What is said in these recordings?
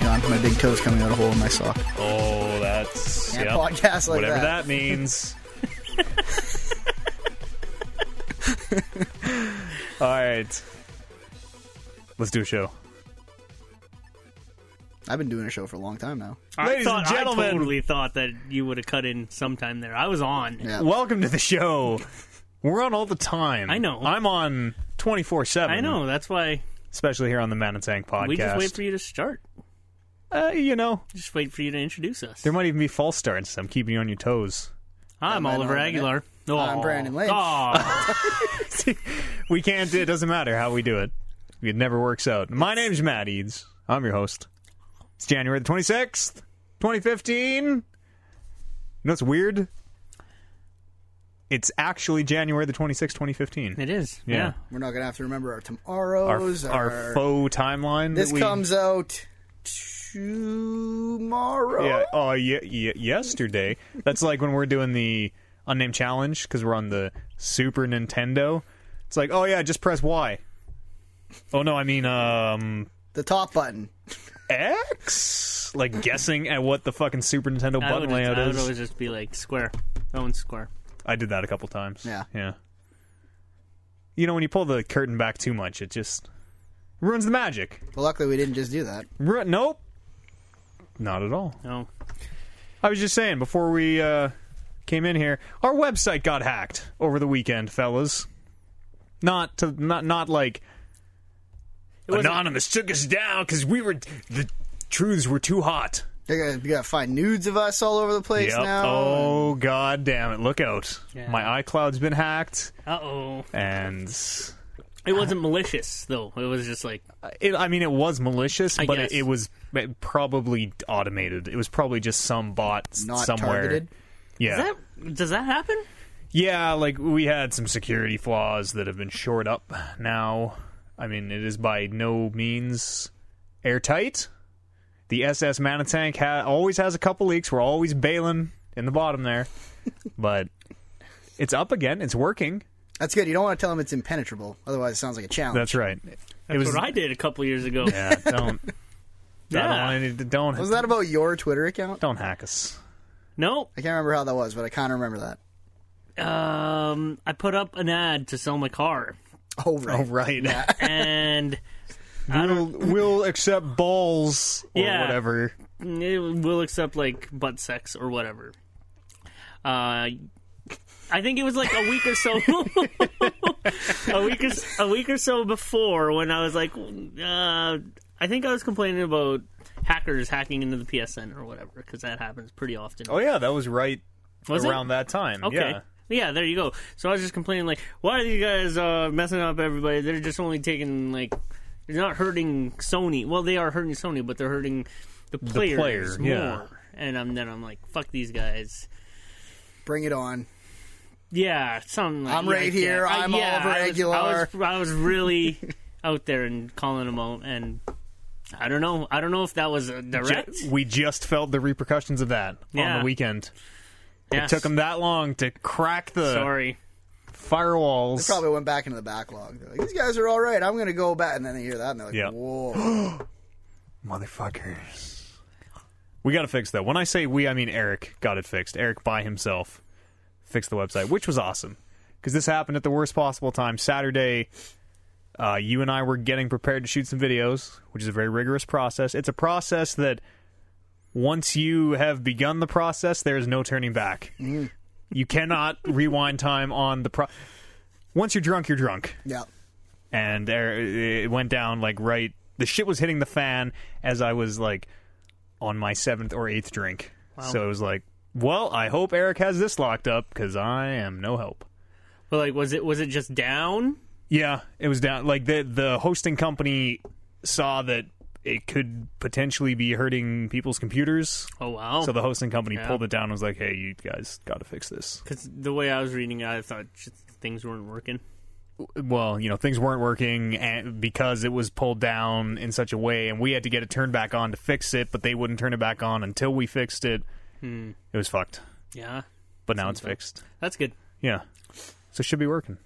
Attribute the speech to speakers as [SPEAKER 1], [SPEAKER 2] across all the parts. [SPEAKER 1] John, my big toe's coming out a hole in my sock.
[SPEAKER 2] Oh, that's
[SPEAKER 1] Yeah,
[SPEAKER 2] yep.
[SPEAKER 1] podcast like
[SPEAKER 2] whatever
[SPEAKER 1] that.
[SPEAKER 2] that, means. All right, let's do a show.
[SPEAKER 1] I've been doing a show for a long time now.
[SPEAKER 2] Ladies
[SPEAKER 3] I thought,
[SPEAKER 2] and gentlemen,
[SPEAKER 3] I totally thought that you would have cut in sometime there. I was on.
[SPEAKER 1] Yeah.
[SPEAKER 2] welcome to the show. We're on all the time.
[SPEAKER 3] I know.
[SPEAKER 2] I'm on twenty four seven.
[SPEAKER 3] I know. That's why
[SPEAKER 2] especially here on the Manitank Mm-hmm. podcast.
[SPEAKER 3] we just wait for you to start.
[SPEAKER 2] uh, you know,
[SPEAKER 3] Just wait for you to introduce us.
[SPEAKER 2] there might even be false starts. I'm keeping you on your toes.
[SPEAKER 3] Hi, I'm
[SPEAKER 1] Am I
[SPEAKER 3] Oliver
[SPEAKER 1] not on
[SPEAKER 3] Aguilar.
[SPEAKER 1] I'm
[SPEAKER 3] Aw.
[SPEAKER 1] Brandon Lynch.
[SPEAKER 3] Aw.
[SPEAKER 2] We can't. It doesn't matter how we do it. It never works out. My name's Matt Eads. I'm your host. It's January the 26th, 2015. You know what's weird? It's actually January the 26th, 2015.
[SPEAKER 3] it is.
[SPEAKER 2] Yeah.
[SPEAKER 3] Yeah.
[SPEAKER 1] We're not gonna have to remember our
[SPEAKER 2] Our,
[SPEAKER 1] tomorrows.
[SPEAKER 2] our faux timeline. that
[SPEAKER 1] this
[SPEAKER 2] we-
[SPEAKER 1] comes out tomorrow.
[SPEAKER 2] Yeah. Oh, yeah, yeah, yesterday. That's like when we're doing the unnamed challenge because we're on the Super Nintendo. It's like, oh yeah, just press Y. Oh no, I mean um
[SPEAKER 1] The top button.
[SPEAKER 2] X? Like guessing at what the fucking Super Nintendo
[SPEAKER 3] I, would,
[SPEAKER 2] button layout
[SPEAKER 3] I would
[SPEAKER 2] is.
[SPEAKER 3] always just be like square. That one's square.
[SPEAKER 2] I did that a couple times.
[SPEAKER 1] Yeah.
[SPEAKER 2] Yeah. You know, when you pull the curtain back too much, it just ruins the magic.
[SPEAKER 1] Well, luckily we didn't just do that.
[SPEAKER 2] Ru- nope. Not at all.
[SPEAKER 3] No.
[SPEAKER 2] I was just saying before we uh, came in here, our website got hacked over the weekend, fellas. Not to not not like
[SPEAKER 3] wasn't-
[SPEAKER 2] anonymous took us down because we were the truths were too hot.
[SPEAKER 1] They're gonna, you gotta find nudes of us all over the place
[SPEAKER 2] Yep.
[SPEAKER 1] now.
[SPEAKER 2] Oh god damn it! Look out!
[SPEAKER 3] Yeah.
[SPEAKER 2] My iCloud's been hacked,
[SPEAKER 3] Uh oh.
[SPEAKER 2] and
[SPEAKER 3] It wasn't malicious, though. It was just like,
[SPEAKER 2] Uh, it, I mean it was malicious,
[SPEAKER 3] I
[SPEAKER 2] but
[SPEAKER 3] guess.
[SPEAKER 2] it, it was probably automated. It was probably just some bot s-
[SPEAKER 1] Not
[SPEAKER 2] somewhere.
[SPEAKER 1] targeted.
[SPEAKER 2] Yeah,
[SPEAKER 3] Is that, does that happen?
[SPEAKER 2] yeah. Like we had some security flaws that have been shored up. Now, I mean, it is by no means airtight. The SS Manitank ha- always has a couple leaks. We're always bailing in the bottom there, but it's up again. It's working.
[SPEAKER 1] That's good. You don't want to tell them it's impenetrable. Otherwise, it sounds like a challenge.
[SPEAKER 2] That's right. it
[SPEAKER 3] That's what I did a couple years ago.
[SPEAKER 2] Yeah, don't.
[SPEAKER 3] Yeah.
[SPEAKER 2] I don't want any. Don't.
[SPEAKER 1] was that about your Twitter account?
[SPEAKER 2] Don't hack us.
[SPEAKER 3] No.
[SPEAKER 1] I can't remember how that was, but I kind of remember that.
[SPEAKER 3] Um, I put up an ad to sell my car.
[SPEAKER 1] Oh right.
[SPEAKER 2] Oh right.
[SPEAKER 3] And.
[SPEAKER 2] we'll we'll accept balls or
[SPEAKER 3] Yeah.
[SPEAKER 2] whatever.
[SPEAKER 3] it will accept like butt sex or whatever. Uh, I think it was like a week or so, a week or s- a week or so before when I was like, uh, I think I was complaining about hackers hacking into the PSN or whatever because that happens pretty often.
[SPEAKER 2] Oh yeah, that was right
[SPEAKER 3] Was it?
[SPEAKER 2] around that time.
[SPEAKER 3] Okay.
[SPEAKER 2] Yeah.
[SPEAKER 3] there you go. So I was just complaining, like, why are you guys uh, messing up everybody? They're just only taking, like, they're not hurting Sony. Well, they are hurting Sony, but they're hurting the players
[SPEAKER 2] player,
[SPEAKER 3] more.
[SPEAKER 2] yeah.
[SPEAKER 3] And I'm, then I'm like, fuck these guys.
[SPEAKER 1] Bring it on.
[SPEAKER 3] Yeah, something like
[SPEAKER 1] I'm right here.
[SPEAKER 3] I-
[SPEAKER 1] I'm
[SPEAKER 3] yeah,
[SPEAKER 1] Oliver
[SPEAKER 3] I was- I
[SPEAKER 1] Aguilar.
[SPEAKER 3] was, I was really out there and calling them out, and I don't know. I don't know if that was uh,
[SPEAKER 2] Ju-
[SPEAKER 3] direct.
[SPEAKER 2] we just felt the repercussions of that on
[SPEAKER 3] Yeah.
[SPEAKER 2] the weekend.
[SPEAKER 3] Yes.
[SPEAKER 2] It took them that long to crack the
[SPEAKER 3] Sorry.
[SPEAKER 2] firewalls.
[SPEAKER 1] Probably went back into the backlog. They're like, These guys are all right. I'm gonna go back, and then they hear that, and they're like,
[SPEAKER 2] Yeah.
[SPEAKER 1] "Whoa!"
[SPEAKER 2] Motherfuckers. We got to fix that. When I say we, I mean Eric got it fixed. Eric by himself fixed the website, which was awesome because this happened at the worst possible time. Saturday, uh, you and I were getting prepared to shoot some videos, which is a very rigorous process. It's a process that once you have begun the process, there is no turning back. You cannot rewind time on the pro. Once you're drunk, you're drunk
[SPEAKER 1] yeah.
[SPEAKER 2] and there it went down like right the shit was hitting the fan as i was like on my seventh or eighth drink so it was like well i hope eric has this locked up because i am no help
[SPEAKER 3] But, like, was it was it just down?
[SPEAKER 2] yeah it was down like the the hosting company saw that it could potentially be hurting people's computers
[SPEAKER 3] Oh, wow.
[SPEAKER 2] so the hosting company
[SPEAKER 3] Yeah.
[SPEAKER 2] pulled it down and was like hey you guys gotta fix this
[SPEAKER 3] Because the way I was reading it, I thought sh- things weren't working.
[SPEAKER 2] well, you know, things weren't working and because it was pulled down in such a way, and we had to get it turned back on to fix it, but they wouldn't turn it back on until we fixed it. It was fucked,
[SPEAKER 3] Yeah,
[SPEAKER 2] but now it's fixed.
[SPEAKER 3] that's good.
[SPEAKER 2] Yeah, so it should be working.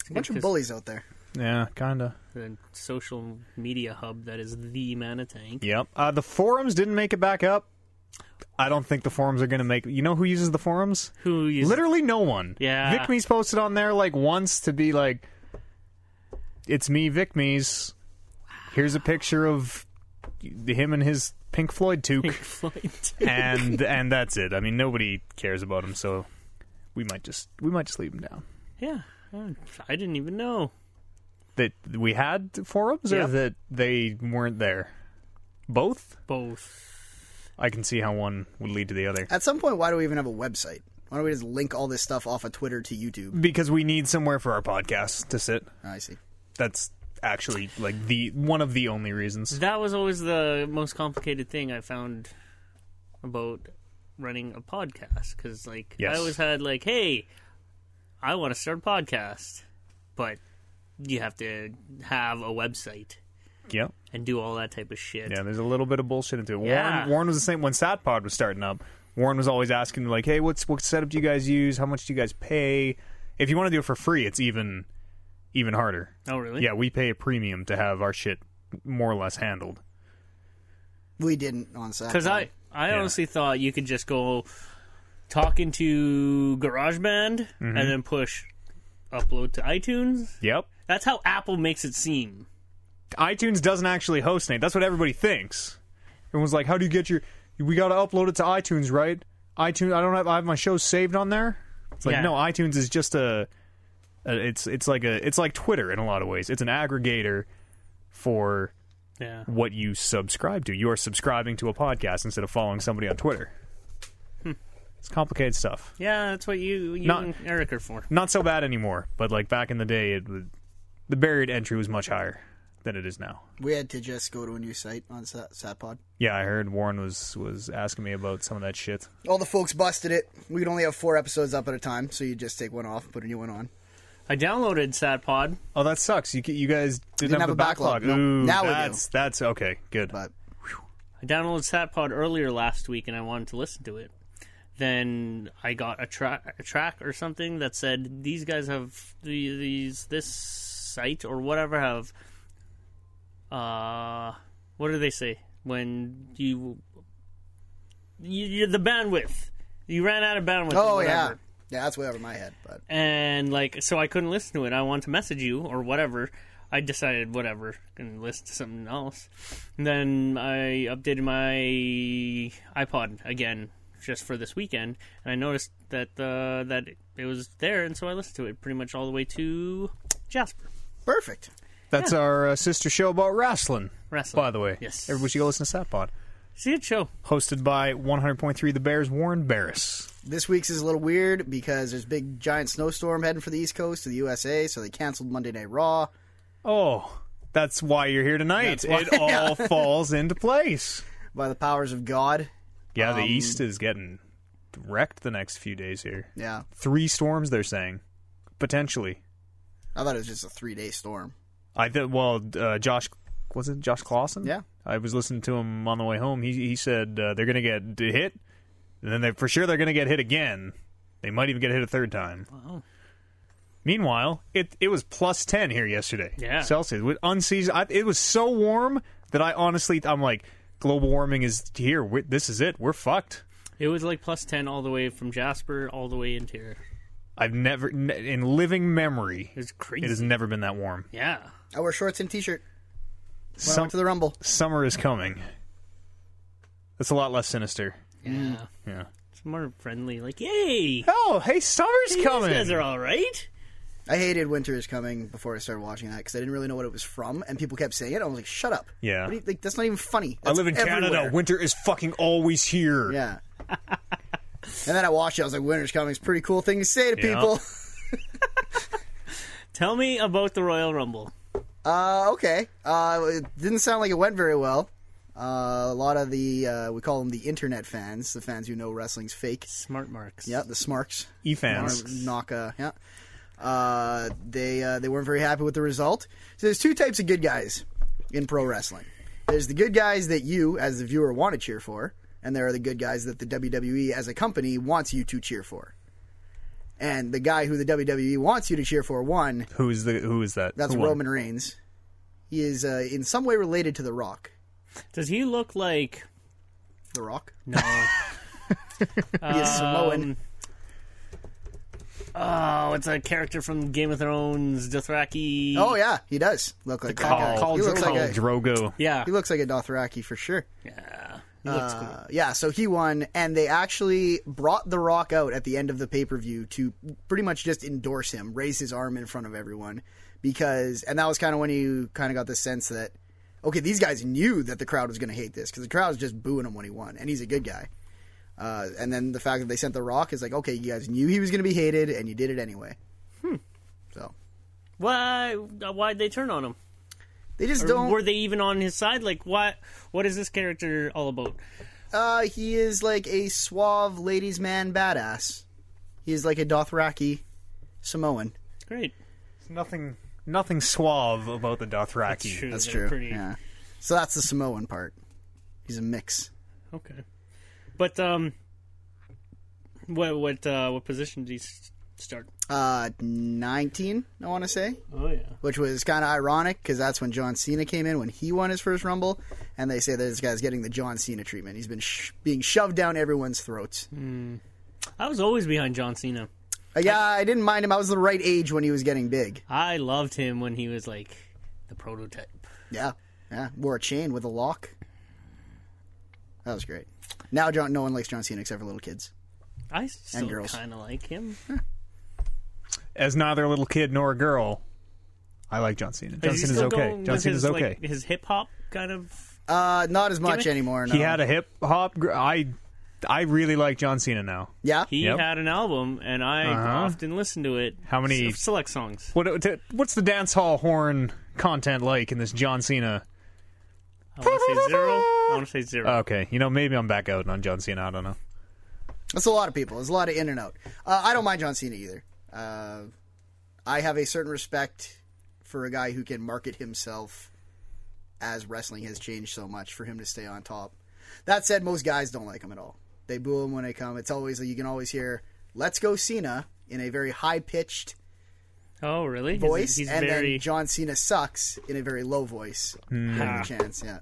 [SPEAKER 1] It's a bunch of bullies out there.
[SPEAKER 2] Yeah, kinda.
[SPEAKER 3] the social media hub that is the Manitank.
[SPEAKER 2] Yep. Uh, the forums didn't make it back up. I don't think the forums are going to make. You know who uses the forums?
[SPEAKER 3] Who uses
[SPEAKER 2] Literally no one.
[SPEAKER 3] Yeah.
[SPEAKER 2] Vic Mees posted on there like once to be like, "It's me, Vic Mees. Here's a picture of him and his Pink Floyd toque,
[SPEAKER 3] Pink Floyd?
[SPEAKER 2] and and that's it. I mean, nobody cares about him, so we might just we might just leave him down.
[SPEAKER 3] yeah, uh, I didn't even know.
[SPEAKER 2] That we had forums, or
[SPEAKER 3] Yep.
[SPEAKER 2] that they weren't there. Both.
[SPEAKER 3] Both.
[SPEAKER 2] I can see how one would lead to the other.
[SPEAKER 1] At some point, why do we even have a website? Why don't we just link all this stuff off of Twitter to
[SPEAKER 3] Hmm.
[SPEAKER 1] YouTube?
[SPEAKER 2] because we need somewhere for our podcast to sit.
[SPEAKER 1] Oh, I see.
[SPEAKER 2] That's actually like the one of the only reasons.
[SPEAKER 3] That was always the most complicated thing I found about running a podcast because, like,
[SPEAKER 2] Yes.
[SPEAKER 3] I always had like, hey, I want to start a podcast, but you have to have a website
[SPEAKER 2] Yeah,
[SPEAKER 3] and do all that type of shit.
[SPEAKER 2] yeah. There's a little bit of bullshit into it.
[SPEAKER 3] Yeah.
[SPEAKER 2] Warren, Warren was the same when SatPod was starting up. Warren was always asking like, "Hey, what's what setup do you guys use? How much do you guys pay? If you want to do it for free, it's even even harder.
[SPEAKER 3] Oh, really?
[SPEAKER 2] Yeah, we pay a premium to have our shit more or less handled.
[SPEAKER 1] We didn't on Saturday.
[SPEAKER 3] Because I, I
[SPEAKER 2] Um, Yeah.
[SPEAKER 3] honestly thought you could just go talk into GarageBand
[SPEAKER 2] Mm-hmm.
[SPEAKER 3] and then push upload to iTunes.
[SPEAKER 2] Yep.
[SPEAKER 3] That's how Apple makes it seem.
[SPEAKER 2] iTunes doesn't actually host name. That's what everybody thinks. Everyone's like, "How do you get your? We got to upload it to iTunes, right? iTunes. I don't have. I have my shows saved on there. It's like
[SPEAKER 3] Yeah.
[SPEAKER 2] no, iTunes is just a, a. It's it's like a it's like Twitter in a lot of ways. It's an aggregator for
[SPEAKER 3] Yeah.
[SPEAKER 2] what you subscribe to. You are subscribing to a podcast instead of following somebody on Twitter. It's complicated stuff.
[SPEAKER 3] Yeah, that's what you, you
[SPEAKER 2] Not-
[SPEAKER 3] and Eric are for.
[SPEAKER 2] Not so bad anymore, but like back in the day, it would, the barrier to entry was much higher than it is now.
[SPEAKER 1] we had to just go to a new site on Sat- Satpod.
[SPEAKER 2] Yeah, I heard Warren was was asking me about some of that shit.
[SPEAKER 1] All the folks busted it. We could only have four episodes up at a time, so you just take one off, put a new one on.
[SPEAKER 3] I downloaded SatPod.
[SPEAKER 2] Oh, that sucks. You ca- you guys didn't,
[SPEAKER 1] have
[SPEAKER 2] the
[SPEAKER 1] a backlog. No.
[SPEAKER 2] Ooh,
[SPEAKER 1] Now we do.
[SPEAKER 2] that's that's okay. Good.
[SPEAKER 1] But
[SPEAKER 3] I downloaded SatPod earlier last week and I wanted to listen to it. Then I got a, tra- a track or something that said these guys have the, these this site or whatever have uh what do they say when you, you you the bandwidth you ran out of bandwidth or
[SPEAKER 1] oh yeah,
[SPEAKER 3] whatever.
[SPEAKER 1] yeah, that's way over my head. But
[SPEAKER 3] and like so I couldn't listen to it. I wanted to message you or whatever. I decided whatever and listen to something else. And then I updated my iPod again just for this weekend, and I noticed that uh, that it was there, and so I listened to it pretty much all the way to Jasper
[SPEAKER 1] perfect.
[SPEAKER 2] That's our uh, sister show about wrestling.
[SPEAKER 3] wrestling.
[SPEAKER 2] By the way,
[SPEAKER 3] yes,
[SPEAKER 2] everybody should go listen to Satpod,
[SPEAKER 3] see it show.
[SPEAKER 2] hosted by 100.3 The Bears, Warren Barris.
[SPEAKER 1] This week's is a little weird because there's big giant snowstorm heading for the East Coast to the USA, so they canceled Monday Night Raw.
[SPEAKER 2] Oh, that's why you're here tonight. It all falls into place.
[SPEAKER 1] By the powers of God,
[SPEAKER 2] Yeah,
[SPEAKER 1] Um,
[SPEAKER 2] the East is getting wrecked the next few days here.
[SPEAKER 1] yeah,
[SPEAKER 2] Three storms, they're saying, potentially.
[SPEAKER 1] I thought it was just a three day storm.
[SPEAKER 2] I th- well, uh, Josh was it Josh Clausen?
[SPEAKER 1] Yeah.
[SPEAKER 2] I was listening to him on the way home. He he said uh, they're gonna get d- hit, and then they for sure they're gonna get hit again. They might even get hit a third time.
[SPEAKER 3] Wow.
[SPEAKER 2] Meanwhile, it it was plus ten here yesterday.
[SPEAKER 3] Yeah.
[SPEAKER 2] Celsius with unseason. I, it was so warm that I honestly I'm like global warming is here. we this is it. We're fucked.
[SPEAKER 3] It was like plus ten all the way from Jasper all the way into here.
[SPEAKER 2] I've never n- in living memory
[SPEAKER 3] It's crazy.
[SPEAKER 2] it has never been that warm.
[SPEAKER 3] yeah.
[SPEAKER 1] I wear shorts and t-shirt. When I
[SPEAKER 2] Some-
[SPEAKER 1] went to the Rumble.
[SPEAKER 2] summer is coming. That's a lot less sinister.
[SPEAKER 3] Yeah.
[SPEAKER 2] Yeah.
[SPEAKER 3] It's more friendly. Like yay.
[SPEAKER 2] Oh, hey, summer's coming.
[SPEAKER 3] These guys are all right.
[SPEAKER 1] I hated Winter is Coming before I started watching that because I didn't really know what it was from, and people kept saying it. I was like, "Shut up!"
[SPEAKER 2] Yeah.
[SPEAKER 1] What do you- like, that's not even funny.
[SPEAKER 2] I
[SPEAKER 1] That's
[SPEAKER 2] live in Canada.
[SPEAKER 1] everywhere.
[SPEAKER 2] Winter is fucking always here.
[SPEAKER 1] Yeah. and then I watched it. I was like, "Winter's Coming is a pretty cool thing to say to
[SPEAKER 2] Yeah.
[SPEAKER 1] people."
[SPEAKER 3] Tell me about the Royal Rumble.
[SPEAKER 1] Uh, okay. Uh, it didn't sound like it went very well. Uh, a lot of the uh, we call them the internet fans, the fans who know wrestling's fake.
[SPEAKER 3] Smart marks.
[SPEAKER 1] Yeah, the smarks.
[SPEAKER 2] E fans.
[SPEAKER 1] Naka. Yeah. Uh, they uh, they weren't very happy with the result. So there's two types of good guys in pro wrestling. There's the good guys that you, as the viewer, want to E cheer for, and there are the good guys that the WWE, as a company, wants you to cheer for. And the guy who the WWE wants you to cheer for won.
[SPEAKER 2] Who is the who is that?
[SPEAKER 1] That's
[SPEAKER 2] Who won?
[SPEAKER 1] Roman Reigns. He is uh, in some way related to The Rock.
[SPEAKER 3] Does he look like
[SPEAKER 1] The Rock.
[SPEAKER 3] no?
[SPEAKER 1] He is Samoan.
[SPEAKER 3] Um, oh, it's a character from Game of Thrones, Dothraki.
[SPEAKER 1] Oh yeah, he does look like that guy.
[SPEAKER 2] Khal-
[SPEAKER 1] he looks
[SPEAKER 2] Khal
[SPEAKER 1] like a
[SPEAKER 2] Drogo.
[SPEAKER 3] yeah,
[SPEAKER 1] he looks like a Dothraki for sure.
[SPEAKER 3] yeah. He looks cool.
[SPEAKER 1] Uh, yeah, so he won, and they actually brought The Rock out at the end of the pay per view to pretty much just endorse him, raise his arm in front of everyone, because, and that was kind of when you kind of got the sense that, okay, these guys knew that the crowd was going to hate this because the crowd was just booing him when he won, and he's a good guy. Uh, and then the fact that they sent The Rock is like, okay, you guys knew he was going to be hated, and you did it anyway. Hmm. So
[SPEAKER 3] Why? uh, Why'd they turn on him?
[SPEAKER 1] they just
[SPEAKER 3] Or
[SPEAKER 1] don't.
[SPEAKER 3] Were they even on his side? Like, what? What is this character all about?
[SPEAKER 1] Uh, he is like a suave ladies' man badass. He is like a Dothraki Samoan.
[SPEAKER 3] Great.
[SPEAKER 2] Nothing nothing suave about the Dothraki.
[SPEAKER 3] True,
[SPEAKER 1] That's
[SPEAKER 3] they're
[SPEAKER 1] true.
[SPEAKER 3] pretty-
[SPEAKER 1] Yeah. So that's the Samoan part. He's a mix.
[SPEAKER 3] Okay. But um, what what uh, what position did he s- start?
[SPEAKER 1] Uh, 19, I want to say,
[SPEAKER 3] Oh yeah.
[SPEAKER 1] which was kind of ironic because that's when John Cena came in when he won his first Rumble, and they say that this guy's getting the John Cena treatment. He's been sh- being shoved down everyone's throats.
[SPEAKER 3] I was always behind John Cena.
[SPEAKER 1] Uh, yeah, I didn't mind him. I was the right age when he was getting big.
[SPEAKER 3] I loved him when he was like the prototype.
[SPEAKER 1] Yeah, yeah. Wore a chain with a lock. That was great. Now, John, no one likes John Cena except for little kids.
[SPEAKER 3] I still
[SPEAKER 1] girls.
[SPEAKER 3] kind of like him.
[SPEAKER 2] As neither a little kid nor a girl, I like John Cena. John
[SPEAKER 3] Is he
[SPEAKER 2] Cena's
[SPEAKER 3] still
[SPEAKER 2] okay.
[SPEAKER 3] going
[SPEAKER 2] John
[SPEAKER 3] with
[SPEAKER 2] Cena's
[SPEAKER 3] his,
[SPEAKER 2] okay.
[SPEAKER 3] Like, his hip hop kind of.
[SPEAKER 1] Uh, not as much
[SPEAKER 3] Gimmick?
[SPEAKER 1] anymore. No.
[SPEAKER 2] He had a hip hop. Gr- I I really like John Cena now.
[SPEAKER 1] yeah.
[SPEAKER 3] He
[SPEAKER 2] Yep.
[SPEAKER 3] had an album, and I
[SPEAKER 2] Uh-huh.
[SPEAKER 3] often listen to it.
[SPEAKER 2] How many-
[SPEAKER 3] S- select songs?
[SPEAKER 2] What t- what's the dance hall horn content like in this John Cena?
[SPEAKER 3] I want to say zero. I want to say zero.
[SPEAKER 2] Okay, you know maybe I'm back out on John Cena. I don't know.
[SPEAKER 1] That's a lot of people. There's a lot of in and out. Uh, I don't mind John Cena either. Uh, I have a certain respect for a guy who can market himself as wrestling has changed so much for him to stay on top. That said, most guys don't like him at all. They boo him when they come. It's always you can always hear "Let's go Cena" in a very high pitched
[SPEAKER 3] oh really?
[SPEAKER 1] voice,
[SPEAKER 3] He's, he's
[SPEAKER 1] and
[SPEAKER 3] very Hmm.
[SPEAKER 1] then John Cena sucks in a very low voice. Give him a chance, yeah.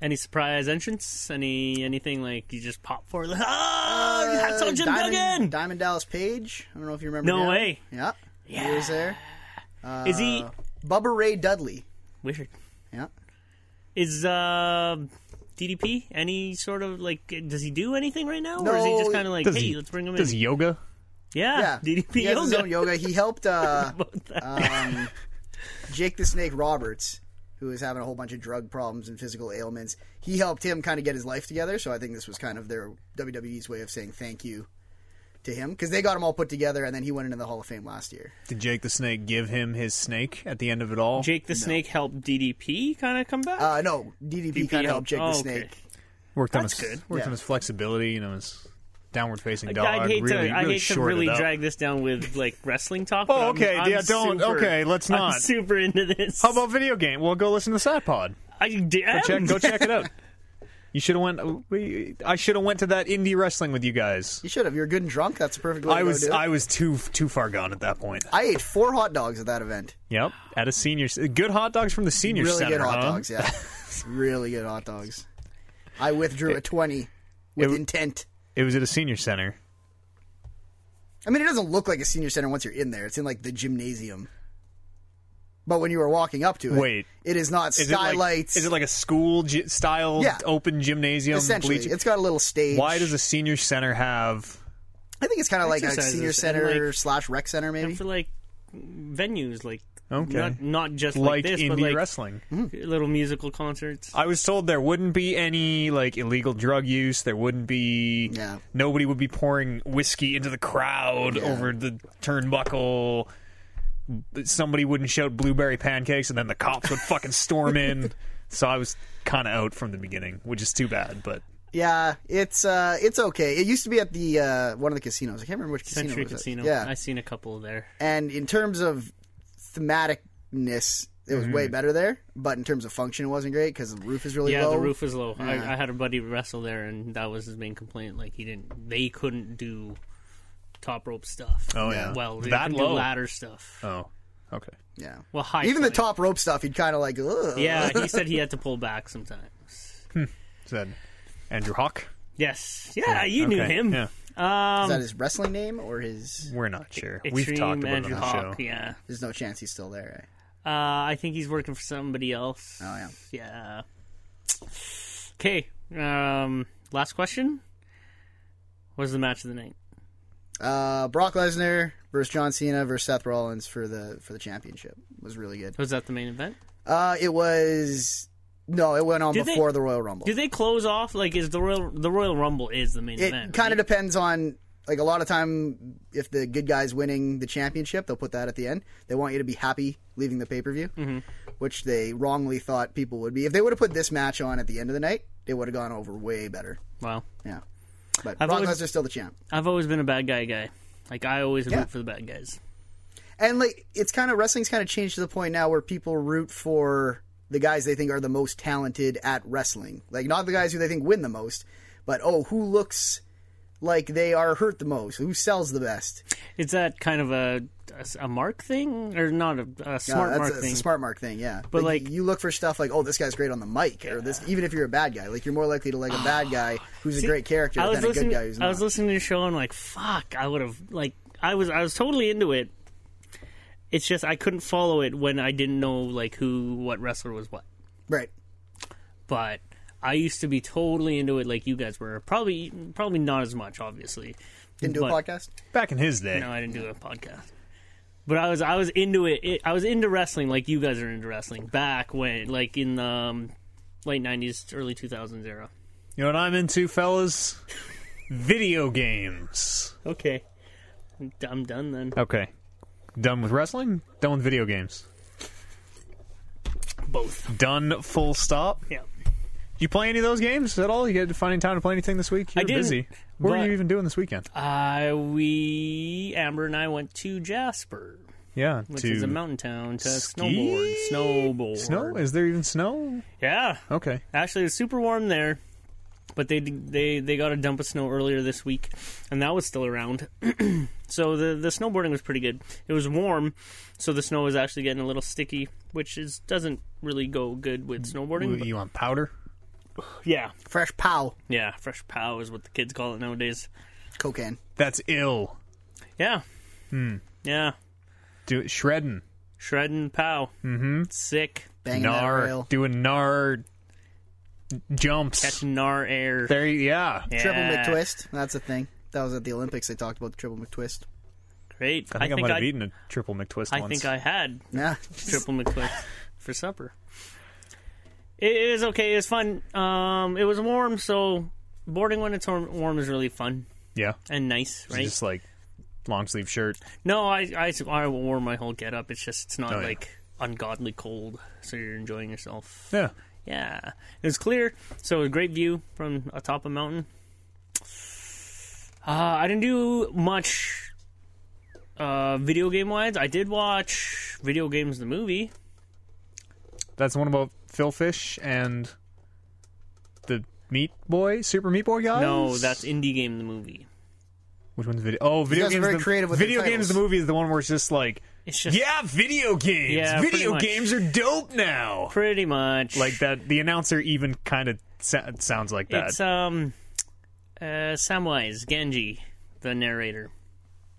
[SPEAKER 3] any surprise entrance? Any anything like you just pop for? Like, oh, that's on Jim
[SPEAKER 1] Uh, Diamond,
[SPEAKER 3] Duggan.
[SPEAKER 1] Diamond Dallas Page. I don't know if you remember.
[SPEAKER 3] No
[SPEAKER 1] him.
[SPEAKER 3] way.
[SPEAKER 1] Yeah. He was there.
[SPEAKER 3] Is he
[SPEAKER 1] Uh, Bubba Ray Dudley.
[SPEAKER 3] weird?
[SPEAKER 1] Yeah.
[SPEAKER 3] Is uh, DDP any sort of like? Does he do anything right now, or is he
[SPEAKER 1] No,
[SPEAKER 3] just kind of like,
[SPEAKER 2] Does
[SPEAKER 3] hey,
[SPEAKER 2] he?
[SPEAKER 3] let's bring him
[SPEAKER 2] Does
[SPEAKER 3] in?
[SPEAKER 2] yoga?
[SPEAKER 3] Yeah,
[SPEAKER 1] Yeah.
[SPEAKER 3] DDP
[SPEAKER 1] he has his
[SPEAKER 3] yoga.
[SPEAKER 1] own yoga. He helped uh,
[SPEAKER 3] About that.
[SPEAKER 1] um, Jake the Snake Roberts, who was having a whole bunch of drug problems and physical ailments. He helped him kind of get his life together. So I think this was kind of their WWE's way of saying thank you to him because they got him all put together, and then he went into the Hall of Fame last year.
[SPEAKER 2] Did Jake the Snake give him his snake at the end of it all?
[SPEAKER 3] Jake the Snake helped DDP kind of come back.
[SPEAKER 1] Uh, no, DDP kind of helped Jake the
[SPEAKER 3] oh,
[SPEAKER 1] Snake.
[SPEAKER 3] okay.
[SPEAKER 2] worked on his
[SPEAKER 3] That's good.
[SPEAKER 2] worked
[SPEAKER 1] Yeah.
[SPEAKER 2] on his flexibility, you know, his downward facing dog.
[SPEAKER 3] I'd hate
[SPEAKER 2] really,
[SPEAKER 3] to, I
[SPEAKER 2] really
[SPEAKER 3] hate to
[SPEAKER 2] shorted
[SPEAKER 3] really
[SPEAKER 2] up.
[SPEAKER 3] drag this down with like wrestling talk.
[SPEAKER 2] Oh,
[SPEAKER 3] but I'm-
[SPEAKER 2] okay,
[SPEAKER 3] I'm
[SPEAKER 2] yeah, don't-
[SPEAKER 3] super-
[SPEAKER 2] okay, let's
[SPEAKER 3] I'm
[SPEAKER 2] not.
[SPEAKER 3] super into this.
[SPEAKER 2] How about video game? Well, go listen to Sad Pod.
[SPEAKER 3] I did?
[SPEAKER 2] Check, go check it out. You should have went. we- I should have went to that indie wrestling with you guys.
[SPEAKER 1] You should have. You're good and drunk. That's a perfect way
[SPEAKER 2] I
[SPEAKER 1] to go
[SPEAKER 2] was
[SPEAKER 1] do it.
[SPEAKER 2] I was too too far gone at that point.
[SPEAKER 1] I ate four hot dogs at that event.
[SPEAKER 2] Yep, at a senior good hot dogs from the senior
[SPEAKER 1] really
[SPEAKER 2] center.
[SPEAKER 1] good hot
[SPEAKER 2] huh?
[SPEAKER 1] dogs, yeah. really good hot dogs. I withdrew a 20 with
[SPEAKER 2] it-
[SPEAKER 1] intent.
[SPEAKER 2] It was at a senior center.
[SPEAKER 1] I mean, it doesn't look like a senior center once you're in there. It's in like the gymnasium. But when you were walking up to it,
[SPEAKER 2] Wait.
[SPEAKER 1] it is not
[SPEAKER 2] Is it like
[SPEAKER 1] skylights.
[SPEAKER 2] is it like a school g- style
[SPEAKER 1] Yeah.
[SPEAKER 2] open gymnasium?
[SPEAKER 1] essentially?
[SPEAKER 2] bleacher-
[SPEAKER 1] It's got a little stage.
[SPEAKER 2] Why does a senior center have?
[SPEAKER 1] I think it's kind of like a
[SPEAKER 3] Exercises
[SPEAKER 1] senior
[SPEAKER 3] and,
[SPEAKER 1] center
[SPEAKER 3] like-
[SPEAKER 1] slash rec center, maybe.
[SPEAKER 3] for like venues like
[SPEAKER 2] Okay.
[SPEAKER 3] not, not just
[SPEAKER 2] Like,
[SPEAKER 3] like, this
[SPEAKER 2] indie
[SPEAKER 3] but like
[SPEAKER 2] wrestling,
[SPEAKER 1] Hmm.
[SPEAKER 3] little musical concerts
[SPEAKER 2] I was told there wouldn't be any like illegal drug use. There wouldn't be
[SPEAKER 1] Yeah.
[SPEAKER 2] nobody would be pouring whiskey into the crowd over the turnbuckle. Somebody wouldn't shout blueberry pancakes, and then the cops would fucking storm in. So I was kind of out from the beginning, which is too bad. But
[SPEAKER 1] Yeah, it's uh, it's okay. It used to be at the uh, one of the casinos. I can't remember which casino.
[SPEAKER 3] Century
[SPEAKER 1] it was at.
[SPEAKER 3] Casino.
[SPEAKER 1] Yeah,
[SPEAKER 3] i seen a couple there.
[SPEAKER 1] and in terms of thematicness, it was way better there. But in terms of function, it wasn't great because the roof is really
[SPEAKER 3] Mm-hmm. Yeah,
[SPEAKER 1] low.
[SPEAKER 3] the roof was low. I,
[SPEAKER 1] Yeah.
[SPEAKER 3] I had a buddy wrestle there, and that was his main complaint. Like he didn't, they couldn't do top rope stuff.
[SPEAKER 2] Oh, yeah.
[SPEAKER 3] Well, they
[SPEAKER 2] That
[SPEAKER 3] can do
[SPEAKER 2] low?
[SPEAKER 3] ladder stuff.
[SPEAKER 2] Oh, okay.
[SPEAKER 1] Yeah.
[SPEAKER 3] Well, high.
[SPEAKER 1] Even the
[SPEAKER 3] flying.
[SPEAKER 1] top rope stuff, he'd kind of like, Ugh.
[SPEAKER 3] Yeah, he said he had to pull back sometimes.
[SPEAKER 2] Said Andrew Hawk.
[SPEAKER 3] Yes. Yeah, you knew
[SPEAKER 2] Okay,
[SPEAKER 3] him.
[SPEAKER 2] Yeah,
[SPEAKER 1] Is that his wrestling name or his?
[SPEAKER 2] we're not sure.
[SPEAKER 3] Extreme
[SPEAKER 2] We've talked about
[SPEAKER 3] Andrew
[SPEAKER 2] it on the
[SPEAKER 3] Hawk.
[SPEAKER 2] show.
[SPEAKER 3] Yeah.
[SPEAKER 1] There's no chance he's still there. Right?
[SPEAKER 3] Uh, I think he's working for somebody else.
[SPEAKER 1] Oh yeah.
[SPEAKER 3] Yeah. Okay. Um, last question. What is the match of the night?
[SPEAKER 1] Uh, Brock Lesnar versus John Cena versus Seth Rollins for the for the championship was really good.
[SPEAKER 3] Was that the main event?
[SPEAKER 1] Uh, it was no, it went on
[SPEAKER 3] Did they-
[SPEAKER 1] before the Royal Rumble.
[SPEAKER 3] Do they close off like is the Royal the Royal Rumble is the main
[SPEAKER 1] it
[SPEAKER 3] event?
[SPEAKER 1] kind of
[SPEAKER 3] right?
[SPEAKER 1] depends on like a lot of time if the good guys winning the championship they'll put that at the end they want you to be happy leaving the pay-per-view
[SPEAKER 3] Mm-hmm.
[SPEAKER 1] which they wrongly thought people would be if they would have put this match on at the end of the night it would have gone over way better
[SPEAKER 3] Wow.
[SPEAKER 1] yeah but
[SPEAKER 3] I've
[SPEAKER 1] Brock
[SPEAKER 3] always-
[SPEAKER 1] Lesnar's still the champ
[SPEAKER 3] I've always been a bad guy guy. Like I always
[SPEAKER 1] Yeah.
[SPEAKER 3] root for the bad guys.
[SPEAKER 1] and like it's kind of wrestling's kind of changed to the point now where people root for the guys they think are the most talented at wrestling like not the guys who they think win the most but oh who looks like they are hurt the most who sells the best
[SPEAKER 3] Is that kind of a a, mark thing or not a, a smart
[SPEAKER 1] Yeah, Uh, that's
[SPEAKER 3] mark
[SPEAKER 1] a, it's
[SPEAKER 3] thing?
[SPEAKER 1] a smart mark thing, yeah.
[SPEAKER 3] But, like-
[SPEAKER 1] you look for stuff like, oh, this guy's great on the mic, or this, even if you're a bad guy, like you're more likely to like a bad guy who's a great character
[SPEAKER 3] I was
[SPEAKER 1] than a good
[SPEAKER 3] listening.
[SPEAKER 1] guy who's
[SPEAKER 3] I was
[SPEAKER 1] not.
[SPEAKER 3] listening to your show and like, fuck, I would have like, I was, I was totally into it. It's just I couldn't follow it when I didn't know like who, what wrestler was what.
[SPEAKER 1] right.
[SPEAKER 3] But I used to be totally into it, like you guys were. Probably, probably not as much, obviously.
[SPEAKER 1] Didn't do a
[SPEAKER 3] But-
[SPEAKER 1] podcast.
[SPEAKER 2] Back in his day.
[SPEAKER 3] No, I didn't do a podcast. But I was, I was into it, it. I was into wrestling, like you guys are into wrestling back when, like in the um, late '90s, early 2000s era.
[SPEAKER 2] You know what I'm into, fellas? Video games.
[SPEAKER 3] Okay, I'm done then.
[SPEAKER 2] Okay. Done with wrestling? Done with video games.
[SPEAKER 3] Both.
[SPEAKER 2] Done full stop.
[SPEAKER 3] Yeah.
[SPEAKER 2] Did you play any of those games at all? You get finding time to play anything this week? You're
[SPEAKER 3] I didn't,
[SPEAKER 2] busy. What were
[SPEAKER 3] but-
[SPEAKER 2] you even doing this weekend?
[SPEAKER 3] Uh, we Amber and I went to Jasper,
[SPEAKER 2] Yeah.
[SPEAKER 3] which
[SPEAKER 2] to
[SPEAKER 3] is a mountain town, to
[SPEAKER 2] ski?
[SPEAKER 3] snowboard. Snowboard.
[SPEAKER 2] Snow? Is there even snow?
[SPEAKER 3] yeah.
[SPEAKER 2] Okay.
[SPEAKER 3] Actually, it's super warm there, but they they they got a dump of snow earlier this week, and that was still around. so the the snowboarding was pretty good. It was warm, so the snow was actually getting a little sticky, which is doesn't really go good with snowboarding.
[SPEAKER 2] You want powder?
[SPEAKER 3] but- yeah,
[SPEAKER 1] Fresh pow,
[SPEAKER 3] yeah, fresh pow is what the kids call it nowadays.
[SPEAKER 1] cocaine.
[SPEAKER 2] That's ill.
[SPEAKER 3] Yeah,
[SPEAKER 2] Hmm.
[SPEAKER 3] yeah,
[SPEAKER 2] Do it shredding.
[SPEAKER 3] shredding pow. Mm-hmm. Sick.
[SPEAKER 1] Banging that
[SPEAKER 2] Nar.
[SPEAKER 1] rail.
[SPEAKER 2] Doing gnar jumps.
[SPEAKER 3] catching our air.
[SPEAKER 2] There you yeah.
[SPEAKER 3] Yeah.
[SPEAKER 1] Triple McTwist. That's a thing. That was at the Olympics. They talked about the triple McTwist.
[SPEAKER 3] Great.
[SPEAKER 2] I think I, might have eaten a triple McTwist
[SPEAKER 3] I
[SPEAKER 2] once.
[SPEAKER 3] think I had
[SPEAKER 1] Yeah.
[SPEAKER 3] triple McTwist for supper. It is okay. It's fun. Um, it was warm, so boarding when it's warm, warm is really fun
[SPEAKER 2] Yeah.
[SPEAKER 3] and nice,
[SPEAKER 2] So
[SPEAKER 3] right?
[SPEAKER 2] Just like long sleeve shirt.
[SPEAKER 3] No, I, I I wore my whole get up. It's just it's not
[SPEAKER 2] Oh, yeah.
[SPEAKER 3] like ungodly cold, so you're enjoying yourself.
[SPEAKER 2] Yeah.
[SPEAKER 3] Yeah, it was clear, so a great view from atop a mountain. Uh, I didn't do much uh, video game wise. I did watch Video Games the Movie.
[SPEAKER 2] That's the one about Phil Fish and the Meat Boy, Super Meat Boy guys.
[SPEAKER 3] No, that's Indie Game the Movie.
[SPEAKER 2] which one's video? Oh, video
[SPEAKER 1] guys are
[SPEAKER 2] games.
[SPEAKER 1] very
[SPEAKER 2] the,
[SPEAKER 1] creative with
[SPEAKER 2] video
[SPEAKER 1] their
[SPEAKER 2] games. The
[SPEAKER 1] titles.
[SPEAKER 2] movie is the one where it's just like,
[SPEAKER 3] It's just
[SPEAKER 2] yeah, video games.
[SPEAKER 3] Yeah, pretty
[SPEAKER 2] video
[SPEAKER 3] much.
[SPEAKER 2] games are dope now.
[SPEAKER 3] pretty much
[SPEAKER 2] Like that. The announcer even kind of sa- sounds like that.
[SPEAKER 3] It's um, uh, Samwise Genji, the narrator,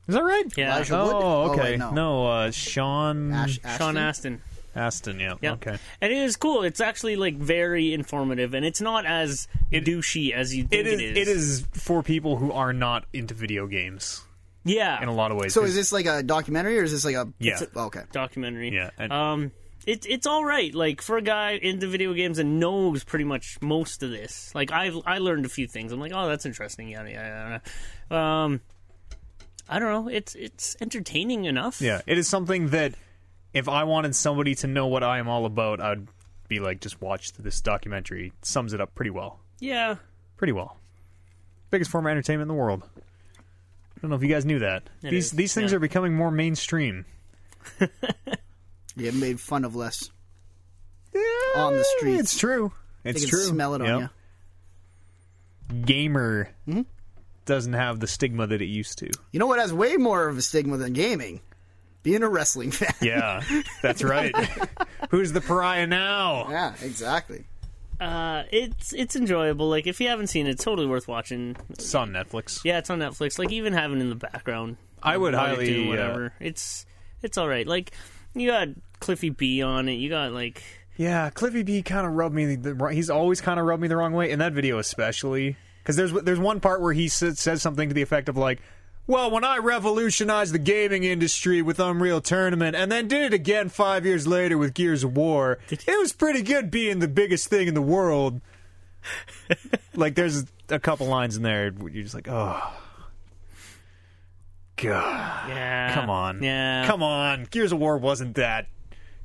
[SPEAKER 2] Is that right?
[SPEAKER 3] Yeah. Elijah
[SPEAKER 1] Wood?
[SPEAKER 2] Oh,
[SPEAKER 1] Oh,
[SPEAKER 2] okay.
[SPEAKER 1] wait, no.
[SPEAKER 2] no, uh, Sean
[SPEAKER 1] Ash, Ashton?
[SPEAKER 3] Sean Aston.
[SPEAKER 2] Aston. Yeah.
[SPEAKER 3] Yeah.
[SPEAKER 2] Okay.
[SPEAKER 3] And it is cool. It's actually like very informative, and it's not as douchey as you think
[SPEAKER 2] It is,
[SPEAKER 3] it
[SPEAKER 2] It
[SPEAKER 3] is.
[SPEAKER 2] is for people who are not into video games
[SPEAKER 3] Yeah.
[SPEAKER 2] in a lot of ways.
[SPEAKER 1] So is this like a documentary or is this like a?
[SPEAKER 2] Yeah.
[SPEAKER 1] it's a- oh, okay.
[SPEAKER 3] documentary.
[SPEAKER 2] Yeah, and-
[SPEAKER 3] um, it's it's all right. Like for a guy into video games and knows pretty much most of this. Like I I learned a few things. I'm like, oh, that's interesting. Yada yada. yada. Um, I don't know. It's it's entertaining enough.
[SPEAKER 2] Yeah, it is something that if I wanted somebody to know what I am all about, I'd be like, just watch this documentary. It sums it up pretty well.
[SPEAKER 3] Yeah.
[SPEAKER 2] Pretty well. Biggest form of entertainment in the world. I don't know if you guys knew that.
[SPEAKER 3] It
[SPEAKER 2] these
[SPEAKER 3] is,
[SPEAKER 2] these things
[SPEAKER 3] yeah.
[SPEAKER 2] are becoming more mainstream.
[SPEAKER 1] You made fun of less. On the streets.
[SPEAKER 2] It's true. It's
[SPEAKER 1] They can
[SPEAKER 2] true.
[SPEAKER 1] smell it on
[SPEAKER 2] Yep. Gamer doesn't have the stigma that it used to.
[SPEAKER 1] You know what has way more of a stigma than gaming? Being a wrestling fan.
[SPEAKER 2] Yeah, that's right. Who's the pariah now?
[SPEAKER 1] yeah, exactly.
[SPEAKER 3] Uh, it's it's enjoyable. Like if you haven't seen it, it's totally worth watching.
[SPEAKER 2] It's on Netflix.
[SPEAKER 3] Yeah, it's on Netflix. Like even having it in the background.
[SPEAKER 2] I would
[SPEAKER 3] while you
[SPEAKER 2] highly,
[SPEAKER 3] do
[SPEAKER 2] uh,
[SPEAKER 3] whatever. It's it's all right. Like you got Cliffy B on it. You got like
[SPEAKER 2] Yeah, Cliffy B kind of rubbed me. The, wrong- he's always kind of rubbed me the wrong way in that video, especially because there's there's one part where he says, says something to the effect of like, "Well, when I revolutionized the gaming industry with Unreal Tournament, and then did it again five years later with Gears of War, it was pretty good being the biggest thing in the world." like, there's a couple lines in there where you're just like, "Oh, God."
[SPEAKER 3] yeah.
[SPEAKER 2] Come on.
[SPEAKER 3] Yeah.
[SPEAKER 2] Come on. Gears of War wasn't that.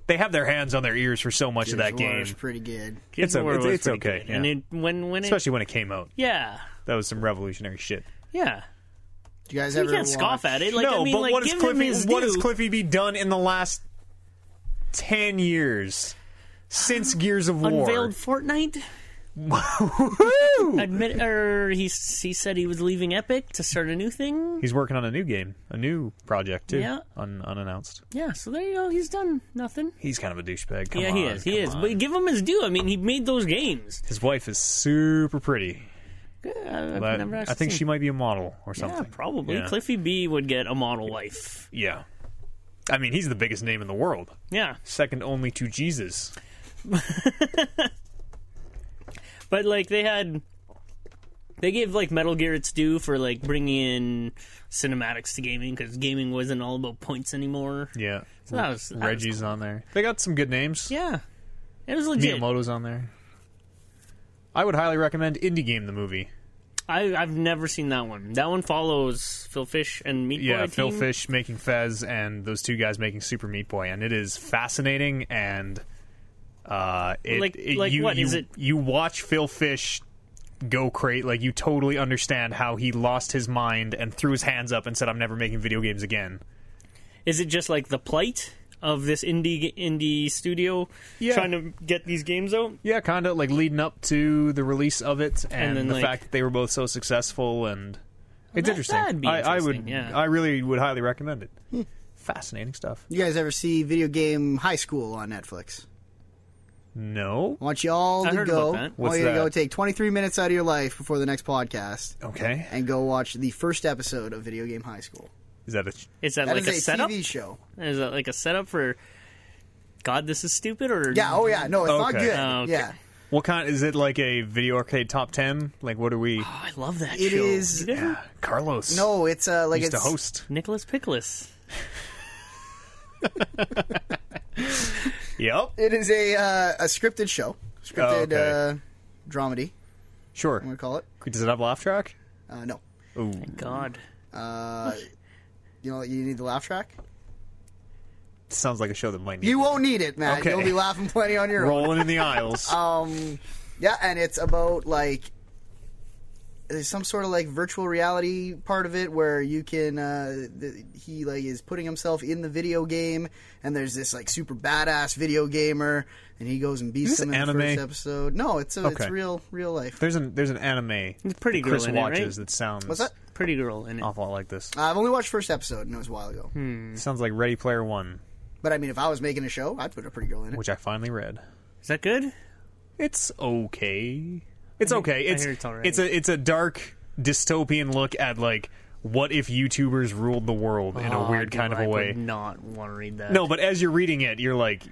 [SPEAKER 2] They have their hands on their ears for so much of that
[SPEAKER 1] Gears of War
[SPEAKER 2] game.
[SPEAKER 1] is pretty good.
[SPEAKER 3] Gears
[SPEAKER 2] It's
[SPEAKER 3] of
[SPEAKER 2] o-
[SPEAKER 3] War
[SPEAKER 2] it's-
[SPEAKER 3] was
[SPEAKER 2] it's
[SPEAKER 3] pretty
[SPEAKER 2] okay,
[SPEAKER 3] good. And
[SPEAKER 2] yeah.
[SPEAKER 3] it when when it
[SPEAKER 2] Especially when it came out.
[SPEAKER 3] yeah
[SPEAKER 2] That was some revolutionary shit.
[SPEAKER 3] yeah.
[SPEAKER 1] Do you guys
[SPEAKER 3] You
[SPEAKER 1] ever
[SPEAKER 3] can't
[SPEAKER 1] watch-
[SPEAKER 3] scoff at it. Like
[SPEAKER 2] no,
[SPEAKER 3] I mean,
[SPEAKER 2] but
[SPEAKER 3] like
[SPEAKER 2] what, has
[SPEAKER 3] give him
[SPEAKER 2] Cliffy,
[SPEAKER 3] his
[SPEAKER 2] what
[SPEAKER 3] due.
[SPEAKER 2] has Cliffy B done in the last 10 years? Since Gears of War.
[SPEAKER 3] unveiled Fortnite?
[SPEAKER 2] Woo!
[SPEAKER 3] Admit or he s- he said he was leaving Epic to start a new thing.
[SPEAKER 2] He's working on a new game, a new project, too.
[SPEAKER 3] Yeah.
[SPEAKER 2] Un- unannounced.
[SPEAKER 3] Yeah, so there you go. He's done nothing.
[SPEAKER 2] He's kind of a douchebag. Come
[SPEAKER 3] yeah,
[SPEAKER 2] on,
[SPEAKER 3] he is.
[SPEAKER 2] come
[SPEAKER 3] He is.
[SPEAKER 2] on.
[SPEAKER 3] But give him his due. I mean, he made those games.
[SPEAKER 2] His wife is super pretty.
[SPEAKER 3] Yeah, Uh, I've
[SPEAKER 2] But
[SPEAKER 3] never
[SPEAKER 2] I
[SPEAKER 3] actually
[SPEAKER 2] think
[SPEAKER 3] seen-
[SPEAKER 2] she might be a model or
[SPEAKER 3] Yeah,
[SPEAKER 2] something.
[SPEAKER 3] probably.
[SPEAKER 2] Yeah.
[SPEAKER 3] Cliffy B would get a model wife.
[SPEAKER 2] Yeah. I mean, he's the biggest name in the world,
[SPEAKER 3] Yeah,
[SPEAKER 2] second only to Jesus.
[SPEAKER 3] but like they had, they gave like Metal Gear its due for like bringing in cinematics to gaming because gaming wasn't all about points anymore.
[SPEAKER 2] Yeah.
[SPEAKER 3] So that was that was
[SPEAKER 2] Reggie's on there. They got some good names.
[SPEAKER 3] cool. yeah, it was legit.
[SPEAKER 2] Miyamoto's on there. I would highly recommend Indie Game the movie.
[SPEAKER 3] I I've never seen that one. That one follows Phil Fish and Meat
[SPEAKER 2] Yeah,
[SPEAKER 3] Boy
[SPEAKER 2] Phil
[SPEAKER 3] team.
[SPEAKER 2] Fish making Fez and those two guys making Super Meat Boy, and it is fascinating and uh, it,
[SPEAKER 3] Like-
[SPEAKER 2] it-
[SPEAKER 3] like
[SPEAKER 2] you,
[SPEAKER 3] what?
[SPEAKER 2] you,
[SPEAKER 3] Is it-
[SPEAKER 2] You watch Phil Fish go crazy, like you totally understand how he lost his mind and threw his hands up and said, "I'm never making video games again."
[SPEAKER 3] Is it just like the plight of this indie indie studio
[SPEAKER 2] Yeah.
[SPEAKER 3] trying to get these games out?
[SPEAKER 2] Yeah, kind of like leading up to the release of it, and,
[SPEAKER 3] then,
[SPEAKER 2] the
[SPEAKER 3] like-
[SPEAKER 2] fact that they were both so successful, and it's
[SPEAKER 3] that-
[SPEAKER 2] interesting.
[SPEAKER 3] that'd be
[SPEAKER 2] I, I would,
[SPEAKER 3] interesting, yeah. Hmm.
[SPEAKER 2] I really would highly recommend it. Fascinating stuff.
[SPEAKER 1] You guys ever see Video Game High School on Netflix?
[SPEAKER 2] No,
[SPEAKER 1] I want you all
[SPEAKER 3] I
[SPEAKER 1] to
[SPEAKER 3] heard
[SPEAKER 1] go.
[SPEAKER 3] about that.
[SPEAKER 1] I want
[SPEAKER 2] What's
[SPEAKER 1] you to go
[SPEAKER 2] that?
[SPEAKER 1] take 23 minutes out of your life before the next podcast
[SPEAKER 2] okay.
[SPEAKER 1] and go watch the first episode of Video Game High School.
[SPEAKER 2] Is that a?
[SPEAKER 3] Is that,
[SPEAKER 1] That is
[SPEAKER 3] like a setup?
[SPEAKER 1] TV show.
[SPEAKER 3] Is that like a setup for God? This is stupid, or
[SPEAKER 1] Yeah. Oh yeah. No, it's not
[SPEAKER 2] Okay.
[SPEAKER 1] good.
[SPEAKER 3] Oh, okay.
[SPEAKER 1] Yeah.
[SPEAKER 2] What kind? Is it like a video arcade top ten? Like, what are we?
[SPEAKER 3] Oh, I love that.
[SPEAKER 1] It
[SPEAKER 3] show.
[SPEAKER 1] is-
[SPEAKER 3] You guys know
[SPEAKER 2] Carlos,
[SPEAKER 1] No, it's uh like
[SPEAKER 2] used
[SPEAKER 1] it's
[SPEAKER 2] to host.
[SPEAKER 3] Nicholas Pickles.
[SPEAKER 2] Yep,
[SPEAKER 1] It is a uh, a scripted show, scripted
[SPEAKER 2] Oh,
[SPEAKER 1] uh, dramedy. I'm
[SPEAKER 2] sure.
[SPEAKER 1] gonna call it.
[SPEAKER 2] Does it have laugh track?
[SPEAKER 1] Uh, no,
[SPEAKER 2] Ooh,
[SPEAKER 3] God,
[SPEAKER 1] uh, you know you need the laugh track.
[SPEAKER 2] sounds like a show that might need
[SPEAKER 1] You won't need it, Matt.
[SPEAKER 2] Okay.
[SPEAKER 1] You'll be laughing plenty on your own.
[SPEAKER 2] rolling in the aisles.
[SPEAKER 1] Um, yeah, and it's about like there's some sort of like virtual reality part of it where you can uh, th- he like is putting himself in the video game, and there's this like super badass video gamer, and he goes and beats
[SPEAKER 2] this
[SPEAKER 1] him in
[SPEAKER 2] anime?
[SPEAKER 1] the first episode. No, it's a, it's
[SPEAKER 2] Okay.
[SPEAKER 1] real real life.
[SPEAKER 2] there's an there's an anime.
[SPEAKER 3] It's pretty
[SPEAKER 2] that Chris
[SPEAKER 3] girl in it,
[SPEAKER 2] watches
[SPEAKER 3] right?
[SPEAKER 2] that sounds
[SPEAKER 1] What's that?
[SPEAKER 3] pretty girl in it.
[SPEAKER 2] awful lot like this.
[SPEAKER 1] I've only watched first episode, and it was a while ago.
[SPEAKER 2] Hmm. Sounds like Ready Player One,
[SPEAKER 1] But I mean, if I was making a show, I'd put a pretty girl in it.
[SPEAKER 2] which I finally read.
[SPEAKER 3] Is that good?
[SPEAKER 2] It's okay. It's okay. It's
[SPEAKER 3] hear it's alright.
[SPEAKER 2] it's a it's a dark dystopian look at like what if YouTubers ruled the world in a
[SPEAKER 3] Oh,
[SPEAKER 2] weird
[SPEAKER 3] dude,
[SPEAKER 2] kind of
[SPEAKER 3] I
[SPEAKER 2] a
[SPEAKER 3] would
[SPEAKER 2] way.
[SPEAKER 3] not want to read that.
[SPEAKER 2] No, but as you're reading it, you're like,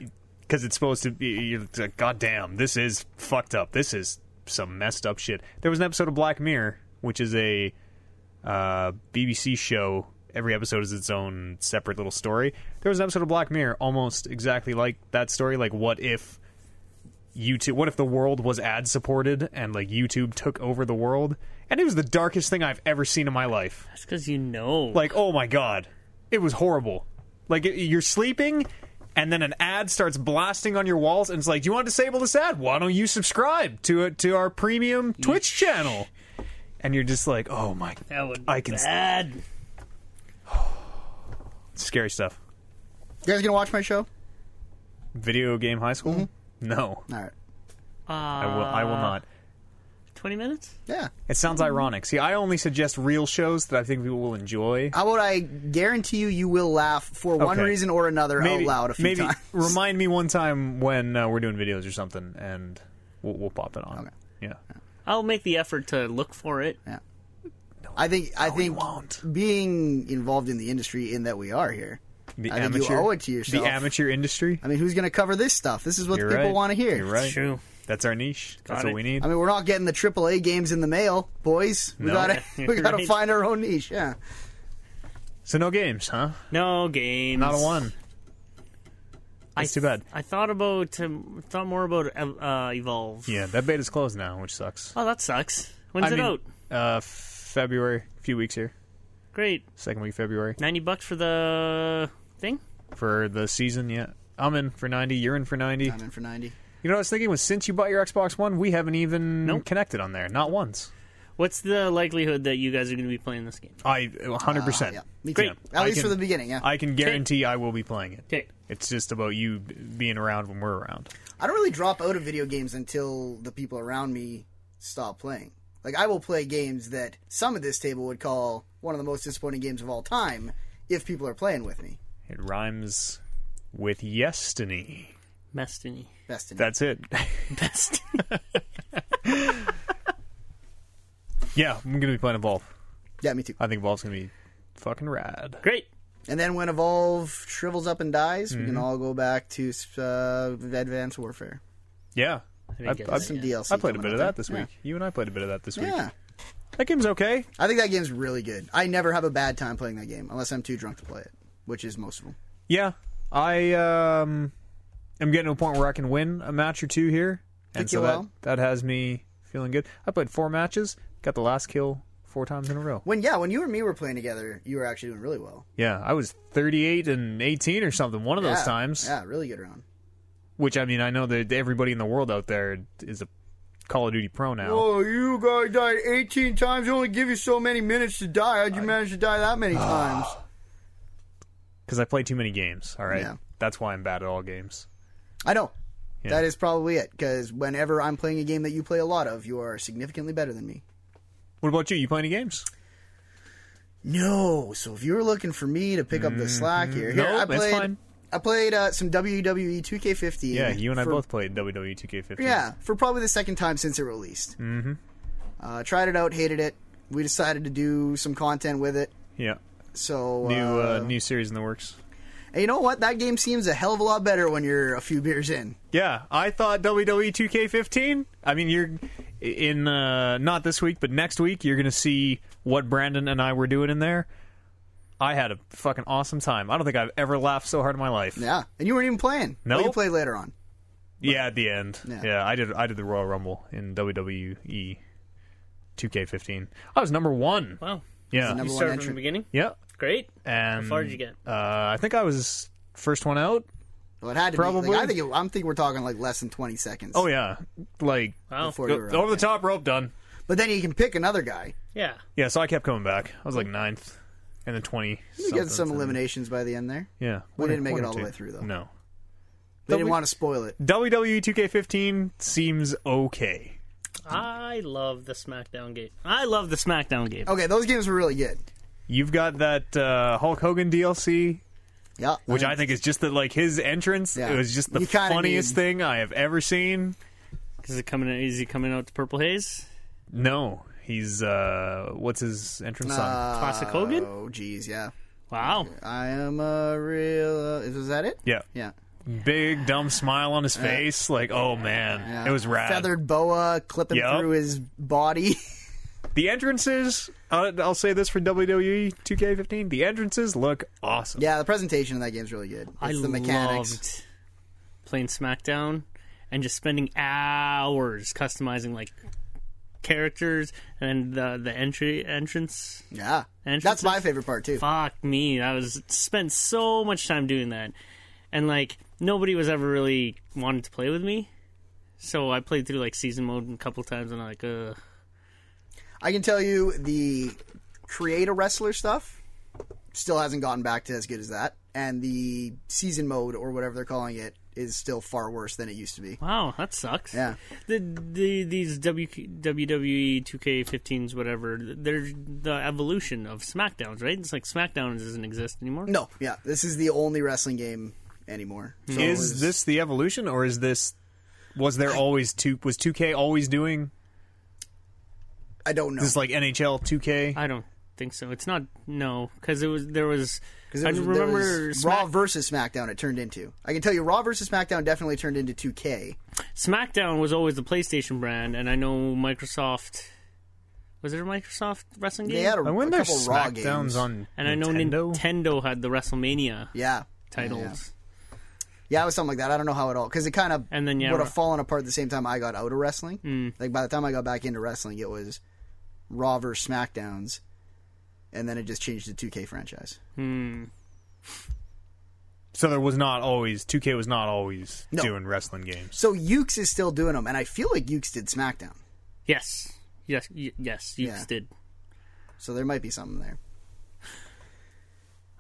[SPEAKER 2] because it's supposed to be. You're like, God damn, this is fucked up. This is some messed up shit. There was an episode of Black Mirror, which is a uh, BBC show. Every episode is its own separate little story. There was an episode of Black Mirror almost exactly like that story. Like, what if YouTube? What if the world was ad supported and like YouTube took over the world? And it was the darkest thing I've ever seen in my life
[SPEAKER 3] that's because you know.
[SPEAKER 2] like oh my god it was horrible like it, you're sleeping and then an ad starts blasting on your walls and it's like do you want to disable this ad why don't you subscribe to it to our premium twitch channel and you're just like oh my
[SPEAKER 3] that would
[SPEAKER 2] I can s-
[SPEAKER 3] bad.
[SPEAKER 2] scary stuff
[SPEAKER 1] You guys gonna watch my show?
[SPEAKER 2] video game high school no
[SPEAKER 1] All right.
[SPEAKER 3] Mm-hmm. Uh, mm-hmm.
[SPEAKER 2] I, will, I will not
[SPEAKER 3] 20 minutes?
[SPEAKER 1] Yeah.
[SPEAKER 2] It sounds ironic. See, I only suggest real shows that I think people will enjoy.
[SPEAKER 1] How about I guarantee you, you will laugh for one
[SPEAKER 2] Okay.
[SPEAKER 1] reason or another out loud a few
[SPEAKER 2] maybe
[SPEAKER 1] times.
[SPEAKER 2] remind me one time when uh, we're doing videos or something, and we'll, we'll pop it on. Yeah,
[SPEAKER 3] I'll make the effort to look for it.
[SPEAKER 1] Yeah. I think I
[SPEAKER 2] we
[SPEAKER 1] think
[SPEAKER 2] won't.
[SPEAKER 1] being involved in the industry in that we are here.
[SPEAKER 2] the
[SPEAKER 1] I think
[SPEAKER 2] amateur.
[SPEAKER 1] you owe it to yourself.
[SPEAKER 2] The amateur industry.
[SPEAKER 1] I mean, who's going to cover this stuff? This is what
[SPEAKER 2] You're
[SPEAKER 1] the people
[SPEAKER 2] right.
[SPEAKER 1] want to hear.
[SPEAKER 2] You're right.
[SPEAKER 3] True.
[SPEAKER 2] That's our niche. That's
[SPEAKER 3] Got
[SPEAKER 2] what
[SPEAKER 3] it.
[SPEAKER 2] we need.
[SPEAKER 1] I mean, we're not getting the AAA games in the mail, boys. We
[SPEAKER 2] No.
[SPEAKER 1] gotta we gotta
[SPEAKER 3] Right.
[SPEAKER 1] find our own niche. Yeah.
[SPEAKER 2] so no games, huh?
[SPEAKER 3] No games.
[SPEAKER 2] Not a one. That's too
[SPEAKER 3] I,
[SPEAKER 2] bad.
[SPEAKER 3] I thought about um, thought more about uh, Evolve.
[SPEAKER 2] Yeah, that beta's closed now, which sucks.
[SPEAKER 3] Oh, that sucks. When's
[SPEAKER 2] I
[SPEAKER 3] it
[SPEAKER 2] mean,
[SPEAKER 3] out?
[SPEAKER 2] Uh, February. A few weeks here.
[SPEAKER 3] Great.
[SPEAKER 2] Second week of February
[SPEAKER 3] 90 bucks for the thing?
[SPEAKER 2] for the season. Yeah. I'm in for 90. You're in for 90.
[SPEAKER 1] I'm in for ninety.
[SPEAKER 2] You know what I was thinking was since you bought your Xbox One, we haven't even
[SPEAKER 3] Nope.
[SPEAKER 2] connected on there. Not once.
[SPEAKER 3] What's the likelihood that you guys are going to be playing this game?
[SPEAKER 2] I 100%.
[SPEAKER 1] Ah, Yeah, me too.
[SPEAKER 2] Great.
[SPEAKER 1] At
[SPEAKER 2] I
[SPEAKER 1] least
[SPEAKER 2] can-
[SPEAKER 1] for the beginning. Yeah. I,
[SPEAKER 2] I can guarantee I will be playing it.
[SPEAKER 3] Okay.
[SPEAKER 2] It's just about you b- being around when we're around.
[SPEAKER 1] don't really drop out of video games until the people around me stop playing. Like I will play games that some at this table would call one of the most disappointing games of all time if people are playing with me.
[SPEAKER 2] It rhymes with yestiny.
[SPEAKER 3] Destiny.
[SPEAKER 1] Best in
[SPEAKER 2] That's it.
[SPEAKER 3] Best.
[SPEAKER 2] yeah, I'm going to be playing Evolve.
[SPEAKER 1] Yeah, me too.
[SPEAKER 2] I think Evolve's going to be fucking rad.
[SPEAKER 3] Great.
[SPEAKER 1] And then when Evolve shrivels up and dies, we
[SPEAKER 2] Mm-hmm.
[SPEAKER 1] can all go back to uh, Advanced Warfare.
[SPEAKER 2] Yeah. I,
[SPEAKER 3] didn't get
[SPEAKER 2] I-
[SPEAKER 3] that
[SPEAKER 1] Some
[SPEAKER 3] Yeah.
[SPEAKER 1] DLC.
[SPEAKER 2] I played a
[SPEAKER 1] coming
[SPEAKER 2] bit
[SPEAKER 1] up
[SPEAKER 2] of
[SPEAKER 1] there.
[SPEAKER 2] that this week. You and I played a bit of that this
[SPEAKER 1] Yeah.
[SPEAKER 2] week.
[SPEAKER 1] yeah.
[SPEAKER 2] That game's okay.
[SPEAKER 1] I think that game's really good. I never have a bad time playing that game unless I'm too drunk to play it, which is most of them.
[SPEAKER 2] Yeah. I um am getting to a point where I can win a match or two here. And
[SPEAKER 1] Took
[SPEAKER 2] so
[SPEAKER 1] you a
[SPEAKER 2] that,
[SPEAKER 1] while.
[SPEAKER 2] that has me feeling good. I played four matches, got the last kill four times in a row.
[SPEAKER 1] When yeah, when you and me were playing together, you were actually doing really well.
[SPEAKER 2] Yeah, I was 38 and 18 or something one of those
[SPEAKER 1] Yeah.
[SPEAKER 2] times.
[SPEAKER 1] yeah, really good round.
[SPEAKER 2] Which I mean, I know that everybody in the world out there is a Call of Duty pro now.
[SPEAKER 1] you guys died 18 times. You only give you so many minutes to die. How'd you manage to die that many times?
[SPEAKER 2] because I play too many games. All right,
[SPEAKER 1] Yeah.
[SPEAKER 2] that's why I'm bad at all games.
[SPEAKER 1] I know.
[SPEAKER 2] Yeah.
[SPEAKER 1] That is probably it because whenever I'm playing a game that you play a lot of, you are significantly better than me.
[SPEAKER 2] What about you? You play any games?
[SPEAKER 1] No. So if you were looking for me to pick up the slack here, here
[SPEAKER 2] No,
[SPEAKER 1] I
[SPEAKER 2] Mm-hmm. that's
[SPEAKER 1] played.
[SPEAKER 2] fine.
[SPEAKER 1] I played uh, some WWE 2K15.
[SPEAKER 2] Yeah, you and I
[SPEAKER 1] for-
[SPEAKER 2] both played E WWE 2K15.
[SPEAKER 1] Yeah, for probably the second time since it released. Mm-hmm. Uh, tried it out, hated it. We decided to do some content with it.
[SPEAKER 2] yeah.
[SPEAKER 1] So
[SPEAKER 2] New uh,
[SPEAKER 1] uh,
[SPEAKER 2] new series in the works.
[SPEAKER 1] and you know what? That game seems a hell of a lot better when you're a few beers in.
[SPEAKER 2] Yeah, I thought E WWE 2K15. I mean, you're in uh, not this week, but next week you're gonna see what Brandon and I were doing in there. I had a fucking awesome time. I don't think I've ever laughed so hard in my life.
[SPEAKER 1] Yeah, and you weren't even playing.
[SPEAKER 2] No.
[SPEAKER 1] Well, you played later on.
[SPEAKER 2] Yeah, at the end.
[SPEAKER 1] Yeah.
[SPEAKER 2] Yeah. I did. I did the Royal Rumble in E WWE 2K15. I was number one.
[SPEAKER 3] Wow.
[SPEAKER 2] Yeah,
[SPEAKER 1] number
[SPEAKER 3] You
[SPEAKER 1] one
[SPEAKER 3] started from
[SPEAKER 1] entry.
[SPEAKER 3] the beginning?
[SPEAKER 2] yeah.
[SPEAKER 3] Great.
[SPEAKER 2] And
[SPEAKER 3] far did you get?
[SPEAKER 2] Uh, I think I was first one out.
[SPEAKER 1] Well, it had to Be,
[SPEAKER 2] Probably.
[SPEAKER 1] like, I think it, I'm thinking we're talking like less than 20 seconds.
[SPEAKER 2] Oh yeah, like
[SPEAKER 3] Wow.
[SPEAKER 1] Before
[SPEAKER 2] go-
[SPEAKER 1] you were
[SPEAKER 2] over the top rope done.
[SPEAKER 1] But then you can pick another guy.
[SPEAKER 3] Yeah.
[SPEAKER 2] Yeah, so I kept coming back. I was like ninth, and then twenty.
[SPEAKER 1] You get
[SPEAKER 2] something,
[SPEAKER 1] some
[SPEAKER 2] and-
[SPEAKER 1] eliminations by the end there.
[SPEAKER 2] Yeah,
[SPEAKER 1] We
[SPEAKER 2] One
[SPEAKER 1] didn't make
[SPEAKER 2] or-
[SPEAKER 1] it
[SPEAKER 2] one or
[SPEAKER 1] all the
[SPEAKER 2] two.
[SPEAKER 1] way through, though.
[SPEAKER 2] No, E
[SPEAKER 1] They didn't
[SPEAKER 2] we-
[SPEAKER 1] want to spoil it.
[SPEAKER 2] WWE 2K15 seems okay.
[SPEAKER 3] I love the SmackDown game. I love the SmackDown game.
[SPEAKER 1] Okay, those games were really good.
[SPEAKER 2] You've got that uh, Hulk Hogan DLC
[SPEAKER 1] Yeah,
[SPEAKER 2] which I think is just that like his entrance.
[SPEAKER 1] Yeah.
[SPEAKER 2] It was just the
[SPEAKER 1] You kinda
[SPEAKER 2] funniest
[SPEAKER 1] need-
[SPEAKER 2] thing I have ever seen.
[SPEAKER 3] Is it coming? Is he coming out to Purple Haze?
[SPEAKER 2] No, he's uh, what's his entrance song?
[SPEAKER 3] Classic Hogan?
[SPEAKER 1] Oh, geez, yeah.
[SPEAKER 3] Wow.
[SPEAKER 1] I am a real. Uh, was that it?
[SPEAKER 2] Yeah,
[SPEAKER 1] Yeah. Uh,
[SPEAKER 2] big dumb smile on his face. like, oh man,
[SPEAKER 1] Yeah.
[SPEAKER 2] it was rad.
[SPEAKER 1] Feathered boa clipping
[SPEAKER 2] Yep.
[SPEAKER 1] through his body.
[SPEAKER 2] The entrances. I'll, I'll say this for E WWE 2K15. The entrances look awesome.
[SPEAKER 1] yeah, the presentation of that game's really good. It's
[SPEAKER 3] I
[SPEAKER 1] the mechanics.
[SPEAKER 3] loved playing SmackDown and just spending hours customizing like characters and the the entry entrance.
[SPEAKER 1] Yeah. That's
[SPEAKER 3] Entrances?
[SPEAKER 1] my favorite part too.
[SPEAKER 3] Fuck me, I was spent so much time doing that, and like nobody was ever really wanted to play with me. So I played through like season mode a couple times, and I'm like, uh,
[SPEAKER 1] I can tell you the create a wrestler stuff still hasn't gotten back to as good as that. And the season mode or whatever they're calling it is still far worse than it used to be.
[SPEAKER 3] Wow, that sucks.
[SPEAKER 1] Yeah.
[SPEAKER 3] The, the these WK WWE 2K15s whatever, they're the evolution of SmackDowns, right? It's like SmackDown doesn't exist anymore.
[SPEAKER 1] No, yeah, this is the only wrestling game anymore. So it
[SPEAKER 2] Is
[SPEAKER 1] was-
[SPEAKER 2] this the evolution, or is this? Was there always two? Was 2K always doing
[SPEAKER 1] I don't know.
[SPEAKER 2] this like NHL 2K?
[SPEAKER 3] I don't think so. It's not no because it was there was.
[SPEAKER 1] 'Cause there
[SPEAKER 3] I
[SPEAKER 1] was- there
[SPEAKER 3] remember
[SPEAKER 1] was
[SPEAKER 3] Smack-
[SPEAKER 1] Raw versus SmackDown. It turned into. I can tell you, Raw versus SmackDown definitely turned into 2K.
[SPEAKER 3] SmackDown was always the PlayStation brand, and I know Microsoft. Was there a Microsoft wrestling game?
[SPEAKER 1] They had a,
[SPEAKER 2] I
[SPEAKER 1] a
[SPEAKER 2] wonder if
[SPEAKER 1] couple Raw
[SPEAKER 2] SmackDown's
[SPEAKER 1] games.
[SPEAKER 2] on
[SPEAKER 3] and I know
[SPEAKER 2] Nintendo.
[SPEAKER 3] Nintendo had the WrestleMania
[SPEAKER 1] yeah,
[SPEAKER 3] titles.
[SPEAKER 1] Yeah, yeah. Yeah, it was something like that. I don't know how it all because it kind of
[SPEAKER 3] And then, yeah,
[SPEAKER 1] would
[SPEAKER 3] Ra- Hmm.
[SPEAKER 1] have fallen apart at the same time I got out of wrestling. Like by the time I got back into wrestling, it was Raw versus Smackdowns, and then it just changed to 2K franchise.
[SPEAKER 2] So there was not always 2K was not always
[SPEAKER 1] No.
[SPEAKER 2] doing wrestling games.
[SPEAKER 1] So Ukes is still doing them, and I feel like Ukes did SmackDown.
[SPEAKER 3] Yes, yes, y- yes. You
[SPEAKER 1] Yeah.
[SPEAKER 3] did.
[SPEAKER 1] So there might be something there.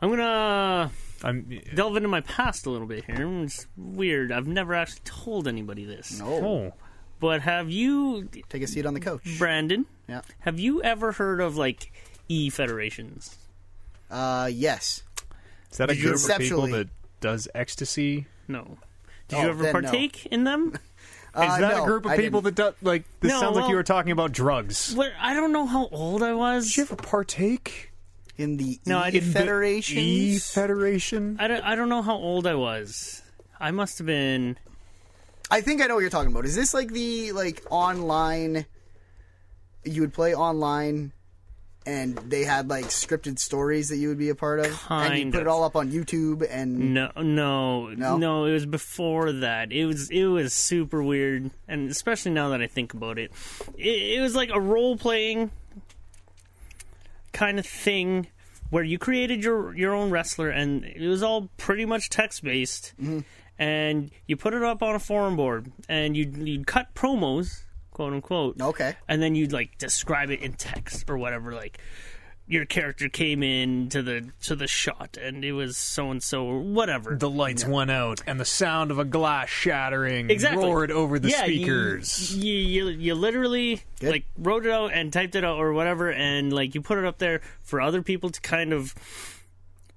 [SPEAKER 3] I'm gonna
[SPEAKER 2] I'm
[SPEAKER 3] delve into my past a little bit here. It's weird. I've never actually told anybody this.
[SPEAKER 1] No,
[SPEAKER 2] oh
[SPEAKER 3] But have you,
[SPEAKER 1] take a seat on the couch.
[SPEAKER 3] Brandon?
[SPEAKER 1] Yeah.
[SPEAKER 3] Have you ever heard of like e federations?
[SPEAKER 1] Uh, yes.
[SPEAKER 2] is that a
[SPEAKER 1] Did you
[SPEAKER 2] group of people
[SPEAKER 1] conceptually-
[SPEAKER 2] that does ecstasy?
[SPEAKER 3] No. Did
[SPEAKER 1] Oh,
[SPEAKER 3] you ever
[SPEAKER 1] then no.
[SPEAKER 3] partake in them?
[SPEAKER 1] Uh,
[SPEAKER 2] Is that
[SPEAKER 1] no,
[SPEAKER 2] a group of
[SPEAKER 1] I
[SPEAKER 2] people
[SPEAKER 1] didn't.
[SPEAKER 2] that do, like this
[SPEAKER 3] No,
[SPEAKER 2] sounds like
[SPEAKER 3] well-
[SPEAKER 2] you were talking about drugs?
[SPEAKER 3] What? I don't know how old I was.
[SPEAKER 2] Did you ever partake
[SPEAKER 1] in the
[SPEAKER 3] No, I
[SPEAKER 1] E
[SPEAKER 3] didn't.
[SPEAKER 2] in
[SPEAKER 1] Federation?
[SPEAKER 2] the E Federation?
[SPEAKER 3] I don't, I don't know how old I was. I must have been.
[SPEAKER 1] I think I know what you're talking about. Is this like the like online? You would play online, and they had like scripted stories that you would be a part of, and you
[SPEAKER 3] Kind
[SPEAKER 1] put
[SPEAKER 3] of. Mm.
[SPEAKER 1] it all up on YouTube. And
[SPEAKER 3] No, no, no, It was before that. It was it was super weird, and especially now that I think about it, it, it was like a role playing kind of thing where you created your your own wrestler, and it was all pretty much text based, and you put it up on a forum board, and you you'd cut promos, quote unquote,
[SPEAKER 1] okay,
[SPEAKER 3] and then you'd like describe it in text or whatever like your character came in to the to the shot and it was so and so or whatever
[SPEAKER 2] The lights went out, and the sound of a glass shattering
[SPEAKER 3] exactly
[SPEAKER 2] roared over the
[SPEAKER 3] Yeah, you-
[SPEAKER 2] speakers.
[SPEAKER 3] you, you, you literally
[SPEAKER 1] Good.
[SPEAKER 3] like wrote it out and typed it out or whatever and like you put it up there for other people to kind of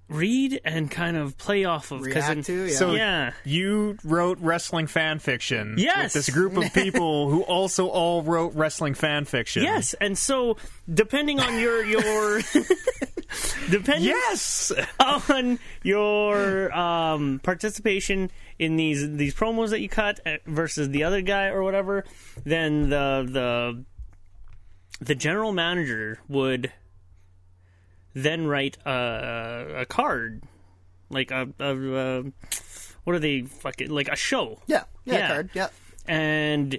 [SPEAKER 3] read and kind of play off of
[SPEAKER 1] React
[SPEAKER 3] in-
[SPEAKER 1] to, yeah.
[SPEAKER 2] So
[SPEAKER 3] yeah
[SPEAKER 2] you wrote wrestling fan fiction with
[SPEAKER 3] Yes.
[SPEAKER 2] this group of people who also all wrote wrestling fan fiction.
[SPEAKER 3] yes and so depending on your your depending
[SPEAKER 2] Yes.
[SPEAKER 3] on your um, participation in these these promos that you cut uh, versus the other guy or whatever, then the the the general manager would then write a, a card, like a, a, a what are they fucking like a show,
[SPEAKER 1] yeah, yeah,
[SPEAKER 3] Yeah.
[SPEAKER 1] card, yeah.
[SPEAKER 3] and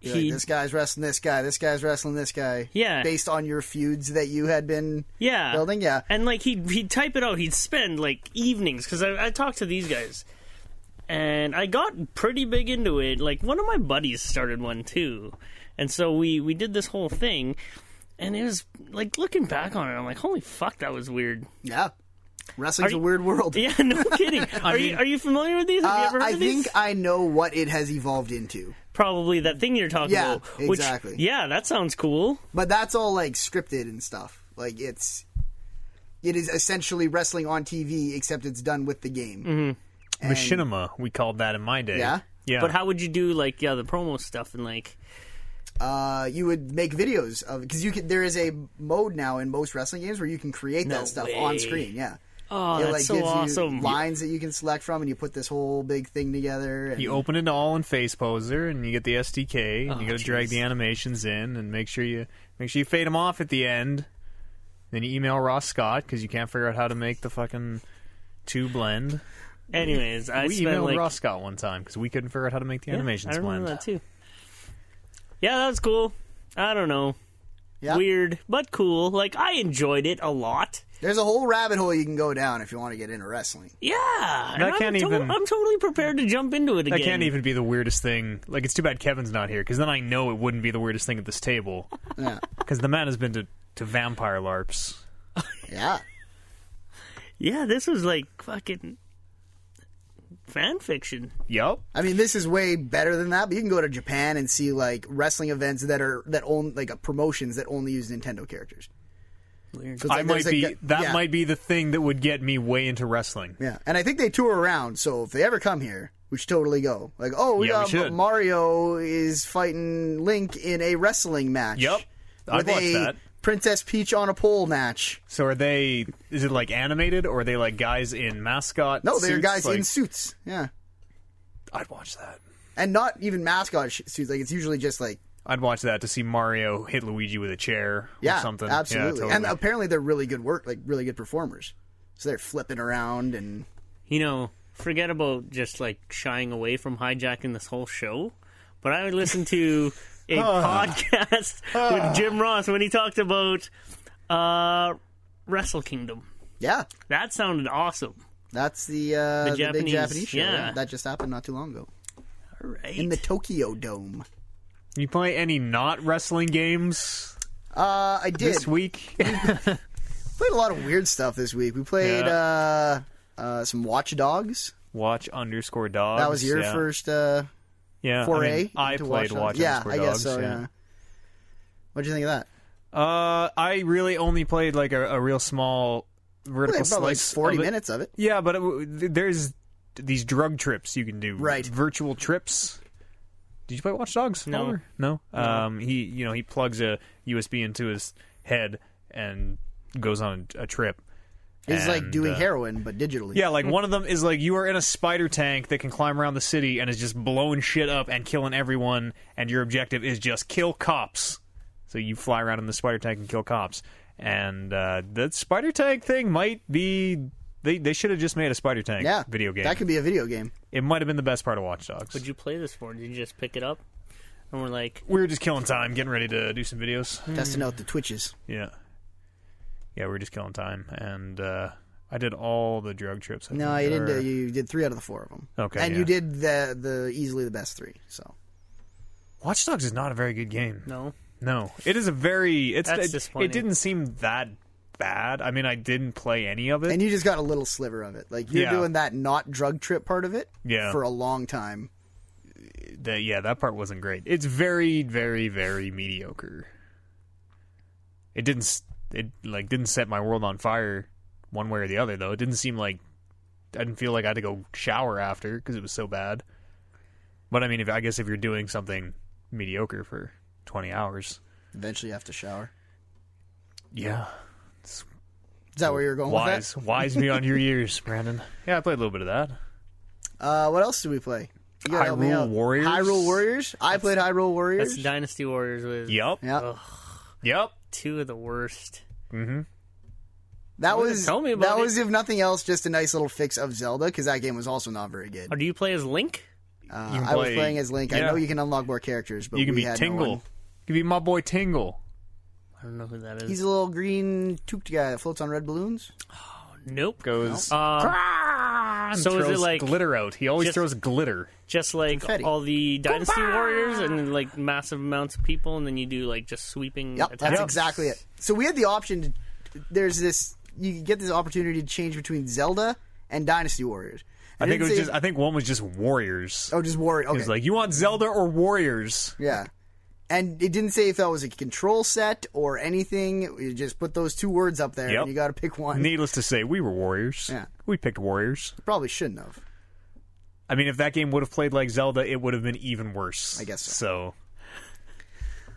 [SPEAKER 1] You're like,
[SPEAKER 3] he
[SPEAKER 1] this guy's wrestling this guy. This guy's wrestling this guy.
[SPEAKER 3] Yeah.
[SPEAKER 1] based on your feuds that you had been
[SPEAKER 3] yeah
[SPEAKER 1] building. Yeah,
[SPEAKER 3] and like he'd he'd type it out. He'd spend like evenings because I, I talked to these guys, and I got pretty big into it. Like one of my buddies started one too, and so we we did this whole thing, and it was like looking back on it, I'm like, holy fuck, that was weird.
[SPEAKER 1] yeah. Wrestling's
[SPEAKER 3] Are
[SPEAKER 1] a
[SPEAKER 3] you-
[SPEAKER 1] weird world.
[SPEAKER 3] Yeah, no kidding. are you are you familiar with these? Have you
[SPEAKER 1] Uh,
[SPEAKER 3] ever heard
[SPEAKER 1] I
[SPEAKER 3] of these?
[SPEAKER 1] think I know what it has evolved into,
[SPEAKER 3] Probably that thing you're talking
[SPEAKER 1] Yeah,
[SPEAKER 3] about. which-
[SPEAKER 1] exactly.
[SPEAKER 3] yeah, that sounds cool.
[SPEAKER 1] but that's all like scripted and stuff. Like it's, it is essentially wrestling on TV, except it's done with the game.
[SPEAKER 3] Mm-hmm.
[SPEAKER 2] Machinima, we called that in my day.
[SPEAKER 1] Yeah?
[SPEAKER 2] Yeah.
[SPEAKER 3] But how would you do like yeah the promo stuff and like
[SPEAKER 1] uh, you would make videos of because you could. There is a mode now in most wrestling games where you can create that stuff
[SPEAKER 3] way.
[SPEAKER 1] on screen. Yeah.
[SPEAKER 3] oh
[SPEAKER 1] it
[SPEAKER 3] that's
[SPEAKER 1] like
[SPEAKER 3] so
[SPEAKER 1] gives
[SPEAKER 3] awesome
[SPEAKER 1] you lines that you can select from, and you put this whole big thing together. And
[SPEAKER 2] you open it all in Face Poser, and you get the SDK, and you got to drag
[SPEAKER 3] jeez.
[SPEAKER 2] the animations in, and make sure you make sure you fade them off at the end. Then you email Ross Scott because you can't figure out how to make the fucking two blend.
[SPEAKER 3] Anyways, I
[SPEAKER 2] we
[SPEAKER 3] spent
[SPEAKER 2] emailed
[SPEAKER 3] like
[SPEAKER 2] Ross Scott one time because we couldn't figure out how to make the
[SPEAKER 3] Yeah,
[SPEAKER 2] animations
[SPEAKER 3] I remember
[SPEAKER 2] blend.
[SPEAKER 3] that too. Yeah, that was cool. I don't know.
[SPEAKER 1] Yeah.
[SPEAKER 3] Weird, but cool. Like I enjoyed it a lot.
[SPEAKER 1] there's a whole rabbit hole you can go down if you want to get into wrestling.
[SPEAKER 3] Yeah, and
[SPEAKER 2] That
[SPEAKER 3] I'm
[SPEAKER 2] can't
[SPEAKER 3] to-
[SPEAKER 2] even-
[SPEAKER 3] I'm totally prepared to jump into it again.
[SPEAKER 2] That can't even be the weirdest thing. Like it's too bad Kevin's not here because then I know it wouldn't be the weirdest thing at this table
[SPEAKER 1] Yeah,
[SPEAKER 2] because the man has been to, to vampire larps.
[SPEAKER 1] yeah.
[SPEAKER 3] Yeah, this was like fucking. fan fiction.
[SPEAKER 2] Yup.
[SPEAKER 1] I mean, this is way better than that. But you can go to Japan and see like wrestling events that are that own like uh, promotions that only use Nintendo characters.
[SPEAKER 3] Weird.
[SPEAKER 1] So it's
[SPEAKER 2] I
[SPEAKER 1] like
[SPEAKER 2] might
[SPEAKER 1] there's a
[SPEAKER 2] be
[SPEAKER 1] guy-
[SPEAKER 2] that
[SPEAKER 1] yeah,
[SPEAKER 2] might be the thing that would get me way into wrestling.
[SPEAKER 1] yeah. And I think they tour around, so if they ever come here, we should totally go. Like, oh, we
[SPEAKER 2] Yeah, we
[SPEAKER 1] got
[SPEAKER 2] should.
[SPEAKER 1] Mario is fighting Link in a wrestling match.
[SPEAKER 2] Yep. I'd
[SPEAKER 1] with
[SPEAKER 2] watch
[SPEAKER 1] a
[SPEAKER 2] that.
[SPEAKER 1] Princess Peach on a pole match.
[SPEAKER 2] So are they? Is it like animated, or are they like guys in mascot?
[SPEAKER 1] No, they're
[SPEAKER 2] suits?
[SPEAKER 1] guys
[SPEAKER 2] Like,
[SPEAKER 1] in suits. Yeah,
[SPEAKER 2] I'd watch that.
[SPEAKER 1] and not even mascot sh- suits. Like it's usually just like
[SPEAKER 2] I'd watch that to see Mario hit Luigi with a chair
[SPEAKER 1] yeah,
[SPEAKER 2] or something.
[SPEAKER 1] absolutely.
[SPEAKER 2] Yeah,
[SPEAKER 1] And
[SPEAKER 2] totally.
[SPEAKER 1] apparently they're really good work, like really good performers. So they're flipping around and
[SPEAKER 3] You know, forget about just like shying away from hijacking this whole show. But I would listen to a
[SPEAKER 2] Ah.
[SPEAKER 3] podcast with Jim Ross when he talked about uh, Wrestle Kingdom.
[SPEAKER 1] yeah,
[SPEAKER 3] That sounded awesome.
[SPEAKER 1] that's the uh, the, big
[SPEAKER 3] Japanese-
[SPEAKER 1] Japanese show.
[SPEAKER 3] yeah.
[SPEAKER 1] that just happened not too long ago
[SPEAKER 3] All right.
[SPEAKER 1] in the Tokyo Dome.
[SPEAKER 2] you play any not wrestling games
[SPEAKER 1] Uh, I did
[SPEAKER 2] this week?
[SPEAKER 1] played a lot of weird stuff this week. We played uh, uh, some Watch Dogs.
[SPEAKER 2] Watch underscore dogs.
[SPEAKER 1] That was your
[SPEAKER 2] yeah.
[SPEAKER 1] first uh,
[SPEAKER 2] yeah,
[SPEAKER 1] foray.
[SPEAKER 2] I, mean, I
[SPEAKER 1] into
[SPEAKER 2] played
[SPEAKER 1] Dogs.
[SPEAKER 2] Watch
[SPEAKER 1] Yeah,
[SPEAKER 2] underscore
[SPEAKER 1] I guess
[SPEAKER 2] dogs.
[SPEAKER 1] so. Yeah. What'd you think of that?
[SPEAKER 2] Uh, I really only played like a, a real small
[SPEAKER 1] Probably
[SPEAKER 2] vertical
[SPEAKER 1] about like
[SPEAKER 2] slice.
[SPEAKER 1] forty
[SPEAKER 2] of it.
[SPEAKER 1] minutes of it.
[SPEAKER 2] Yeah, but it, w- th- there's these drug trips you can do.
[SPEAKER 1] Right.
[SPEAKER 2] Virtual trips. Did you play Watch Dogs?
[SPEAKER 3] No.
[SPEAKER 2] Oliver? No. Um, he, you know, he plugs a USB into his head and goes on a, a trip.
[SPEAKER 1] It's like
[SPEAKER 2] And,
[SPEAKER 1] doing
[SPEAKER 2] uh,
[SPEAKER 1] heroin but digitally.
[SPEAKER 2] Yeah, like one of them is like you are in a spider tank that can climb around the city and is just blowing shit up and killing everyone, and your objective is just kill cops. So you fly around in the spider tank and kill cops. And uh, that spider tank thing might be they they should have just made a spider tank
[SPEAKER 1] yeah.
[SPEAKER 2] video game.
[SPEAKER 1] That could be a video game.
[SPEAKER 2] It might have been the best part of Watch Dogs.
[SPEAKER 3] Would you play this for? Did you just pick it up? And we're like,
[SPEAKER 2] we were just killing time, getting ready to do some videos.
[SPEAKER 1] Testing out the twitches.
[SPEAKER 2] Yeah, yeah, we were just killing time, and uh, I did all the drug trips. I
[SPEAKER 1] No,
[SPEAKER 2] think,
[SPEAKER 1] you didn't.
[SPEAKER 2] or-
[SPEAKER 1] Do, you did three out of the four of them.
[SPEAKER 2] Okay,
[SPEAKER 1] and
[SPEAKER 2] yeah.
[SPEAKER 1] you did the the easily the best three. So
[SPEAKER 2] Watch Dogs is not a very good game.
[SPEAKER 3] no.
[SPEAKER 2] No, it is a very. It's
[SPEAKER 3] That's
[SPEAKER 2] it,
[SPEAKER 3] disappointing.
[SPEAKER 2] it didn't seem that bad. I mean, I didn't play any of it.
[SPEAKER 1] and you just got a little sliver of it. Like you're
[SPEAKER 2] Yeah.
[SPEAKER 1] doing that not drug trip part of it.
[SPEAKER 2] Yeah.
[SPEAKER 1] for a long time.
[SPEAKER 2] The- yeah, that part wasn't great. It's very, very, very mediocre. It didn't. s- It like didn't set my world on fire one way or the other. Though it didn't seem like I didn't feel like I had to go shower after because it was so bad. But I mean, if I guess if you're doing something mediocre for twenty hours,
[SPEAKER 1] Eventually, you have to shower.
[SPEAKER 2] yeah,
[SPEAKER 1] Is that where you're going
[SPEAKER 2] wise, wise beyond your years, Brandon. Yeah, I played a little bit of that.
[SPEAKER 1] with that? Uh, what else did we play? You gotta help me
[SPEAKER 2] Hyrule
[SPEAKER 1] out.
[SPEAKER 2] Warriors?
[SPEAKER 1] Hyrule Warriors. I played Hyrule
[SPEAKER 3] That's
[SPEAKER 1] Warriors.
[SPEAKER 3] Dynasty Warriors with
[SPEAKER 2] Yep.
[SPEAKER 1] yeah,
[SPEAKER 2] Yep.
[SPEAKER 3] two of the worst.
[SPEAKER 1] that
[SPEAKER 3] wouldn't
[SPEAKER 1] was
[SPEAKER 3] tell me about
[SPEAKER 1] that
[SPEAKER 3] it.
[SPEAKER 1] was if nothing else just a nice little fix of Zelda because that game was also not very good.
[SPEAKER 3] Or do you play as Link?
[SPEAKER 1] Uh,
[SPEAKER 2] You can
[SPEAKER 1] I was
[SPEAKER 2] play-
[SPEAKER 1] playing as Link. I
[SPEAKER 2] yeah.
[SPEAKER 1] know you can unlock more characters, but
[SPEAKER 2] you can
[SPEAKER 1] we
[SPEAKER 2] be
[SPEAKER 1] had no
[SPEAKER 2] Tingle.
[SPEAKER 1] one.
[SPEAKER 2] you can be my boy Tingle.
[SPEAKER 3] I don't know who that is.
[SPEAKER 1] He's a little green tooped guy that floats on red balloons.
[SPEAKER 3] nope.
[SPEAKER 2] Goes.
[SPEAKER 3] Um,
[SPEAKER 2] "Krah!" and
[SPEAKER 3] so is
[SPEAKER 2] throws
[SPEAKER 3] it like-
[SPEAKER 2] glitter out? He always
[SPEAKER 3] just-
[SPEAKER 2] throws glitter.
[SPEAKER 3] just like
[SPEAKER 1] Confetti.
[SPEAKER 3] all the Dynasty Warriors and then, like massive amounts of people, and then you do like just sweeping
[SPEAKER 1] Yep,
[SPEAKER 3] attacks.
[SPEAKER 1] that's exactly it. So we had the option. To, there's this. You could get this opportunity to change between Zelda and Dynasty Warriors.
[SPEAKER 2] I think it
[SPEAKER 1] didn't
[SPEAKER 2] was
[SPEAKER 1] say-
[SPEAKER 2] just. I think one was just Warriors.
[SPEAKER 1] oh, just Warrior. Okay,
[SPEAKER 2] It's like you want Zelda or Warriors.
[SPEAKER 1] yeah. And it didn't say if that was a control set or anything. You just put those two words up there,
[SPEAKER 2] Yep.
[SPEAKER 1] and you got to pick one.
[SPEAKER 2] Needless to say, we were Warriors.
[SPEAKER 1] Yeah.
[SPEAKER 2] We picked Warriors.
[SPEAKER 1] Probably shouldn't have.
[SPEAKER 2] I mean, if that game would have played like Zelda, it would have been even worse.
[SPEAKER 1] I guess so.
[SPEAKER 2] So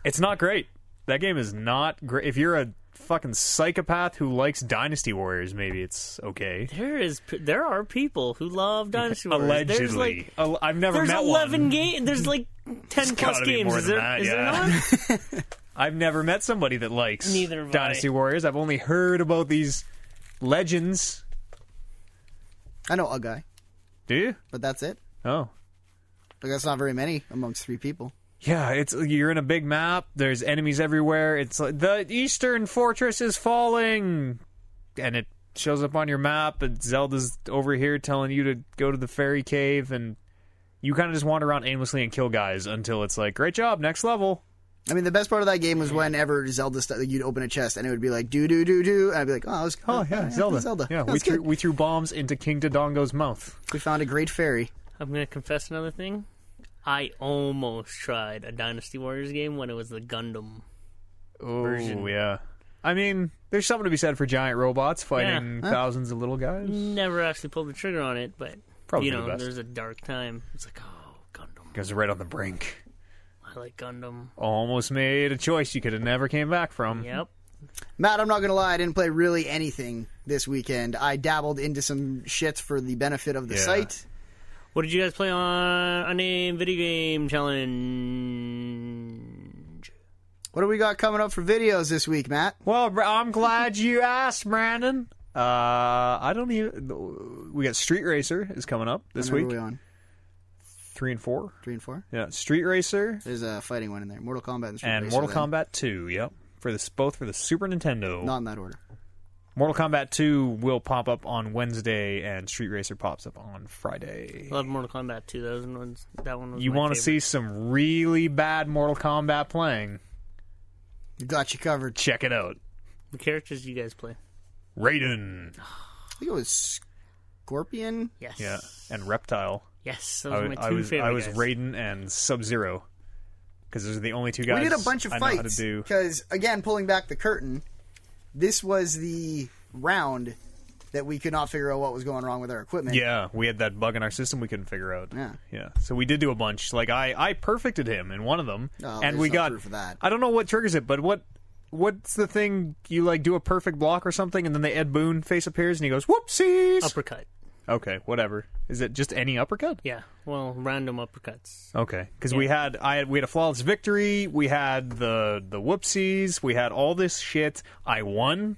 [SPEAKER 2] it's not great. That game is not great. If you're a fucking psychopath who likes Dynasty Warriors, maybe it's okay.
[SPEAKER 3] There is p- there are people who love Dynasty Warriors. There's
[SPEAKER 2] Allegedly,
[SPEAKER 3] like
[SPEAKER 2] Al- I've never
[SPEAKER 3] there's
[SPEAKER 2] met
[SPEAKER 3] eleven
[SPEAKER 2] one.
[SPEAKER 3] games. There's like ten plus
[SPEAKER 2] gotta be
[SPEAKER 3] games.
[SPEAKER 2] more
[SPEAKER 3] Is
[SPEAKER 2] than
[SPEAKER 3] there,
[SPEAKER 2] that,
[SPEAKER 3] is there
[SPEAKER 2] yeah.
[SPEAKER 3] not?
[SPEAKER 2] I've never met somebody that likes
[SPEAKER 3] Neither have
[SPEAKER 2] Dynasty
[SPEAKER 3] I.
[SPEAKER 2] Warriors. I've only heard about these legends.
[SPEAKER 1] I know a guy,
[SPEAKER 2] Do you?
[SPEAKER 1] but that's it.
[SPEAKER 2] Oh,
[SPEAKER 1] Like that's not very many amongst three people.
[SPEAKER 2] yeah. It's you're in a big map. There's enemies everywhere. It's like the Eastern Fortress is falling, and it shows up on your map. And Zelda's over here telling you to go to the fairy cave, and you kind of just wander around aimlessly and kill guys until it's like, great job, next level.
[SPEAKER 1] I mean, the best part of that game was whenever Zelda stuff, like, you'd open a chest and it would be like do do do do, and I'd be like, oh, it was,
[SPEAKER 2] Oh yeah, Zelda.
[SPEAKER 1] Zelda.
[SPEAKER 2] Yeah,
[SPEAKER 1] That
[SPEAKER 2] we
[SPEAKER 1] was
[SPEAKER 2] threw,
[SPEAKER 1] good.
[SPEAKER 2] we threw bombs into King Dodongo's mouth.
[SPEAKER 1] we found a great fairy.
[SPEAKER 3] I'm gonna confess another thing. I almost tried a Dynasty Warriors game when it was the Gundam.
[SPEAKER 2] Oh
[SPEAKER 3] Version.
[SPEAKER 2] yeah. I mean, there's something to be said for giant robots fighting thousands of little guys.
[SPEAKER 1] Mm.
[SPEAKER 3] Never actually pulled the trigger on it, but
[SPEAKER 2] Probably
[SPEAKER 3] you
[SPEAKER 2] the
[SPEAKER 3] know,
[SPEAKER 2] best.
[SPEAKER 3] there's a dark time. It's like, oh, Gundam.
[SPEAKER 2] Because right on the brink,
[SPEAKER 3] I like Gundam.
[SPEAKER 2] almost made a choice you could have never came back from.
[SPEAKER 3] Yep.
[SPEAKER 1] Matt, I'm not gonna lie, I didn't play really anything this weekend. I dabbled into some shit for the benefit of the
[SPEAKER 2] Yeah.
[SPEAKER 1] site.
[SPEAKER 3] What did you guys play on unnamed video game challenge?
[SPEAKER 1] What do we got coming up for videos this week, Matt?
[SPEAKER 2] Well, Br- I'm glad you asked, Brandon. Uh, I don't even. We got Street Racer is coming up this
[SPEAKER 1] What number
[SPEAKER 2] week.
[SPEAKER 1] are we on
[SPEAKER 2] Three and four.
[SPEAKER 1] three and four.
[SPEAKER 2] Yeah, Street Racer
[SPEAKER 1] There's a fighting one in there. Mortal Kombat and, Street
[SPEAKER 2] and
[SPEAKER 1] Racer,
[SPEAKER 2] Mortal
[SPEAKER 1] then.
[SPEAKER 2] Kombat Two. Yep, for this both for the Super Nintendo.
[SPEAKER 1] Not in that order.
[SPEAKER 2] Mortal Kombat 2 will pop up on Wednesday, and Street Racer pops up on Friday.
[SPEAKER 3] Love Mortal Kombat 2. Those ones, that one was
[SPEAKER 2] You
[SPEAKER 3] want
[SPEAKER 2] want to see some really bad Mortal Kombat playing?
[SPEAKER 1] Got you covered.
[SPEAKER 2] Check it out.
[SPEAKER 3] the characters you guys play?
[SPEAKER 2] Raiden.
[SPEAKER 1] I think it was Scorpion.
[SPEAKER 3] Yes.
[SPEAKER 2] Yeah, and Reptile.
[SPEAKER 3] Yes. Those
[SPEAKER 2] I,
[SPEAKER 3] were
[SPEAKER 2] w-
[SPEAKER 3] my two
[SPEAKER 2] I was
[SPEAKER 3] favorite.
[SPEAKER 2] I was
[SPEAKER 3] guys.
[SPEAKER 2] Raiden and Sub Zero because those are the only two guys
[SPEAKER 1] we did a bunch of
[SPEAKER 2] I know how
[SPEAKER 1] fights
[SPEAKER 2] to do.
[SPEAKER 1] because again pulling back the curtain this was the round that we could not figure out what was going wrong with our equipment
[SPEAKER 2] Yeah, we had that bug in our system we couldn't figure out.
[SPEAKER 1] Yeah.
[SPEAKER 2] yeah. So we did do a bunch. Like I, I perfected him in one of them,
[SPEAKER 1] Oh,
[SPEAKER 2] and
[SPEAKER 1] there's
[SPEAKER 2] we
[SPEAKER 1] no
[SPEAKER 2] got.
[SPEAKER 1] proof of that.
[SPEAKER 2] I don't know what triggers it, but what, what's the thing? You like do a perfect block or something, and then the Ed Boon face appears, and he goes whoopsies.
[SPEAKER 3] Uppercut.
[SPEAKER 2] okay, whatever. Is it just any uppercut?
[SPEAKER 3] Yeah. Well, random uppercuts.
[SPEAKER 2] Okay, because we had I had, we had a flawless victory. We had the the whoopsies. We had all this shit. I won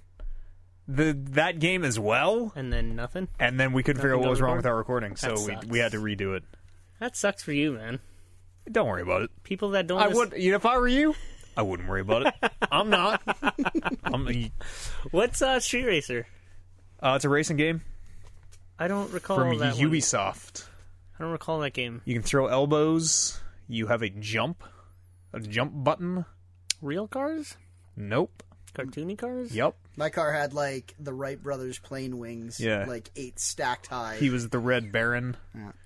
[SPEAKER 2] the that game as well,
[SPEAKER 3] And then nothing.
[SPEAKER 2] and then we couldn't figure out
[SPEAKER 3] Nothing
[SPEAKER 2] what
[SPEAKER 3] to
[SPEAKER 2] was wrong with
[SPEAKER 3] record?
[SPEAKER 2] our recording, so
[SPEAKER 3] That
[SPEAKER 2] we
[SPEAKER 3] sucks.
[SPEAKER 2] we had to redo it.
[SPEAKER 3] That sucks for you, man.
[SPEAKER 2] Don't worry about it.
[SPEAKER 3] People that don't
[SPEAKER 2] I
[SPEAKER 3] listen-
[SPEAKER 2] would. You know, if I were you, I wouldn't worry about it. I'm not. I'm.
[SPEAKER 3] What's uh, Street Racer?
[SPEAKER 2] Uh, it's a racing game
[SPEAKER 3] I don't recall
[SPEAKER 2] from
[SPEAKER 3] Oh, that one.
[SPEAKER 2] Ubisoft.
[SPEAKER 3] I don't recall that game.
[SPEAKER 2] You can throw elbows. You have a jump, a jump button.
[SPEAKER 3] Real cars?
[SPEAKER 2] Nope.
[SPEAKER 3] Cartoony cars?
[SPEAKER 2] Yep.
[SPEAKER 1] my car had like the wright brothers plane wings
[SPEAKER 2] Yeah.
[SPEAKER 1] like eight stacked high
[SPEAKER 2] He was the Red Baron.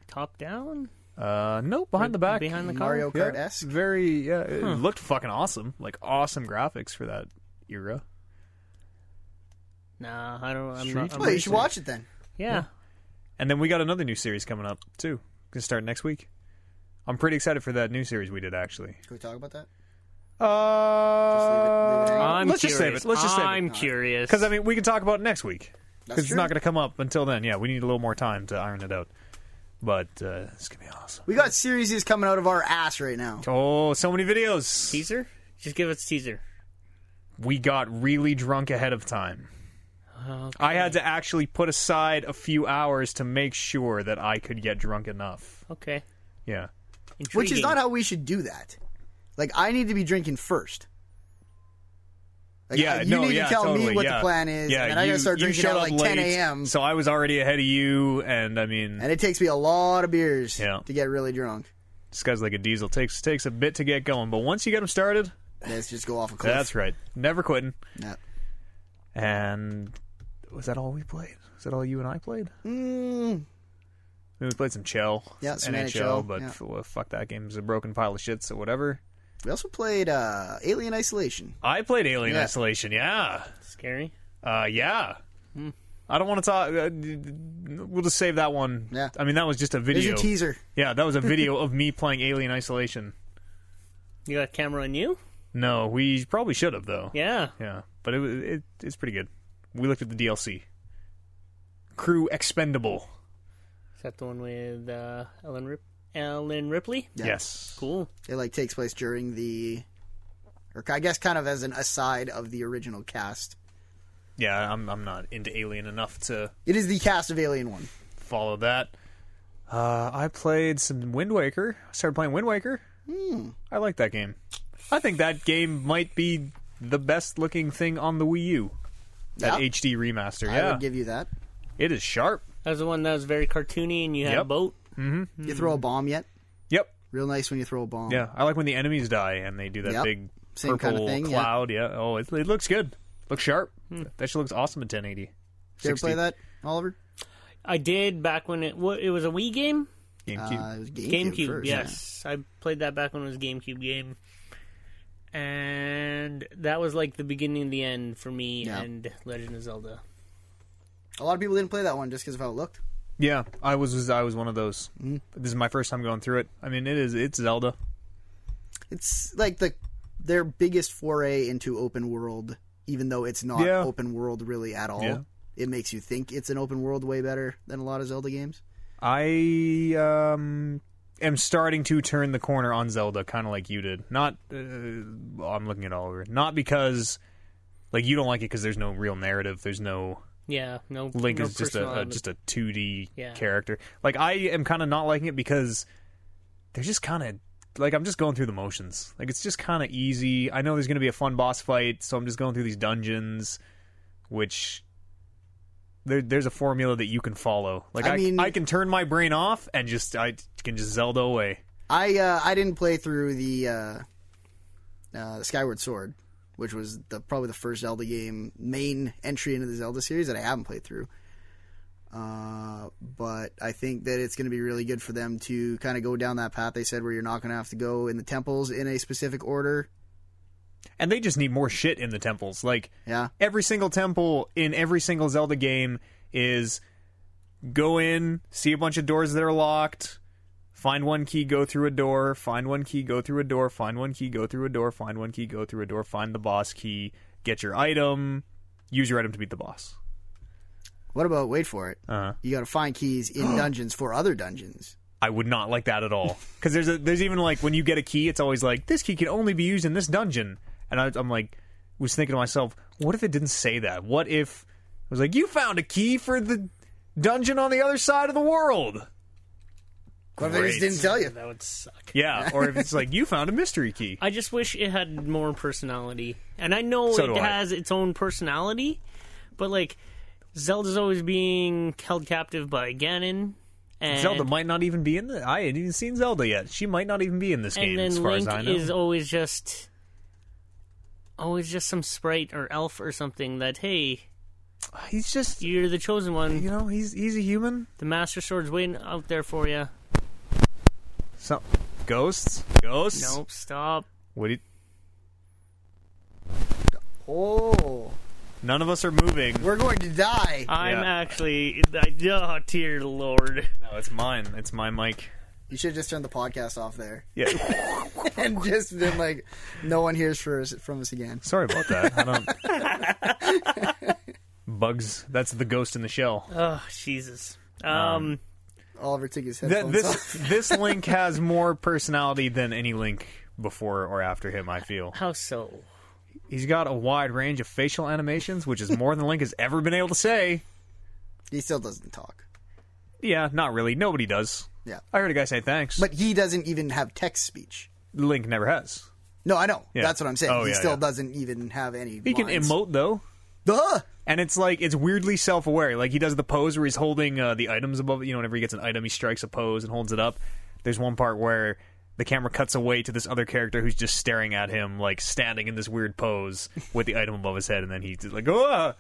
[SPEAKER 3] Top down?
[SPEAKER 2] Uh, nope. Behind the back.
[SPEAKER 3] Behind the car?
[SPEAKER 1] mario
[SPEAKER 2] Yeah,
[SPEAKER 1] kart esque
[SPEAKER 2] Very. Yeah. It looked fucking awesome. Like awesome graphics for that era.
[SPEAKER 3] Nah, I don't. I'm
[SPEAKER 2] Street
[SPEAKER 3] not. I'm
[SPEAKER 1] well you
[SPEAKER 3] racing.
[SPEAKER 1] should watch it then
[SPEAKER 3] Yeah.
[SPEAKER 2] And then we got another new series coming up too. Gonna start next week. I'm pretty excited for that new series we did actually.
[SPEAKER 1] can we talk about that
[SPEAKER 2] Uh,
[SPEAKER 1] leave it hanging.
[SPEAKER 3] I'm
[SPEAKER 2] let's
[SPEAKER 3] curious.
[SPEAKER 2] just save it. Let's just save
[SPEAKER 3] I'm
[SPEAKER 2] it.
[SPEAKER 3] curious.
[SPEAKER 2] Because I mean, we can talk about it next week. Because it's
[SPEAKER 1] true.
[SPEAKER 2] not going to come up until then. Yeah, we need a little more time to iron it out. But uh, it's gonna be awesome.
[SPEAKER 1] we got series coming out of our ass right now
[SPEAKER 2] Oh, so many videos.
[SPEAKER 3] teaser? Just give us teaser.
[SPEAKER 2] We got really drunk ahead of time.
[SPEAKER 3] Okay.
[SPEAKER 2] I had to actually put aside a few hours to make sure that I could get drunk enough.
[SPEAKER 3] Okay.
[SPEAKER 2] Yeah.
[SPEAKER 1] which is
[SPEAKER 3] Intriguing.
[SPEAKER 1] not how we should do that like i need to be drinking first like,
[SPEAKER 2] yeah,
[SPEAKER 1] you
[SPEAKER 2] no,
[SPEAKER 1] need
[SPEAKER 2] yeah,
[SPEAKER 1] to tell
[SPEAKER 2] totally,
[SPEAKER 1] me what
[SPEAKER 2] yeah.
[SPEAKER 1] the plan is,
[SPEAKER 2] Yeah,
[SPEAKER 1] and then I
[SPEAKER 2] you,
[SPEAKER 1] gotta start
[SPEAKER 2] you
[SPEAKER 1] drinking
[SPEAKER 2] showed
[SPEAKER 1] at
[SPEAKER 2] up
[SPEAKER 1] like
[SPEAKER 2] late,
[SPEAKER 1] 10 a.m.
[SPEAKER 2] So I was already ahead of you, and I mean,
[SPEAKER 1] and it takes me a lot of beers
[SPEAKER 2] Yeah.
[SPEAKER 1] to get really drunk.
[SPEAKER 2] this guy's like a diesel. takes takes a bit to get going, but once you get him started,
[SPEAKER 1] Let's just go off a cliff.
[SPEAKER 2] that's right. Never quitting.
[SPEAKER 1] No.
[SPEAKER 2] And was that all we played? Was that all you and I played?
[SPEAKER 1] Mm,
[SPEAKER 2] I mean, we played some Chell,
[SPEAKER 1] Yeah, some
[SPEAKER 2] NHL,
[SPEAKER 1] NHL,
[SPEAKER 2] but
[SPEAKER 1] yeah.
[SPEAKER 2] f- well, fuck that game. It's a broken pile of shit, so whatever.
[SPEAKER 1] we also played uh, Alien Isolation.
[SPEAKER 2] I played Alien
[SPEAKER 1] Yeah.
[SPEAKER 2] Isolation, yeah.
[SPEAKER 3] scary.
[SPEAKER 2] Uh, yeah.
[SPEAKER 1] Hmm.
[SPEAKER 2] I don't want to talk. Uh, d- d- we'll just save that one.
[SPEAKER 1] Yeah.
[SPEAKER 2] I mean, that was just a
[SPEAKER 1] There's
[SPEAKER 2] video.
[SPEAKER 1] your teaser.
[SPEAKER 2] yeah, that was a video of me playing Alien Isolation.
[SPEAKER 3] You got a camera on you?
[SPEAKER 2] No, we probably should have though.
[SPEAKER 3] Yeah.
[SPEAKER 2] Yeah, but it, wa- it it's pretty good. We looked at the DLC. Crew Expendable.
[SPEAKER 3] Is that the one with uh, Ellen Rip- Ellen Ripley?
[SPEAKER 1] Yeah.
[SPEAKER 2] Yes.
[SPEAKER 3] Cool.
[SPEAKER 1] It like takes place during the, or I guess kind of as an aside of the original cast.
[SPEAKER 2] Yeah, I'm I'm not into Alien enough to
[SPEAKER 1] It is the cast of Alien One.
[SPEAKER 2] follow that. Uh, I played some Wind Waker. I started playing Wind Waker.
[SPEAKER 1] Hmm.
[SPEAKER 2] I like that game. I think that game might be the best looking thing on the Wii U. That
[SPEAKER 1] Yeah.
[SPEAKER 2] HD remaster.
[SPEAKER 1] I
[SPEAKER 2] Yeah,
[SPEAKER 1] would give you that.
[SPEAKER 2] it is sharp.
[SPEAKER 3] That was the one that was very cartoony, and you had a
[SPEAKER 2] Yep.
[SPEAKER 3] boat.
[SPEAKER 1] You throw a bomb yet?
[SPEAKER 2] Yep.
[SPEAKER 1] Real nice when you throw a bomb.
[SPEAKER 2] Yeah, I like when the enemies die and they do that
[SPEAKER 1] Yep.
[SPEAKER 2] big
[SPEAKER 1] Same
[SPEAKER 2] purple
[SPEAKER 1] kinda thing, yeah.
[SPEAKER 2] cloud. Yeah. Oh, it, it looks good. Looks sharp. That shit looks awesome at 1080.
[SPEAKER 1] Did you ever
[SPEAKER 2] 60.
[SPEAKER 1] play that, Oliver?
[SPEAKER 3] I did back when it what it was a Wii game.
[SPEAKER 2] GameCube.
[SPEAKER 1] Uh, it was GameCube.
[SPEAKER 3] GameCube,
[SPEAKER 1] first,
[SPEAKER 3] yes. I played that back when it was a GameCube game. And that was like the beginning and the end for me
[SPEAKER 1] Yeah.
[SPEAKER 3] and Legend of Zelda.
[SPEAKER 1] yeah. A lot of people didn't play that one just because of how it looked.
[SPEAKER 2] yeah, I was I was one of those.
[SPEAKER 1] Hmm.
[SPEAKER 2] This is my first time going through it. I mean, it is it's Zelda.
[SPEAKER 1] It's like the their biggest foray into open world, even though it's not
[SPEAKER 2] Yeah.
[SPEAKER 1] open world really at all.
[SPEAKER 2] Yeah.
[SPEAKER 1] It makes you think it's an open world way better than a lot of Zelda games.
[SPEAKER 2] I um am starting to turn the corner on Zelda, kind of like you did. Not uh, I'm looking at Oliver. Not because like you don't like it because there's no real narrative. There's no
[SPEAKER 3] Yeah, no
[SPEAKER 2] Link
[SPEAKER 3] no
[SPEAKER 2] is just
[SPEAKER 3] personal
[SPEAKER 2] a, a
[SPEAKER 3] element.
[SPEAKER 2] just a 2D
[SPEAKER 3] Yeah.
[SPEAKER 2] character. Like I am kind of not liking it because they're just kind of like I'm just going through the motions. Like it's just kind of easy. I know there's going to be a fun boss fight, so I'm just going through these dungeons which there, there's a formula that you can follow. Like
[SPEAKER 1] I
[SPEAKER 2] I,
[SPEAKER 1] mean-
[SPEAKER 2] I can turn my brain off and just I can just Zelda away.
[SPEAKER 1] I uh, I didn't play through the uh, uh, Skyward Sword, which was the probably the first Zelda game main entry into the Zelda series that I haven't played through. Uh, but I think that it's going to be really good for them to kind of go down that path they said, where you're not going to have to go in the temples in a specific order.
[SPEAKER 2] And they just need more shit in the temples. Like
[SPEAKER 1] Yeah,
[SPEAKER 2] every single temple in every single Zelda game is go in, see a bunch of doors that are locked, find one key, go through a door, find one key, go through a door, find one key, go through a door, find one key, go through a door, find the boss key, get your item, use your item to beat the boss.
[SPEAKER 1] What about wait for it?
[SPEAKER 2] Uh-huh.
[SPEAKER 1] You got to find keys in dungeons for other dungeons.
[SPEAKER 2] I would not like that at all. Because there's a, there's even like when you get a key, it's always like this key can only be used in this dungeon, and I, I'm like, was thinking to myself, what if it didn't say that? What if it was like you found a key for the dungeon on the other side of the world?
[SPEAKER 1] What if they just
[SPEAKER 2] Great.
[SPEAKER 1] didn't tell you?
[SPEAKER 3] that would suck.
[SPEAKER 2] Yeah, or if it's like you found a mystery key.
[SPEAKER 3] I just wish it had more personality. And I know
[SPEAKER 2] So
[SPEAKER 3] it
[SPEAKER 2] do I.
[SPEAKER 3] has its own personality, but like Zelda's always being held captive by Ganon and
[SPEAKER 2] Zelda might not even be in the. I ain't even seen Zelda yet. She might not even be in this game,
[SPEAKER 3] and then
[SPEAKER 2] as far
[SPEAKER 3] Link
[SPEAKER 2] as I know.
[SPEAKER 3] is always just always just some sprite or elf or something that hey,
[SPEAKER 2] He's just,
[SPEAKER 3] you're the chosen one.
[SPEAKER 2] you know, he's he's a human.
[SPEAKER 3] The Master Sword's waiting out there for you.
[SPEAKER 2] So, ghosts, ghosts.
[SPEAKER 3] Nope, stop.
[SPEAKER 2] What? do you-
[SPEAKER 1] Oh,
[SPEAKER 2] none of us are moving.
[SPEAKER 1] we're going to die.
[SPEAKER 3] I'm
[SPEAKER 2] Yeah.
[SPEAKER 3] actually, I, oh dear lord.
[SPEAKER 2] No, it's mine. It's my mic.
[SPEAKER 1] You should have just turned the podcast off there
[SPEAKER 2] Yeah.
[SPEAKER 1] and just been like, no one hears for us, from us again.
[SPEAKER 2] Sorry about that. I don't. Bugs. That's the ghost in the shell.
[SPEAKER 3] Oh Jesus. Um,
[SPEAKER 1] Oliver took his headphones
[SPEAKER 2] That,
[SPEAKER 1] off.
[SPEAKER 2] this this Link has more personality than any Link before or after him. I feel
[SPEAKER 3] how so?
[SPEAKER 2] he's got a wide range of facial animations, which is more than Link has ever been able to say.
[SPEAKER 1] He still doesn't talk.
[SPEAKER 2] Yeah, not really. Nobody does.
[SPEAKER 1] Yeah.
[SPEAKER 2] I heard a guy say thanks,
[SPEAKER 1] But he doesn't even have text speech.
[SPEAKER 2] Link never has.
[SPEAKER 1] No, I know.
[SPEAKER 2] Yeah.
[SPEAKER 1] That's what I'm saying.
[SPEAKER 2] Oh,
[SPEAKER 1] he
[SPEAKER 2] yeah,
[SPEAKER 1] still
[SPEAKER 2] yeah.
[SPEAKER 1] doesn't even have any.
[SPEAKER 2] He can emote though.
[SPEAKER 1] Duh!
[SPEAKER 2] And it's like it's weirdly self-aware. Like he does the pose where he's holding uh, the items above. You know, whenever he gets an item, he strikes a pose and holds it up. There's one part where the camera cuts away to this other character who's just staring at him, like standing in this weird pose with the item above his head, and then he's like, "Oh!"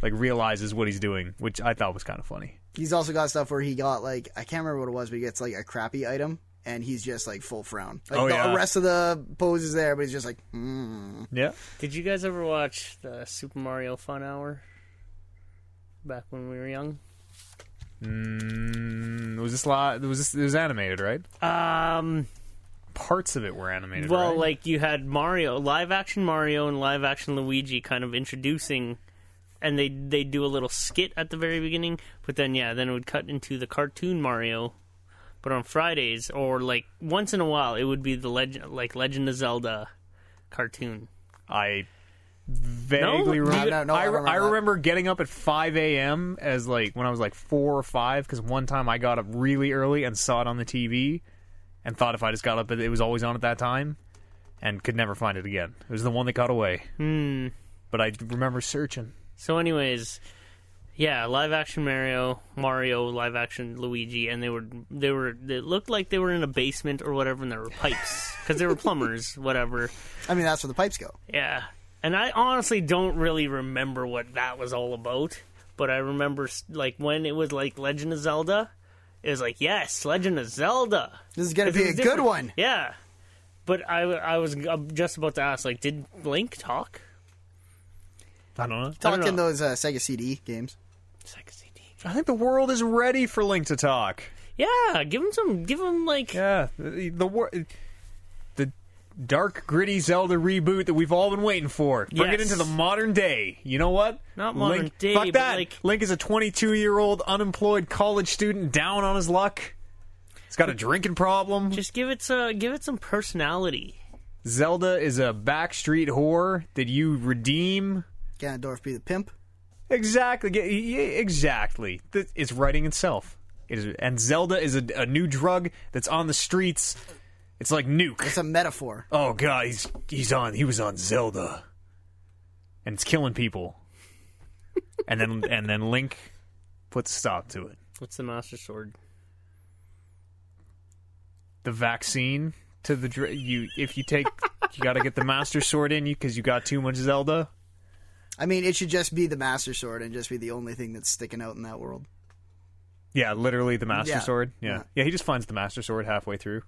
[SPEAKER 2] Like realizes what he's doing, which I thought was kind of funny.
[SPEAKER 1] He's also got stuff where he got like I can't remember what it was, but he gets like a crappy item, and he's just like full frown. Like,
[SPEAKER 2] Oh,
[SPEAKER 1] the
[SPEAKER 2] yeah.
[SPEAKER 1] rest of the pose is there, but he's just like, mm.
[SPEAKER 2] Yeah,
[SPEAKER 3] Did you guys ever watch the Super Mario Fun Hour? Back when we were young.
[SPEAKER 2] Mm, was this lot? Was this? It was animated, right?
[SPEAKER 3] Um,
[SPEAKER 2] Parts of it were animated.
[SPEAKER 3] well,
[SPEAKER 2] right?
[SPEAKER 3] like you had Mario, live action Mario and live action Luigi, kind of introducing, and they they do a little skit at the very beginning. But then yeah, then it would cut into the cartoon Mario. But on Fridays or like once in a while, it would be the legend like Legend of Zelda cartoon.
[SPEAKER 2] I vaguely
[SPEAKER 3] No,
[SPEAKER 2] remember.
[SPEAKER 1] no, no, I
[SPEAKER 2] I,
[SPEAKER 1] remember
[SPEAKER 2] I
[SPEAKER 1] that.
[SPEAKER 2] remember getting up at 5 a.m. as like when I was like four or five, because one time I got up really early and saw it on the TV, and thought if I just got up, it it was always on at that time, and could never find it again. It was the one that got away. Hmm. But I remember searching.
[SPEAKER 3] So, anyways, Yeah, live action Mario, Mario, live action Luigi, and they were they were it looked like they were in a basement or whatever, and there were pipes because they were plumbers, whatever.
[SPEAKER 1] I mean, that's where the pipes go.
[SPEAKER 3] Yeah, and I honestly don't really remember what that was all about, but I remember s- like when it was like Legend of Zelda, it was like yes, Legend of Zelda.
[SPEAKER 1] This is gonna
[SPEAKER 3] Because it
[SPEAKER 1] be a
[SPEAKER 3] was
[SPEAKER 1] good
[SPEAKER 3] different.
[SPEAKER 1] one.
[SPEAKER 3] Yeah, but I I was uh, just about to ask like, did Link talk?
[SPEAKER 2] I don't know.
[SPEAKER 3] I don't
[SPEAKER 1] Talking
[SPEAKER 3] know.
[SPEAKER 1] those uh, Sega CD games.
[SPEAKER 3] Sega CD.
[SPEAKER 2] I think the world is ready for Link to talk.
[SPEAKER 3] Yeah, give him some. Give him like.
[SPEAKER 2] Yeah, the the, wor- the dark, gritty Zelda reboot that we've all been waiting for. Bring it
[SPEAKER 3] Yes.
[SPEAKER 2] into the modern day. You know what?
[SPEAKER 3] Not modern
[SPEAKER 2] Link,
[SPEAKER 3] day,
[SPEAKER 2] Fuck
[SPEAKER 3] but
[SPEAKER 2] that.
[SPEAKER 3] like-
[SPEAKER 2] Link is a 22 year old unemployed college student down on his luck. He's got a drinking problem.
[SPEAKER 3] Just give it uh, give it some personality.
[SPEAKER 2] Zelda is a backstreet whore that you redeem.
[SPEAKER 1] Ganondorf be the pimp.
[SPEAKER 2] Exactly. Ge- yeah, Exactly. Th- It's writing itself. It is, and Zelda is a, a new drug that's on the streets. It's like nuke.
[SPEAKER 1] It's a metaphor.
[SPEAKER 2] Oh god, he's he's on he was on Zelda. And it's killing people. and then and then Link puts a stop to it.
[SPEAKER 3] What's the Master Sword?
[SPEAKER 2] The vaccine to the dr- you if you take you got to get the master sword in you cuz you got too much Zelda.
[SPEAKER 1] I mean, it should just be the Master Sword and just be the only thing that's sticking out in that world.
[SPEAKER 2] Yeah, literally the master
[SPEAKER 1] Yeah,
[SPEAKER 2] sword. Yeah.
[SPEAKER 1] yeah.
[SPEAKER 2] yeah. he just finds the master sword halfway through.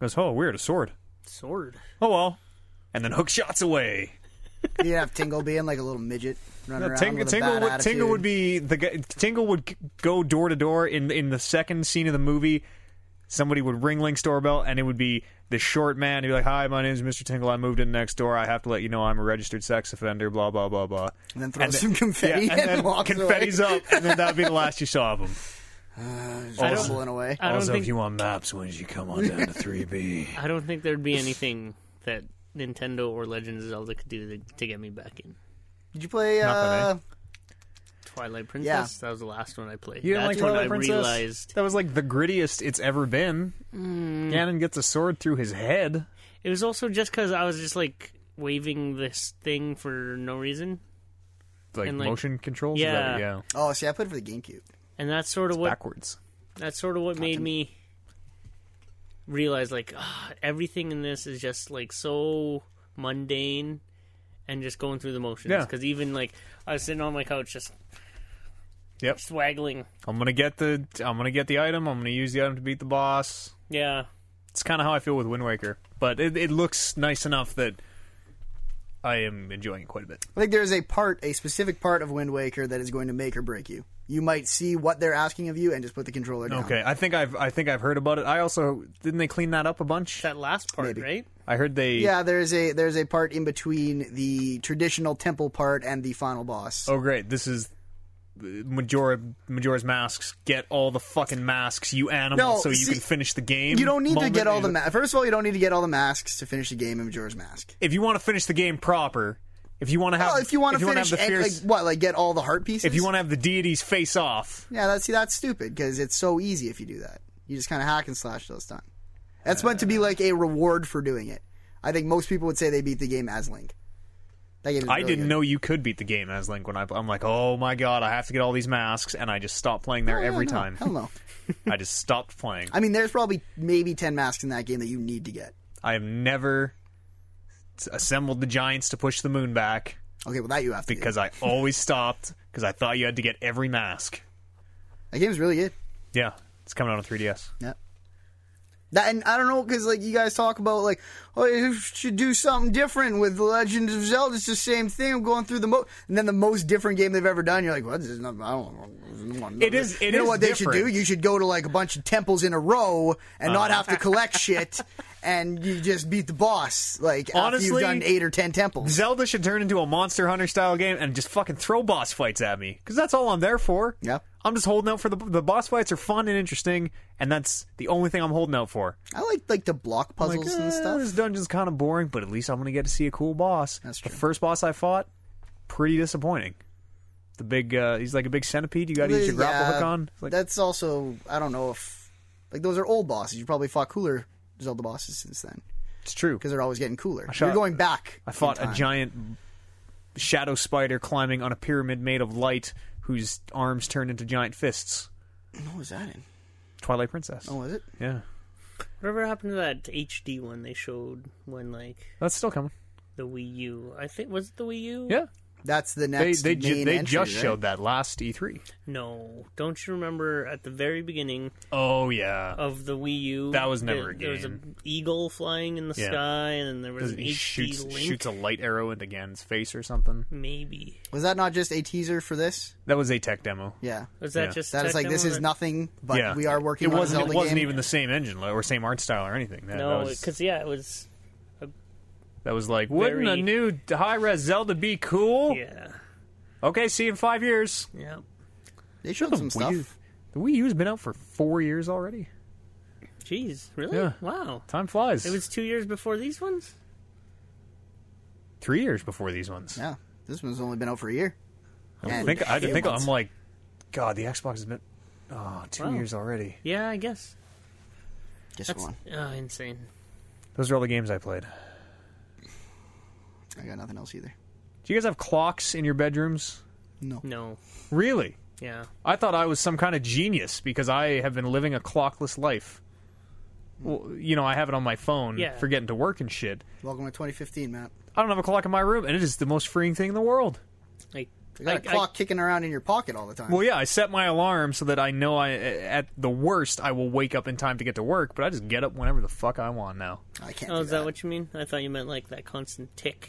[SPEAKER 2] Goes, "Oh, weird, a sword."
[SPEAKER 3] Sword.
[SPEAKER 2] Oh well. And then hook shots away.
[SPEAKER 1] You'd have Tingle being like a little midget running around
[SPEAKER 2] Tingle,
[SPEAKER 1] with a
[SPEAKER 2] Tingle,
[SPEAKER 1] bad
[SPEAKER 2] would,
[SPEAKER 1] attitude.
[SPEAKER 2] Tingle would be the guy- Tingle would g- go door to door in in the second scene of the movie. Somebody would ring Link's doorbell, and it would be the short man. He'd be like, "Hi, my name is Mr. Tingle. I moved in next door. I have to let you know I'm a registered sex offender." Blah blah blah blah.
[SPEAKER 1] And then throw some confetti
[SPEAKER 2] yeah, and,
[SPEAKER 1] and
[SPEAKER 2] then
[SPEAKER 1] walks away.
[SPEAKER 2] confetti's up, and then that'd be the last you saw of him.
[SPEAKER 1] Just bubbling away.
[SPEAKER 2] Uh,
[SPEAKER 3] I don't think
[SPEAKER 2] want maps, when did you come on down to 3B?
[SPEAKER 3] I don't think there'd be anything that Nintendo or Legend of Zelda could do to, to get me back in.
[SPEAKER 1] Did you play? Uh,
[SPEAKER 2] Nothing,
[SPEAKER 3] Twilight Princess. That was the last one I played.
[SPEAKER 2] You didn't
[SPEAKER 3] That's
[SPEAKER 2] like
[SPEAKER 3] when
[SPEAKER 2] Twilight
[SPEAKER 3] I
[SPEAKER 2] Princess?
[SPEAKER 3] realized
[SPEAKER 2] That was like the grittiest it's ever been.
[SPEAKER 1] Mm.
[SPEAKER 2] Ganon gets a sword through his head.
[SPEAKER 3] it was also just because I was just like waving this thing for no reason,
[SPEAKER 2] Like,
[SPEAKER 3] And, like-
[SPEAKER 2] motion controls. Is
[SPEAKER 3] Yeah.
[SPEAKER 2] that- yeah.
[SPEAKER 1] oh, see, I played it for the GameCube.
[SPEAKER 3] and that's sort of what
[SPEAKER 2] backwards.
[SPEAKER 3] that's sort of what made me realize like ah, everything in this is just like so mundane and just going through the motions
[SPEAKER 2] Yeah.
[SPEAKER 3] because even like i was sitting on my couch just
[SPEAKER 2] Yep.
[SPEAKER 3] swaggling
[SPEAKER 2] I'm gonna get the I'm gonna get the item. I'm gonna use the item to beat the boss.
[SPEAKER 3] yeah
[SPEAKER 2] It's kind of how I feel with Wind Waker, but it, it looks nice enough that I am enjoying it quite a bit.
[SPEAKER 1] I think there is a part, a specific part of Wind Waker that is going to make or break you. You might see what they're asking of you and just put the controller down.
[SPEAKER 2] Okay, I think I've I think I've heard about it. I also didn't they clean that up a bunch.
[SPEAKER 3] that last part
[SPEAKER 1] Maybe.
[SPEAKER 3] right
[SPEAKER 2] I heard they
[SPEAKER 1] Yeah, there's a there's a part in between the traditional temple part and the final boss.
[SPEAKER 2] Oh great, this is Majora Majora's masks. Get all the fucking masks, you animal,
[SPEAKER 1] No,
[SPEAKER 2] so you
[SPEAKER 1] see,
[SPEAKER 2] can finish the game.
[SPEAKER 1] You don't need to
[SPEAKER 2] moment.
[SPEAKER 1] get all the ma- first of all, you don't need to get all the masks to finish the game in Majora's Mask.
[SPEAKER 2] If you want to finish the game proper, if you want to have
[SPEAKER 1] Well, if you want to
[SPEAKER 2] wanna
[SPEAKER 1] finish,
[SPEAKER 2] have the
[SPEAKER 1] and,
[SPEAKER 2] fierce,
[SPEAKER 1] like what, like get all the heart pieces.
[SPEAKER 2] if you want to have the deities face off,
[SPEAKER 1] yeah, that's see, that's stupid because it's so easy if you do that. You just kind of hack and slash those time. That's meant to be like a reward for doing it. I think most people would say they beat the game as Link. That game is
[SPEAKER 2] I
[SPEAKER 1] really
[SPEAKER 2] didn't
[SPEAKER 1] good.
[SPEAKER 2] know you could beat the game as Link when I, I'm like, oh my god, I have to get all these masks, and I just stopped playing there
[SPEAKER 1] No, no,
[SPEAKER 2] every
[SPEAKER 1] Oh, no.
[SPEAKER 2] time.
[SPEAKER 1] Hell no.
[SPEAKER 2] I just stopped playing.
[SPEAKER 1] I mean, there's probably maybe ten masks in that game that you need to get.
[SPEAKER 2] I have never s- assembled the giants to push the moon back
[SPEAKER 1] Okay, well that you have to.
[SPEAKER 2] because I always stopped because I thought you had to get every mask.
[SPEAKER 1] do. that game's really good.
[SPEAKER 2] Yeah, it's coming out on 3DS.
[SPEAKER 1] Yeah. That and I don't know because like you guys talk about like oh you should do something different with Legend of Zelda. It's the same thing. I'm going through the most and then the most different game they've ever done. You're like, well, this is not. I don't. want
[SPEAKER 2] It is-
[SPEAKER 1] You
[SPEAKER 2] it
[SPEAKER 1] know
[SPEAKER 2] is
[SPEAKER 1] what they should
[SPEAKER 2] different.
[SPEAKER 1] do? You should go to like a bunch of temples in a row and not have to
[SPEAKER 2] Uh-huh.
[SPEAKER 1] collect shit, and you just beat the boss. Like after you've
[SPEAKER 2] Honestly,
[SPEAKER 1] done eight or ten temples.
[SPEAKER 2] Zelda should turn into a Monster Hunter style game and just fucking throw boss fights at me because that's all I'm there for.
[SPEAKER 1] Yeah.
[SPEAKER 2] I'm just holding out for the the boss fights are fun and interesting, and that's the only thing I'm holding out for.
[SPEAKER 1] I like like the block
[SPEAKER 2] I'm
[SPEAKER 1] puzzles
[SPEAKER 2] eh,
[SPEAKER 1] and stuff.
[SPEAKER 2] This dungeon's kind of boring, but at least I'm gonna get to see a cool boss.
[SPEAKER 1] That's
[SPEAKER 2] The
[SPEAKER 1] true.
[SPEAKER 2] first boss I fought, pretty disappointing. The big, uh, he's like a big centipede. You got to use your grapple
[SPEAKER 1] Yeah,
[SPEAKER 2] hook on. It's Like,
[SPEAKER 1] That's also I don't know if like those are old bosses. You probably fought cooler Zelda bosses since then
[SPEAKER 2] it's true.
[SPEAKER 1] because they're always getting cooler.
[SPEAKER 2] shot-
[SPEAKER 1] You're going back.
[SPEAKER 2] I fought
[SPEAKER 1] in
[SPEAKER 2] a
[SPEAKER 1] time.
[SPEAKER 2] giant shadow spider climbing on a pyramid made of light whose arms turn into giant fists.
[SPEAKER 1] What was that in?
[SPEAKER 2] Twilight Princess.
[SPEAKER 1] Oh, was it?
[SPEAKER 2] Yeah,
[SPEAKER 3] Whatever happened to that HD one they showed when like
[SPEAKER 2] that's still coming.
[SPEAKER 3] the Wii U? I think was it the Wii U?
[SPEAKER 2] Yeah,
[SPEAKER 1] That's the
[SPEAKER 2] they
[SPEAKER 1] next.
[SPEAKER 2] they
[SPEAKER 1] main
[SPEAKER 2] ju- they
[SPEAKER 1] entry,
[SPEAKER 2] just
[SPEAKER 1] right?
[SPEAKER 2] showed that last E E3.
[SPEAKER 3] No, don't you remember at the very beginning
[SPEAKER 2] Oh yeah,
[SPEAKER 3] of the Wii U?
[SPEAKER 2] That was never a
[SPEAKER 3] there- There was
[SPEAKER 2] game.
[SPEAKER 3] an eagle flying in the
[SPEAKER 2] Yeah.
[SPEAKER 3] sky, and then there was
[SPEAKER 2] Doesn't
[SPEAKER 3] an
[SPEAKER 2] he
[SPEAKER 3] HD
[SPEAKER 2] shoots
[SPEAKER 3] Link.
[SPEAKER 2] shoots a light arrow into Ganon's face or something?
[SPEAKER 3] Maybe
[SPEAKER 1] Was that not just a teaser for this?
[SPEAKER 2] That was a tech demo.
[SPEAKER 1] Yeah.
[SPEAKER 3] was that
[SPEAKER 2] Yeah.
[SPEAKER 3] just
[SPEAKER 1] That
[SPEAKER 3] tech
[SPEAKER 1] is like this
[SPEAKER 3] demo
[SPEAKER 1] is
[SPEAKER 3] that-
[SPEAKER 1] nothing, but
[SPEAKER 2] yeah,
[SPEAKER 1] we are working.
[SPEAKER 2] It
[SPEAKER 1] on a
[SPEAKER 2] wasn't.
[SPEAKER 1] Zelda
[SPEAKER 2] it wasn't
[SPEAKER 1] game.
[SPEAKER 2] even the same engine like, or same art style or anything. That, that
[SPEAKER 3] No,
[SPEAKER 2] was,
[SPEAKER 3] because yeah, it was
[SPEAKER 2] that was like, wouldn't a
[SPEAKER 3] very-
[SPEAKER 2] new high res Zelda be cool?
[SPEAKER 3] yeah,
[SPEAKER 2] Okay, see you in five years.
[SPEAKER 3] yeah.
[SPEAKER 1] They showed some
[SPEAKER 2] Wii U-
[SPEAKER 1] stuff.
[SPEAKER 2] the Wii U's been out for four years already.
[SPEAKER 3] Jeez, really?
[SPEAKER 2] Yeah.
[SPEAKER 3] Wow.
[SPEAKER 2] Time flies.
[SPEAKER 3] It was two years before these ones.
[SPEAKER 2] three years before these ones.
[SPEAKER 1] Yeah, this one's only been out for a year.
[SPEAKER 2] I
[SPEAKER 1] And
[SPEAKER 2] think I
[SPEAKER 1] a few
[SPEAKER 2] think
[SPEAKER 1] months.
[SPEAKER 2] I'm like, God, the Xbox has been oh, two
[SPEAKER 3] Wow.
[SPEAKER 2] years already.
[SPEAKER 3] Yeah, I guess.
[SPEAKER 1] Guess
[SPEAKER 3] That's
[SPEAKER 1] what?
[SPEAKER 3] uh, insane.
[SPEAKER 2] Those are all the games I played.
[SPEAKER 1] I got nothing else either.
[SPEAKER 2] Do you guys have clocks in your bedrooms?
[SPEAKER 1] No.
[SPEAKER 3] No.
[SPEAKER 2] Really?
[SPEAKER 3] Yeah.
[SPEAKER 2] I thought I was some kind of genius because I have been living a clockless life. Well, you know, I have it on my phone
[SPEAKER 3] Yeah.
[SPEAKER 2] for getting to work and shit.
[SPEAKER 1] Welcome to 2015, Matt.
[SPEAKER 2] I don't have a clock in my room, and it is the most freeing thing in the world.
[SPEAKER 3] Like
[SPEAKER 1] You got a clock kicking around in your pocket all the time.
[SPEAKER 2] Well, yeah, I set my alarm so that I know I at the worst I will wake up in time to get to work, but I just get up whenever the fuck I want now.
[SPEAKER 1] I can't.
[SPEAKER 3] Oh,
[SPEAKER 1] do
[SPEAKER 3] is that what you mean? I thought you meant like that constant tick.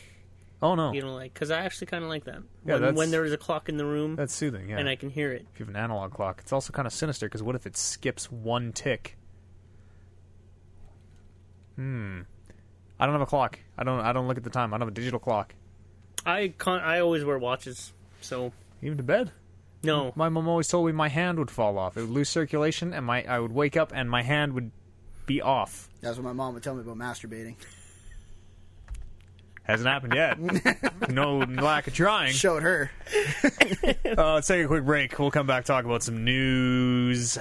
[SPEAKER 2] Oh no,
[SPEAKER 3] You know, like because I actually kind of like that.
[SPEAKER 2] Yeah,
[SPEAKER 3] when,
[SPEAKER 2] that's-
[SPEAKER 3] when there is a clock in the room
[SPEAKER 2] that's soothing. Yeah,
[SPEAKER 3] and I can hear it.
[SPEAKER 2] if you have an analog clock, it's also kind of sinister because what if it skips one tick? Hmm. I don't have a clock. I don't. I don't look at the time. I don't have a digital clock.
[SPEAKER 3] I con- I always wear watches, so
[SPEAKER 2] Even to bed.
[SPEAKER 3] no.
[SPEAKER 2] My mom always told me my hand would fall off. It would lose circulation, and my I would wake up and my hand would be off.
[SPEAKER 1] That's what my mom would tell me about masturbating.
[SPEAKER 2] Hasn't happened yet. no lack of trying.
[SPEAKER 1] Showed her.
[SPEAKER 2] Uh, let's take a quick break. We'll come back, talk about some news,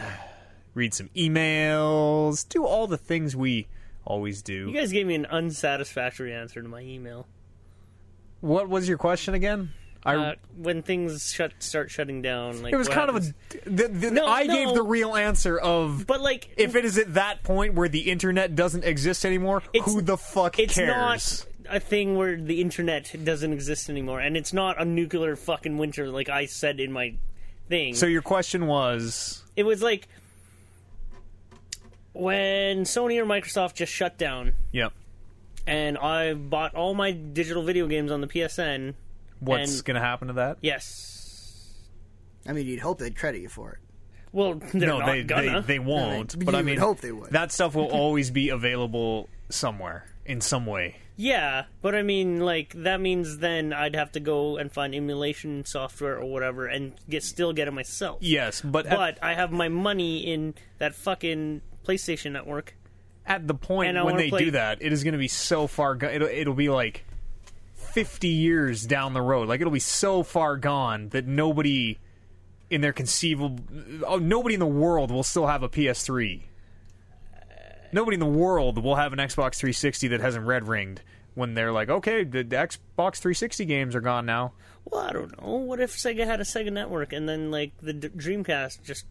[SPEAKER 2] read some emails, do all the things we always
[SPEAKER 3] You
[SPEAKER 2] do.
[SPEAKER 3] guys gave me an unsatisfactory answer to my email.
[SPEAKER 2] What was your question again? I
[SPEAKER 3] Uh, when things shut start shutting down, like
[SPEAKER 2] it was
[SPEAKER 3] what
[SPEAKER 2] kind of
[SPEAKER 3] happens?
[SPEAKER 2] a. The, the,
[SPEAKER 3] No,
[SPEAKER 2] I
[SPEAKER 3] no.
[SPEAKER 2] gave the real answer of
[SPEAKER 3] But like,
[SPEAKER 2] if it is at that point where the internet doesn't exist anymore,
[SPEAKER 3] It's-
[SPEAKER 2] who the fuck
[SPEAKER 3] it's
[SPEAKER 2] cares?
[SPEAKER 3] not a thing where the internet doesn't exist anymore, and it's not a nuclear fucking winter like I said in my thing.
[SPEAKER 2] So your question was
[SPEAKER 3] it was like when Sony or Microsoft just shut down,
[SPEAKER 2] yep.
[SPEAKER 3] and I bought all my digital video games on the PSN.
[SPEAKER 2] What's
[SPEAKER 3] And-
[SPEAKER 2] going to happen to that?
[SPEAKER 3] Yes.
[SPEAKER 1] I mean, you'd hope they'd credit you for it.
[SPEAKER 3] Well, they're
[SPEAKER 2] no,
[SPEAKER 3] not
[SPEAKER 2] they,
[SPEAKER 3] gonna.
[SPEAKER 2] they they won't.
[SPEAKER 1] But
[SPEAKER 2] but
[SPEAKER 1] you
[SPEAKER 2] I
[SPEAKER 1] would
[SPEAKER 2] mean,
[SPEAKER 1] hope they would.
[SPEAKER 2] That stuff will always be available somewhere in some way.
[SPEAKER 3] Yeah, but I mean, like that means then I'd have to go and find emulation software or whatever, and get still get it myself.
[SPEAKER 2] Yes, but at,
[SPEAKER 3] But I have my money in that fucking PlayStation Network.
[SPEAKER 2] at the point
[SPEAKER 3] And I
[SPEAKER 2] when
[SPEAKER 3] wanna
[SPEAKER 2] they
[SPEAKER 3] play-
[SPEAKER 2] do that, it is going to be so far. Go- it'll it'll be like fifty years down the road. Like it'll be so far gone that nobody in their conceivable, oh, nobody in the world will still have a PS3. Nobody in the world will have an Xbox 360 that hasn't red ringed when they're like, okay, the, the Xbox 360 games are gone now.
[SPEAKER 3] Well, I don't know. What if Sega had a Sega Network and then like the D- Dreamcast just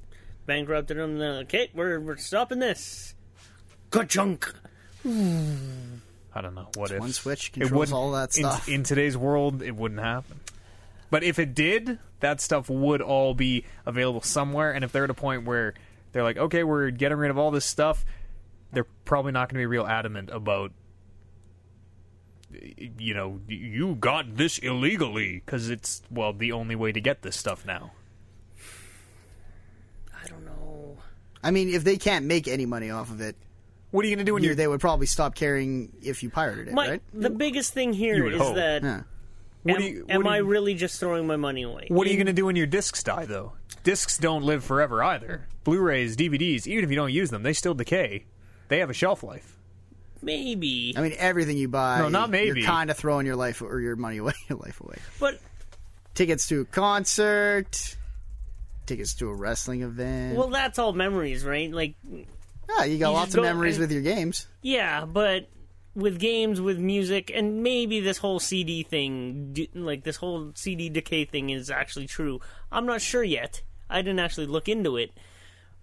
[SPEAKER 3] bankrupted them? And they're like, "Hey, we're we're stopping this." Ka chunk.
[SPEAKER 2] I don't know what if
[SPEAKER 1] one switch
[SPEAKER 2] It
[SPEAKER 1] controls
[SPEAKER 2] wouldn't-
[SPEAKER 1] all that
[SPEAKER 2] in-
[SPEAKER 1] stuff.
[SPEAKER 2] In, today's world, it wouldn't happen. But if it did, that stuff would all be available somewhere. And if they're at a point where they're like, okay, we're getting rid of all this stuff, they're probably not going to be real adamant about, you know, you got this illegally because it's well the only way to get this stuff now.
[SPEAKER 3] I don't know.
[SPEAKER 1] I mean, if they can't make any money off of it,
[SPEAKER 2] What are you going to do when
[SPEAKER 1] you
[SPEAKER 2] you're
[SPEAKER 1] they would probably stop caring if you pirated it,
[SPEAKER 3] My,
[SPEAKER 1] right?
[SPEAKER 3] The biggest thing
[SPEAKER 2] You
[SPEAKER 3] here
[SPEAKER 2] would
[SPEAKER 3] is
[SPEAKER 2] hope.
[SPEAKER 3] that
[SPEAKER 1] Yeah.
[SPEAKER 2] What
[SPEAKER 3] am,
[SPEAKER 2] do you-
[SPEAKER 3] am
[SPEAKER 2] what do
[SPEAKER 3] I
[SPEAKER 2] you-
[SPEAKER 3] really just throwing my money away?
[SPEAKER 2] What are you going to do when your discs die, though? Discs don't live forever either. Blu rays, DVDs, even if you don't use them, they still decay. They have a shelf life.
[SPEAKER 3] Maybe.
[SPEAKER 1] I mean, everything you buy,
[SPEAKER 2] No, not maybe.
[SPEAKER 1] You're kind of throwing your life or your money away, your life away.
[SPEAKER 3] But
[SPEAKER 1] Tickets to a concert, tickets to a wrestling event.
[SPEAKER 3] well, that's all memories, right? Like,
[SPEAKER 1] yeah, you got
[SPEAKER 3] you
[SPEAKER 1] lots
[SPEAKER 3] just
[SPEAKER 1] of
[SPEAKER 3] go
[SPEAKER 1] memories
[SPEAKER 3] and-
[SPEAKER 1] with your games.
[SPEAKER 3] yeah, but with games, with music, and maybe this whole CD thing, d- like this whole CD decay thing, is actually true. I'm not sure yet. I didn't actually look into it,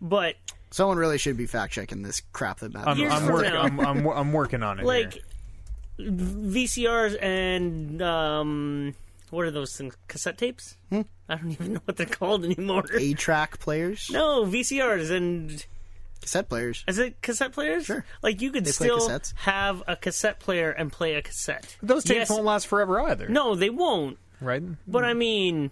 [SPEAKER 3] but
[SPEAKER 1] Someone really should be fact checking this crap that Matt.
[SPEAKER 2] I'm,
[SPEAKER 3] Years
[SPEAKER 2] I'm,
[SPEAKER 3] from
[SPEAKER 2] work,
[SPEAKER 3] now.
[SPEAKER 2] I'm, I'm, wor- I'm working on it.
[SPEAKER 3] like
[SPEAKER 2] here.
[SPEAKER 3] VCRs and um, what are those things? Cassette tapes?
[SPEAKER 2] Hmm?
[SPEAKER 3] I don't even know what they're called anymore.
[SPEAKER 1] A track players,
[SPEAKER 3] No, VCRs and
[SPEAKER 1] cassette players.
[SPEAKER 3] is it cassette players?
[SPEAKER 1] Sure.
[SPEAKER 3] Like you could
[SPEAKER 1] They play
[SPEAKER 3] still
[SPEAKER 1] cassettes.
[SPEAKER 3] have a cassette player and play a cassette.
[SPEAKER 2] those tapes
[SPEAKER 3] Yes-
[SPEAKER 2] won't last forever either.
[SPEAKER 3] No, they won't.
[SPEAKER 2] right?
[SPEAKER 3] But I mean,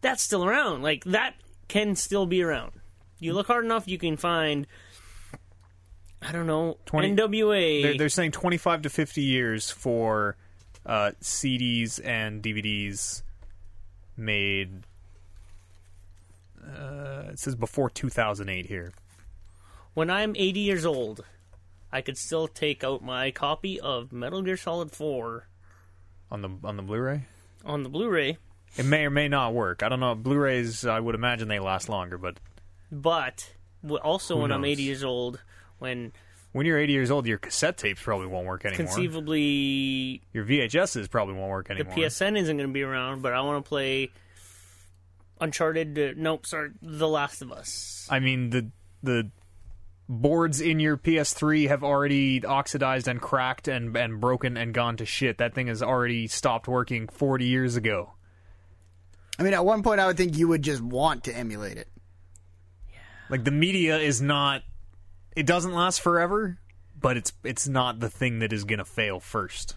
[SPEAKER 3] that's still around. Like that can still be around. You look hard enough, you can find. I don't know
[SPEAKER 2] 20
[SPEAKER 3] NWA.
[SPEAKER 2] They're, they're saying 25 to 50 years for uh, CDs and DVDs made. Uh, it says before 2008 here.
[SPEAKER 3] When I'm 80 years old, I could still take out my copy of Metal Gear Solid 4
[SPEAKER 2] on the on the Blu-ray.
[SPEAKER 3] on the Blu-ray,
[SPEAKER 2] It may or may not work. I don't know. Blu-rays, I would imagine they last longer, but
[SPEAKER 3] but w- also when I'm
[SPEAKER 2] knows?
[SPEAKER 3] 80 years old, when
[SPEAKER 2] when you're 80 years old, your cassette tapes probably won't work anymore.
[SPEAKER 3] conceivably
[SPEAKER 2] your VHSs probably won't work
[SPEAKER 3] the
[SPEAKER 2] anymore.
[SPEAKER 3] PSN isn't going to be around, but I want to play Uncharted. Uh, nope, sorry, The Last of Us.
[SPEAKER 2] I mean the the boards in your PS3 have already oxidized and cracked and and broken and gone to shit. That thing has already stopped working 40 years ago.
[SPEAKER 1] I mean, at one point, I would think you would just want to emulate it.
[SPEAKER 2] Like the media is not it doesn't last forever, but it's it's not the thing that is going to fail first.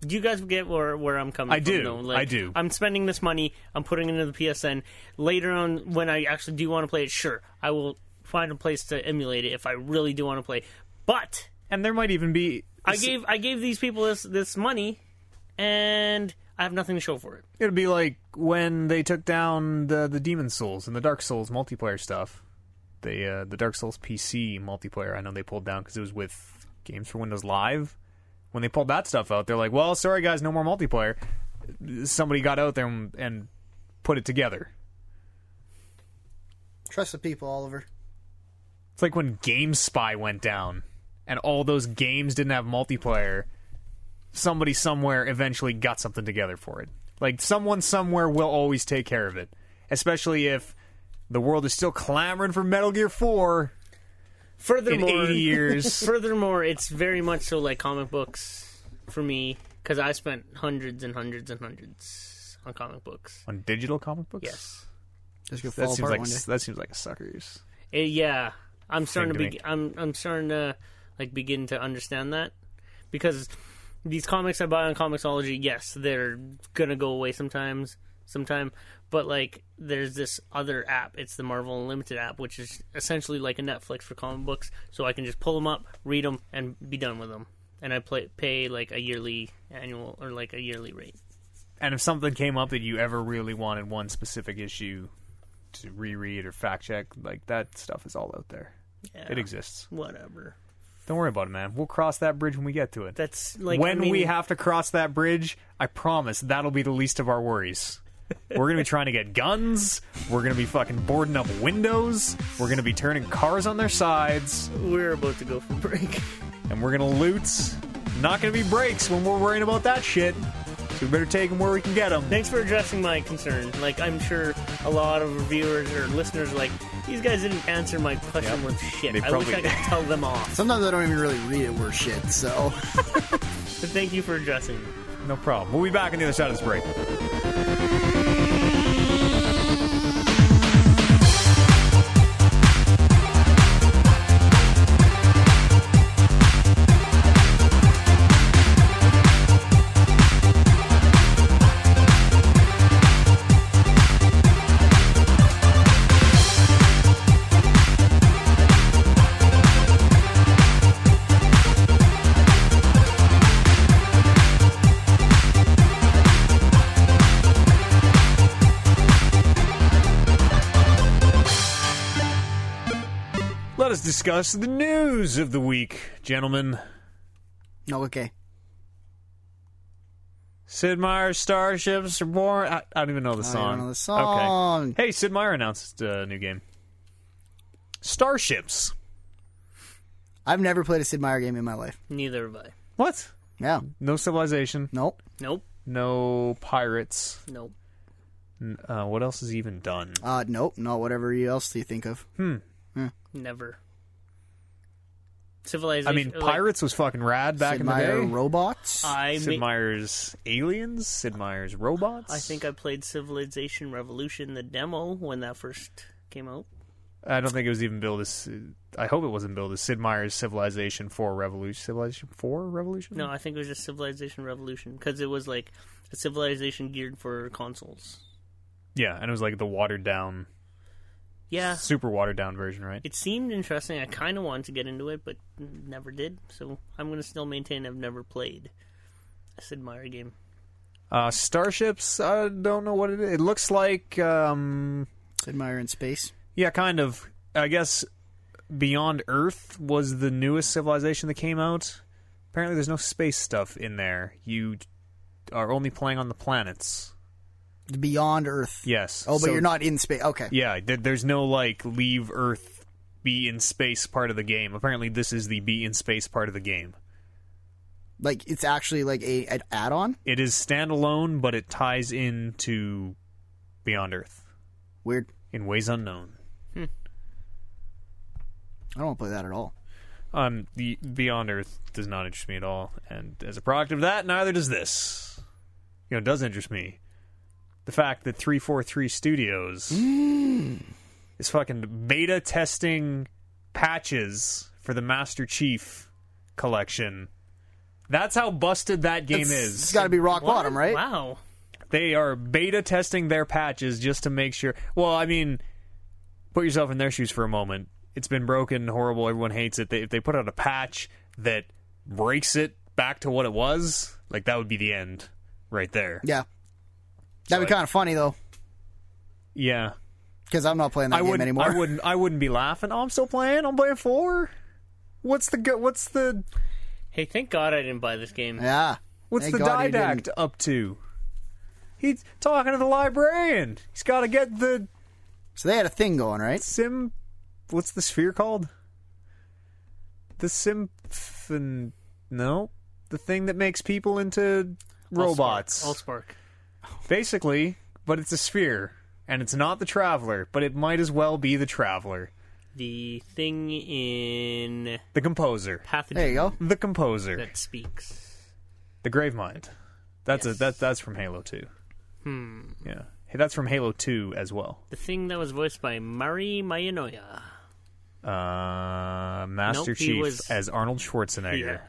[SPEAKER 3] Do you guys get where where I'm coming
[SPEAKER 2] I
[SPEAKER 3] from?
[SPEAKER 2] do.
[SPEAKER 3] though?
[SPEAKER 2] I do.
[SPEAKER 3] I'm spending this money. I'm putting it into the PSN. Later on, when I actually do want to play it, sure, I will find a place to emulate it if I really do want to play. But
[SPEAKER 2] And there might even be
[SPEAKER 3] I gave I gave these people this this money, and I have nothing to show for it.
[SPEAKER 2] It'd be like when they took down the the Demon Souls and the Dark Souls multiplayer stuff. The uh, the Dark Souls PC multiplayer, I know they pulled down because it was with Games for Windows Live. When they pulled that stuff out, they're like, "Well, sorry guys, no more multiplayer." Somebody got out there and, and put it together.
[SPEAKER 1] Trust the people, Oliver.
[SPEAKER 2] It's like when GameSpy went down and all those games didn't have multiplayer. Somebody somewhere eventually got something together for it. Like someone somewhere will always take care of it, especially if the world is still clamoring for Metal Gear 4 in
[SPEAKER 3] Furthermore,
[SPEAKER 2] 80 years.
[SPEAKER 3] furthermore, it's very much so like comic books for me because I spent hundreds and hundreds and hundreds on comic books.
[SPEAKER 2] on digital comic books?
[SPEAKER 3] Yes,
[SPEAKER 1] Just go
[SPEAKER 2] That
[SPEAKER 1] fall
[SPEAKER 2] seems
[SPEAKER 1] apart
[SPEAKER 2] like
[SPEAKER 1] one day.
[SPEAKER 2] that seems like a sucker's.
[SPEAKER 3] Eh, yeah, I'm starting to,
[SPEAKER 2] to
[SPEAKER 3] be. I'm I'm starting to like begin to understand that because these comics I buy on Comixology, yes, they're gonna go away sometimes, sometime. But like, there's this other app. It's the Marvel Unlimited app, which is essentially like a Netflix for comic books. So I can just pull them up, read them, and be done with them. And I play, pay like a yearly annual or like a yearly rate.
[SPEAKER 2] And if something came up that you ever really wanted one specific issue to reread or fact check, like that stuff is all out there.
[SPEAKER 3] Yeah,
[SPEAKER 2] It exists.
[SPEAKER 3] whatever.
[SPEAKER 2] Don't worry about it, man. We'll cross that bridge when we get to it.
[SPEAKER 3] That's like
[SPEAKER 2] when
[SPEAKER 3] I mean,
[SPEAKER 2] we have to cross that bridge, I promise that'll be the least of our worries. We're gonna be trying to get guns. We're gonna be fucking boarding up windows. We're gonna be turning cars on their sides,
[SPEAKER 3] we're about to go for break.
[SPEAKER 2] and we're gonna loot. Not gonna be breaks when we're worrying about that shit. So we better take them where we can get them.
[SPEAKER 3] Thanks for addressing my concern. Like, I'm sure a lot of viewers or listeners are like, these guys didn't answer my question
[SPEAKER 2] Yep.
[SPEAKER 3] with shit.
[SPEAKER 2] They
[SPEAKER 3] I wish I
[SPEAKER 2] probably-
[SPEAKER 3] could tell them off.
[SPEAKER 1] Sometimes I don't even really read it worth shit. So
[SPEAKER 3] But thank you for addressing me.
[SPEAKER 2] No problem. We'll be back on the other side of this break. Let us discuss the news of the week, gentlemen.
[SPEAKER 1] no, okay.
[SPEAKER 2] Sid Meier's starships are born. I, I don't even know the
[SPEAKER 1] I
[SPEAKER 2] song.
[SPEAKER 1] don't know the
[SPEAKER 2] Okay.
[SPEAKER 1] song.
[SPEAKER 2] Hey, Sid Meier announced a new game. Starships.
[SPEAKER 1] I've never played a Sid Meier game in my life.
[SPEAKER 3] Neither have I.
[SPEAKER 2] What?
[SPEAKER 1] Yeah.
[SPEAKER 2] No civilization.
[SPEAKER 1] Nope.
[SPEAKER 3] Nope.
[SPEAKER 2] No pirates.
[SPEAKER 3] Nope.
[SPEAKER 2] Uh, what else is even done?
[SPEAKER 1] Uh, nope. No, whatever else you think of.
[SPEAKER 3] Never. Civilization.
[SPEAKER 2] I mean,
[SPEAKER 3] like,
[SPEAKER 2] pirates was fucking rad back
[SPEAKER 1] Sid
[SPEAKER 2] in the
[SPEAKER 1] Meier
[SPEAKER 2] day. Uh,
[SPEAKER 1] robots.
[SPEAKER 3] I
[SPEAKER 2] Sid
[SPEAKER 3] ma-
[SPEAKER 2] Meier's aliens. Sid Meier's robots.
[SPEAKER 3] I think I played Civilization Revolution the demo when that first came out.
[SPEAKER 2] I don't think it was even billed as. I hope it wasn't billed as Sid Meier's Civilization Four Revolution. Civilization Four Revolution.
[SPEAKER 3] No, I think it was just Civilization Revolution because it was like a civilization geared for consoles.
[SPEAKER 2] Yeah, and it was like the watered down,
[SPEAKER 3] Yeah,
[SPEAKER 2] super watered down version, right?
[SPEAKER 3] it seemed interesting. I kind of wanted to get into it, but never did. So I'm gonna still maintain I've never played a Sid Meier game.
[SPEAKER 2] Uh, starships. I don't know what it is. It looks like. Um,
[SPEAKER 1] Sid Meier in space.
[SPEAKER 2] yeah, kind of. I guess Beyond Earth was the newest civilization that came out. Apparently, there's no space stuff in there. You are only playing on the planets.
[SPEAKER 1] Beyond Earth.
[SPEAKER 2] Yes.
[SPEAKER 1] Oh, but
[SPEAKER 2] So-
[SPEAKER 1] you're not in space. Okay.
[SPEAKER 2] Yeah, th- there's no like leave Earth, be in space part of the game. Apparently, this is the be in space part of the game.
[SPEAKER 1] Like it's actually like a an add-on.
[SPEAKER 2] It is standalone, but it ties into Beyond Earth
[SPEAKER 1] Weird.
[SPEAKER 2] in ways unknown.
[SPEAKER 1] I don't want to play that at all.
[SPEAKER 2] Um, the Beyond Earth does not interest me at all, and as a product of that, neither does this. You know, it does interest me the fact that 343 Studios is fucking beta testing patches for the Master Chief collection. That's how busted that game
[SPEAKER 1] It's-
[SPEAKER 2] is.
[SPEAKER 1] It's got to be rock
[SPEAKER 3] What?
[SPEAKER 1] bottom, right?
[SPEAKER 3] Wow.
[SPEAKER 2] They are beta testing their patches just to make sure. Well, I mean, put yourself in their shoes for a moment. It's been broken, horrible. Everyone hates it. They, if they put out a patch that breaks it back to what it was, like that would be the end, right there.
[SPEAKER 1] Yeah. That'd be
[SPEAKER 2] Like-
[SPEAKER 1] kind of funny though,
[SPEAKER 2] Yeah,
[SPEAKER 1] because I'm not playing that
[SPEAKER 2] I
[SPEAKER 1] game
[SPEAKER 2] wouldn't.
[SPEAKER 1] anymore.
[SPEAKER 2] I wouldn't. I wouldn't be laughing. Oh, I'm still playing. I'm playing four. What's the go- What's the
[SPEAKER 3] Hey, thank God I didn't buy this game.
[SPEAKER 1] Yeah.
[SPEAKER 2] What's
[SPEAKER 1] Thank
[SPEAKER 2] the
[SPEAKER 1] God he
[SPEAKER 2] didact
[SPEAKER 1] didn't.
[SPEAKER 2] up to? He's talking to the librarian. He's got to get the
[SPEAKER 1] So they had a thing going, right?
[SPEAKER 2] sim what's the sphere called the symphon no the thing that makes people into robots
[SPEAKER 3] All Spark.
[SPEAKER 2] basically but it's a sphere and it's not the traveler but it might as well be the traveler
[SPEAKER 3] The thing in
[SPEAKER 2] the composer
[SPEAKER 3] Pathogen
[SPEAKER 1] There you go.
[SPEAKER 2] the composer
[SPEAKER 3] that speaks.
[SPEAKER 2] the gravemind that's a that that's from halo 2
[SPEAKER 3] Hmm.
[SPEAKER 2] yeah hey, that's from halo 2 as well
[SPEAKER 3] The thing that was voiced by Mari Mayanoya.
[SPEAKER 2] uh master
[SPEAKER 3] Nope, he
[SPEAKER 2] chief
[SPEAKER 3] was-
[SPEAKER 2] as arnold schwarzenegger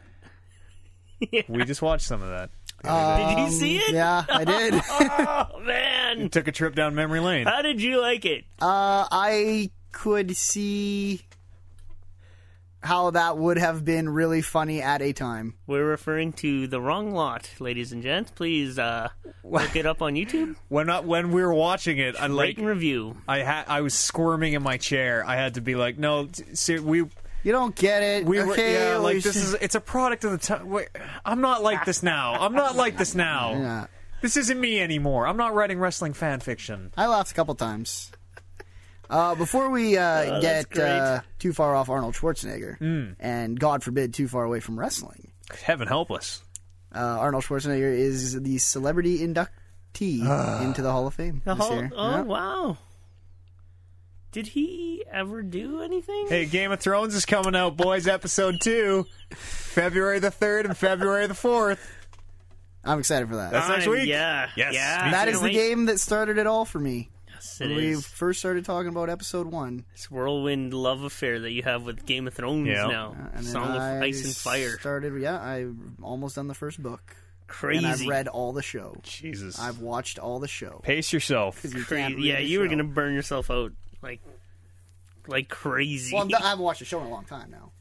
[SPEAKER 2] we just watched some of that
[SPEAKER 3] Did you
[SPEAKER 1] Um,
[SPEAKER 3] see it?
[SPEAKER 1] Yeah, I did. uh,
[SPEAKER 3] Oh man,
[SPEAKER 2] took a trip down memory lane
[SPEAKER 3] how did you like it?
[SPEAKER 1] Uh, I could see how that would have been really funny at a time.
[SPEAKER 3] We're referring to the wrong lot, ladies and gents. Please uh, look it up on YouTube.
[SPEAKER 2] when I, when we were watching it, I
[SPEAKER 3] Rate
[SPEAKER 2] like
[SPEAKER 3] and review.
[SPEAKER 2] I had I was squirming in my chair. I had to be like, no, t- ser- we
[SPEAKER 1] You don't get it.
[SPEAKER 2] we were
[SPEAKER 1] okay,
[SPEAKER 2] yeah,
[SPEAKER 1] we
[SPEAKER 2] like
[SPEAKER 1] should-
[SPEAKER 2] this is it's a product of the time. Wait, I'm not like this now. I'm not like this now.
[SPEAKER 1] Yeah.
[SPEAKER 2] This isn't me anymore. I'm not writing wrestling fan fiction.
[SPEAKER 1] I laughed a couple times. Uh, before we uh, get
[SPEAKER 3] Oh, great. Hmm.
[SPEAKER 1] uh, too far off Arnold Schwarzenegger, and God forbid, too far away from wrestling,
[SPEAKER 2] Heaven help us.
[SPEAKER 1] uh, Arnold Schwarzenegger is the celebrity inductee into the Hall of Fame
[SPEAKER 3] The
[SPEAKER 1] this
[SPEAKER 3] whole-
[SPEAKER 1] year.
[SPEAKER 3] oh
[SPEAKER 1] Yeah.
[SPEAKER 3] wow! Did he ever do anything?
[SPEAKER 2] Hey, Game of Thrones is coming out, boys. Episode two, February the third and February the fourth.
[SPEAKER 1] I'm excited for that.
[SPEAKER 2] That's next
[SPEAKER 3] I'm-
[SPEAKER 2] week.
[SPEAKER 3] Yeah.
[SPEAKER 2] Yes,
[SPEAKER 3] Yeah.
[SPEAKER 2] me
[SPEAKER 1] that
[SPEAKER 3] Can't
[SPEAKER 1] is the
[SPEAKER 3] wait.
[SPEAKER 1] game that started it all for me.
[SPEAKER 3] Yes, it
[SPEAKER 1] When we
[SPEAKER 3] is.
[SPEAKER 1] first started talking about episode one,
[SPEAKER 3] This whirlwind love affair that you have with Game of Thrones
[SPEAKER 2] Yeah.
[SPEAKER 3] now.
[SPEAKER 1] and then
[SPEAKER 3] Song
[SPEAKER 1] I
[SPEAKER 3] of Ice and Fire.
[SPEAKER 1] started. Yeah, I've almost done the first book,
[SPEAKER 3] Crazy.
[SPEAKER 1] and I've read all the show.
[SPEAKER 2] Jesus,
[SPEAKER 1] I've watched all the show.
[SPEAKER 2] pace yourself.
[SPEAKER 1] 'Cause you
[SPEAKER 3] Crazy.
[SPEAKER 1] can't read
[SPEAKER 3] Yeah,
[SPEAKER 1] the
[SPEAKER 3] you were
[SPEAKER 1] show.
[SPEAKER 3] gonna burn yourself out like, like crazy.
[SPEAKER 1] Well, I'm done- I haven't watched the show in a long time now.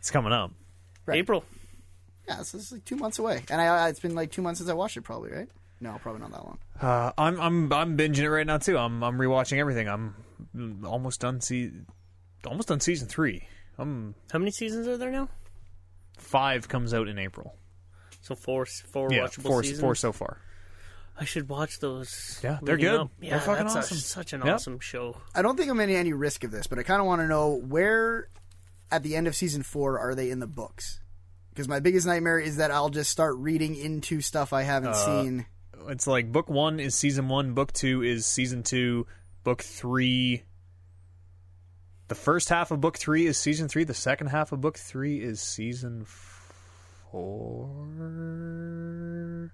[SPEAKER 2] It's coming up.
[SPEAKER 1] Right.
[SPEAKER 3] April.
[SPEAKER 1] Yeah, so it's like two months away, and I, I- it's been like two months since I watched it, probably right? No, probably not that long.
[SPEAKER 2] Uh, I'm I'm I'm binging it right now too. I'm I'm rewatching everything. I'm mm, almost done see almost done season 3. I'm
[SPEAKER 3] How many seasons are there now?
[SPEAKER 2] 5 comes out in April.
[SPEAKER 3] So four, four
[SPEAKER 2] yeah,
[SPEAKER 3] watchable
[SPEAKER 2] four
[SPEAKER 3] seasons.
[SPEAKER 2] four so far.
[SPEAKER 3] I should watch those.
[SPEAKER 2] Yeah, they're
[SPEAKER 3] leading
[SPEAKER 2] good.
[SPEAKER 3] up.
[SPEAKER 2] They're
[SPEAKER 3] Yeah,
[SPEAKER 2] fucking
[SPEAKER 3] that's a-
[SPEAKER 2] awesome.
[SPEAKER 3] such an
[SPEAKER 2] Yep.
[SPEAKER 3] awesome show.
[SPEAKER 1] I don't think I'm in any risk of this, but I kind of want to know where at the end of season four are they in the books? Because my biggest nightmare is that I'll just start reading into stuff I haven't
[SPEAKER 3] Uh,
[SPEAKER 1] seen.
[SPEAKER 2] It's like book one is season one, book two is season two, book three. The first half of book three is season three. The second half of book three is season four.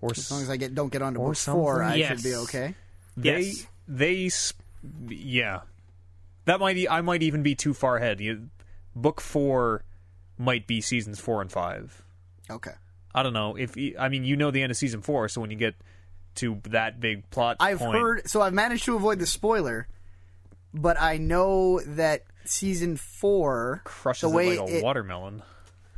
[SPEAKER 2] Or
[SPEAKER 1] As long as I get don't get onto
[SPEAKER 2] Or
[SPEAKER 1] book four, I
[SPEAKER 2] something.
[SPEAKER 1] should be
[SPEAKER 3] Yes.
[SPEAKER 1] okay.
[SPEAKER 2] they
[SPEAKER 3] Yes.
[SPEAKER 2] they sp- yeah that might e- i might even be too far ahead you, book four might be seasons four and five
[SPEAKER 1] Okay.
[SPEAKER 2] i don't know if y- i mean you know the end of season four so when you get to that big plot
[SPEAKER 1] I've
[SPEAKER 2] point-
[SPEAKER 1] heard, so I've managed to avoid the spoiler, but I know that season four
[SPEAKER 2] crushes
[SPEAKER 1] the way
[SPEAKER 2] it like a
[SPEAKER 1] it-
[SPEAKER 2] watermelon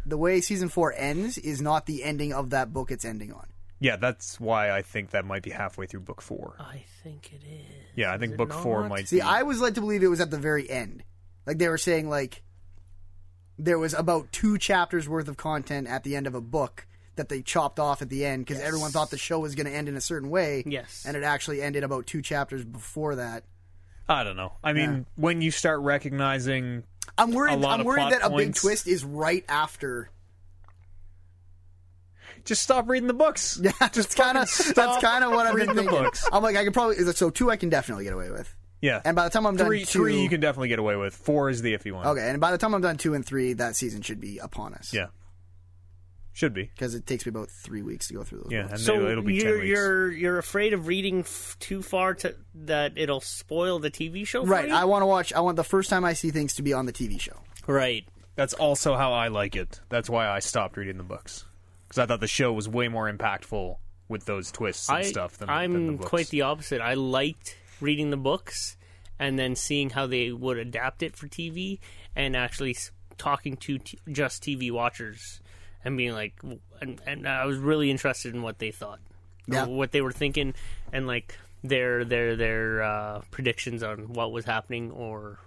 [SPEAKER 1] the way season four ends is not the ending of that book it's ending on.
[SPEAKER 2] yeah that's why i think that might be halfway through book four
[SPEAKER 3] I think it is.
[SPEAKER 2] yeah i
[SPEAKER 3] Is
[SPEAKER 2] think
[SPEAKER 3] it
[SPEAKER 2] book four
[SPEAKER 3] not?
[SPEAKER 2] might
[SPEAKER 1] See,
[SPEAKER 2] be
[SPEAKER 1] I was led to believe it was at the very end. Like they were saying, like there was about two chapters worth of content at the end of a book that they chopped off at the end because everyone thought the show was going to end in a certain way.
[SPEAKER 3] Yes.
[SPEAKER 1] and it actually ended about two chapters before that.
[SPEAKER 2] i don't know i mean when you start recognizing
[SPEAKER 1] I'm
[SPEAKER 2] A
[SPEAKER 1] worried.
[SPEAKER 2] lot
[SPEAKER 1] I'm
[SPEAKER 2] of
[SPEAKER 1] worried
[SPEAKER 2] plot
[SPEAKER 1] that a big
[SPEAKER 2] points.
[SPEAKER 1] twist is right after.
[SPEAKER 2] just stop reading the books
[SPEAKER 1] Yeah, that's kind of that's
[SPEAKER 2] stop
[SPEAKER 1] kind of what I've been
[SPEAKER 2] reading the
[SPEAKER 1] thinking.
[SPEAKER 2] books.
[SPEAKER 1] I'm like, I could probably so two I can definitely get away with,
[SPEAKER 2] yeah
[SPEAKER 1] and by the time I'm
[SPEAKER 2] three
[SPEAKER 1] done two,
[SPEAKER 2] three you can definitely get away with four is the iffy one
[SPEAKER 1] okay, and by the time I'm done two and three, that season should be upon us.
[SPEAKER 2] Yeah. Should be.
[SPEAKER 1] because it takes me about three weeks to go through those.
[SPEAKER 2] Yeah,
[SPEAKER 1] books.
[SPEAKER 2] and
[SPEAKER 3] So
[SPEAKER 2] it'll, it'll be
[SPEAKER 3] you're
[SPEAKER 2] 10 weeks.
[SPEAKER 3] you're you're afraid of reading f- too far to that it'll spoil the TV show, for
[SPEAKER 1] Right.
[SPEAKER 3] you?
[SPEAKER 1] I want to watch. I want the first time I see things to be on the TV show.
[SPEAKER 3] right.
[SPEAKER 2] That's also how I like it. That's why I stopped reading the books. Because I thought the show was way more impactful with those twists and
[SPEAKER 3] I,
[SPEAKER 2] stuff than,
[SPEAKER 3] I'm
[SPEAKER 2] than the books.
[SPEAKER 3] quite the opposite. I liked reading the books and then seeing how they would adapt it for TV and actually s- talking to t- just TV watchers and being like, w- and, and I was really interested in what they thought, or
[SPEAKER 1] Yeah.
[SPEAKER 3] what they were thinking, and like their their their uh, predictions on what was happening or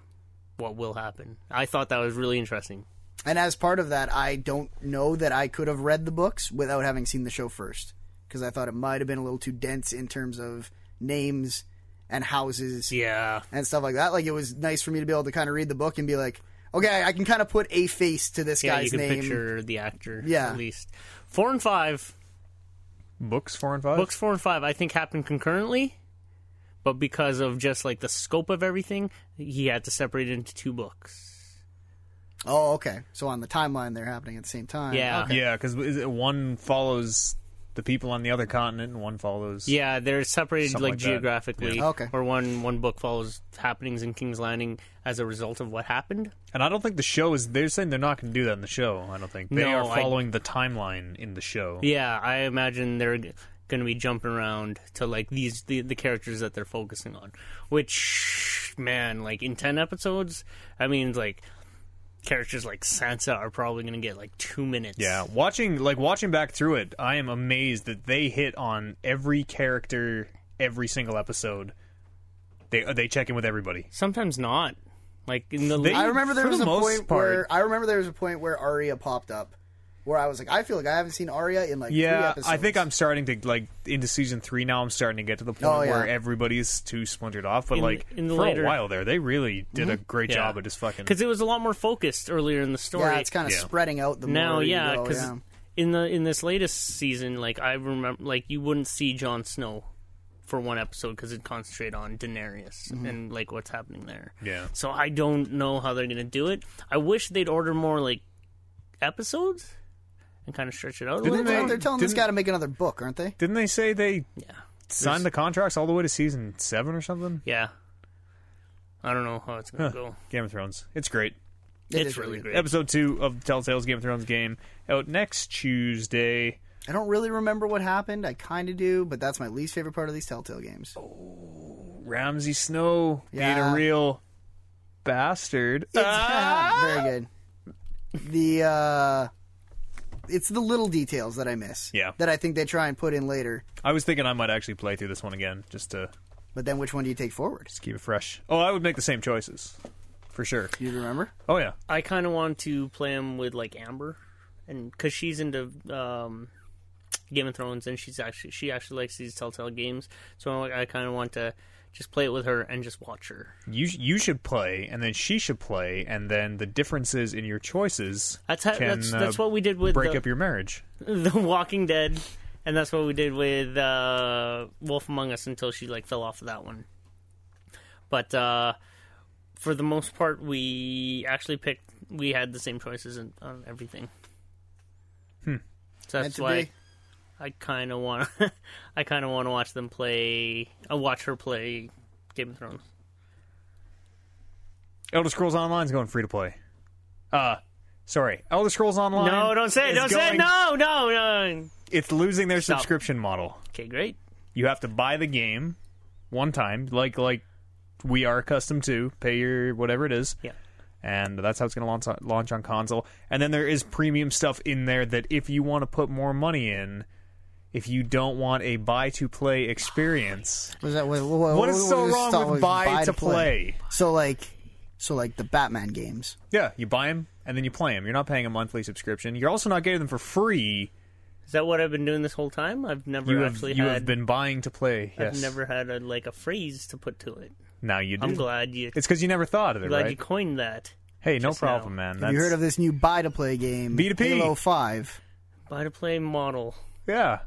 [SPEAKER 3] what will happen. I thought that was really interesting.
[SPEAKER 1] And as part of that, I don't know that I could have read the books without having seen the show first because I thought it might have been a little too dense in terms of names and houses
[SPEAKER 3] Yeah,
[SPEAKER 1] and stuff like that. Like it was nice for me to be able to kind of read the book and be like, okay, I can kind of put a face to this
[SPEAKER 3] yeah, you
[SPEAKER 1] guy's
[SPEAKER 3] can
[SPEAKER 1] name.
[SPEAKER 3] picture the actor.
[SPEAKER 1] Yeah.
[SPEAKER 3] at least four and five.
[SPEAKER 2] Books four and five?
[SPEAKER 3] books four and five i think happened concurrently but because of just like the scope of everything he had to separate it into two books
[SPEAKER 1] Oh, okay. So on the timeline, they're happening at the same time.
[SPEAKER 3] Yeah.
[SPEAKER 1] Okay.
[SPEAKER 2] Yeah, because one follows the people on the other continent and one follows.
[SPEAKER 3] yeah they're separated
[SPEAKER 2] Something
[SPEAKER 3] like,
[SPEAKER 2] like that.
[SPEAKER 3] geographically
[SPEAKER 1] Yeah. Okay.
[SPEAKER 3] or one one book follows happenings in king's landing as a result of what happened
[SPEAKER 2] And I don't think the show is. They're saying they're not going to do that in the show, I don't think. They
[SPEAKER 3] No,
[SPEAKER 2] are
[SPEAKER 3] I-
[SPEAKER 2] following the timeline in the show.
[SPEAKER 3] yeah i imagine they're g- gonna be jumping around to like these the, the characters that they're focusing on which man like in 10 episodes i mean like characters like sansa are probably gonna get like two minutes
[SPEAKER 2] Yeah, watching like watching back through it, I am amazed that they hit on every character every single episode. They uh, they check in with everybody.
[SPEAKER 3] Sometimes not. Like in the
[SPEAKER 2] They-
[SPEAKER 1] I remember there
[SPEAKER 2] For
[SPEAKER 1] was
[SPEAKER 2] the
[SPEAKER 1] a
[SPEAKER 2] most
[SPEAKER 1] point
[SPEAKER 2] part-
[SPEAKER 1] where I remember there was a point where Arya popped up, where I was like, I feel like I haven't seen Arya in like three
[SPEAKER 2] Yeah,
[SPEAKER 1] episodes.
[SPEAKER 2] I think I'm starting to like into season three now. I'm starting to get to the point
[SPEAKER 1] Oh, yeah.
[SPEAKER 2] where everybody's too splintered off. But
[SPEAKER 3] In-
[SPEAKER 2] like
[SPEAKER 3] in the
[SPEAKER 2] for
[SPEAKER 3] later- Mm-hmm.
[SPEAKER 2] a while there, they really did a great
[SPEAKER 3] Yeah.
[SPEAKER 2] job of just fucking.
[SPEAKER 3] because it was a lot more focused earlier in the story.
[SPEAKER 1] Yeah, it's kind of
[SPEAKER 2] Yeah.
[SPEAKER 1] spreading out the
[SPEAKER 3] now,
[SPEAKER 1] more you
[SPEAKER 3] yeah,
[SPEAKER 1] go,
[SPEAKER 3] because in the in this latest season, like I remember, like you wouldn't see Jon Snow for one episode because it concentrated on Daenerys
[SPEAKER 1] Mm-hmm.
[SPEAKER 3] and like what's happening there.
[SPEAKER 2] Yeah.
[SPEAKER 3] So I don't know how they're gonna do it. I wish they'd order more like episodes and kind of stretch it out a
[SPEAKER 2] Didn't
[SPEAKER 3] little
[SPEAKER 1] They're,
[SPEAKER 2] they-
[SPEAKER 3] bit.
[SPEAKER 1] they're telling this
[SPEAKER 2] didn't-
[SPEAKER 1] guy to make another book, aren't they?
[SPEAKER 2] Didn't they say they
[SPEAKER 3] Yeah.
[SPEAKER 2] signed the contracts all the way to season seven or something?
[SPEAKER 3] Yeah. I don't know how it's gonna go.
[SPEAKER 2] Game of Thrones, it's great.
[SPEAKER 1] It
[SPEAKER 3] it's
[SPEAKER 1] is
[SPEAKER 3] really great.
[SPEAKER 2] Episode two of Telltale's Game of Thrones game out next Tuesday.
[SPEAKER 1] I don't really remember what happened. I kind of do, but that's my least favorite part of these Telltale games.
[SPEAKER 2] Ramsey Snow being
[SPEAKER 1] Yeah.
[SPEAKER 2] a real bastard. Ah!
[SPEAKER 1] It's- Very good. The uh, it's the little details that I miss.
[SPEAKER 2] Yeah.
[SPEAKER 1] That I think they try and put in later.
[SPEAKER 2] I was thinking I might actually play through this one again just to
[SPEAKER 1] But then, which one do you take forward?
[SPEAKER 2] just keep it fresh. Oh, I would make the same choices for sure.
[SPEAKER 1] Do you remember?
[SPEAKER 2] Oh yeah.
[SPEAKER 3] I kind of want to play him with like Amber, and because she's into um, Game of Thrones, and she's actually she actually likes these Telltale games, so I, I kind of want to Just play it with her and just watch her.
[SPEAKER 2] You sh- you should play, and then she should play, and then the differences in your choices
[SPEAKER 3] That's how,
[SPEAKER 2] can
[SPEAKER 3] that's
[SPEAKER 2] uh,
[SPEAKER 3] that's what we did with
[SPEAKER 2] break
[SPEAKER 3] the,
[SPEAKER 2] up your marriage.
[SPEAKER 3] the Walking Dead, and that's what we did with uh, Wolf Among Us until she like fell off of that one. But uh, for the most part, we actually picked. We had the same choices in, on everything. Hmm.
[SPEAKER 2] Hmm.
[SPEAKER 3] So
[SPEAKER 1] Meant
[SPEAKER 3] that's
[SPEAKER 1] to
[SPEAKER 3] why
[SPEAKER 1] be.
[SPEAKER 3] I kind of want. I kind of want to watch them play. Uh, watch her play Game of Thrones.
[SPEAKER 2] Elder Scrolls Online is going free to play. Uh, sorry, Elder Scrolls Online.
[SPEAKER 3] No, don't say it.
[SPEAKER 2] is
[SPEAKER 3] Don't say it.
[SPEAKER 2] going-
[SPEAKER 3] No, no, no.
[SPEAKER 2] It's losing their
[SPEAKER 3] Stop.
[SPEAKER 2] subscription model.
[SPEAKER 3] Okay, great.
[SPEAKER 2] You have to buy the game one time, like like we are accustomed to. Pay your whatever it is.
[SPEAKER 3] Yeah.
[SPEAKER 2] and that's how it's going to launch on, launch on console. And then there is premium stuff in there that if you want to put more money in, if you don't want a buy to play experience,
[SPEAKER 1] Was that what? What,
[SPEAKER 2] what is so wrong with buy to play?
[SPEAKER 1] So like, so like the Batman games.
[SPEAKER 2] yeah, you buy them and then you play them. You're not paying a monthly subscription. You're also not getting them for free.
[SPEAKER 3] Is that what I've been doing this whole time? I've never
[SPEAKER 2] You have
[SPEAKER 3] actually
[SPEAKER 2] you
[SPEAKER 3] had.
[SPEAKER 2] have been buying to play. Yes.
[SPEAKER 3] I've never had a, like a phrase to put to it.
[SPEAKER 2] Now you do.
[SPEAKER 3] I'm glad you
[SPEAKER 2] It's because you never thought of it,
[SPEAKER 3] glad
[SPEAKER 2] right?
[SPEAKER 3] you coined that.
[SPEAKER 2] hey, no
[SPEAKER 3] just now.
[SPEAKER 2] problem, man.
[SPEAKER 1] Have
[SPEAKER 2] That's,
[SPEAKER 1] you heard of this new buy to play game?
[SPEAKER 2] B2P.
[SPEAKER 1] Halo Five.
[SPEAKER 3] Buy to play model.
[SPEAKER 2] Yeah.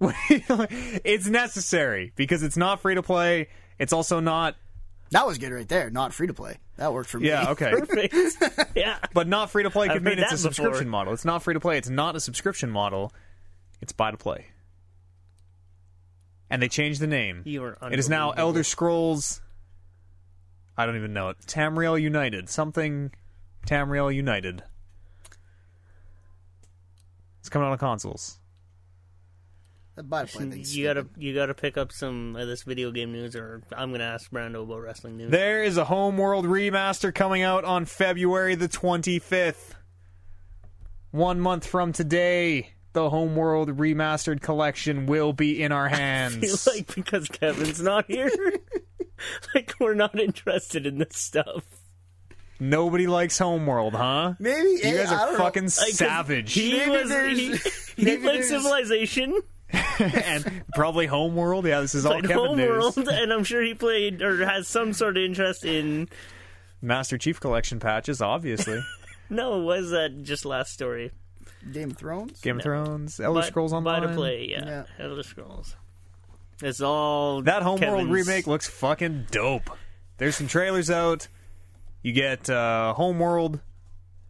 [SPEAKER 2] it's necessary because it's not free to play. It's also not
[SPEAKER 1] That was good right there. Not free to play. That worked for me.
[SPEAKER 2] yeah okay,
[SPEAKER 3] yeah.
[SPEAKER 2] but not free to play could
[SPEAKER 3] I've
[SPEAKER 2] mean
[SPEAKER 3] heard
[SPEAKER 2] it's a
[SPEAKER 3] that
[SPEAKER 2] subscription
[SPEAKER 3] before.
[SPEAKER 2] model. It's not free to play. It's not a subscription model. It's buy to play. And they changed the name.
[SPEAKER 3] You are
[SPEAKER 2] It is now
[SPEAKER 3] unbelievable.
[SPEAKER 2] Elder Scrolls. I don't even know it. Tamriel United something. Tamriel United. It's coming out on consoles.
[SPEAKER 1] That buy to play thing's
[SPEAKER 3] You gotta
[SPEAKER 1] stupid.
[SPEAKER 3] you gotta pick up some of this video game news, or I'm gonna ask Brando about wrestling news.
[SPEAKER 2] There is a Homeworld remaster coming out on February the 25th. One month from today, the Homeworld remastered collection will be in our hands.
[SPEAKER 3] like because Kevin's not here, like we're not interested in this stuff.
[SPEAKER 2] Nobody likes Homeworld, huh?
[SPEAKER 1] Maybe
[SPEAKER 2] You
[SPEAKER 1] hey,
[SPEAKER 2] guys
[SPEAKER 1] I
[SPEAKER 2] are
[SPEAKER 1] don't
[SPEAKER 2] fucking
[SPEAKER 3] Like, 'cause
[SPEAKER 2] savage.
[SPEAKER 3] He
[SPEAKER 1] Maybe
[SPEAKER 3] was he,
[SPEAKER 1] there's-
[SPEAKER 3] he
[SPEAKER 1] maybe
[SPEAKER 3] liked
[SPEAKER 1] there's-
[SPEAKER 3] Civilization,
[SPEAKER 2] and probably Homeworld. Yeah, this is all
[SPEAKER 3] like
[SPEAKER 2] Kevin
[SPEAKER 3] Homeworld,
[SPEAKER 2] news.
[SPEAKER 3] and I'm sure he played or has some sort of interest in.
[SPEAKER 2] Master Chief Collection patches, obviously.
[SPEAKER 3] No, was that just last story?
[SPEAKER 1] know. Game of Thrones.
[SPEAKER 2] Game of Thrones, Elder
[SPEAKER 3] Buy-
[SPEAKER 2] Scrolls Online.
[SPEAKER 3] Buy to play, yeah. Elder Scrolls. It's all
[SPEAKER 2] That Homeworld
[SPEAKER 3] Kevin's-
[SPEAKER 2] remake looks fucking dope. There's some trailers out. You get uh, Homeworld,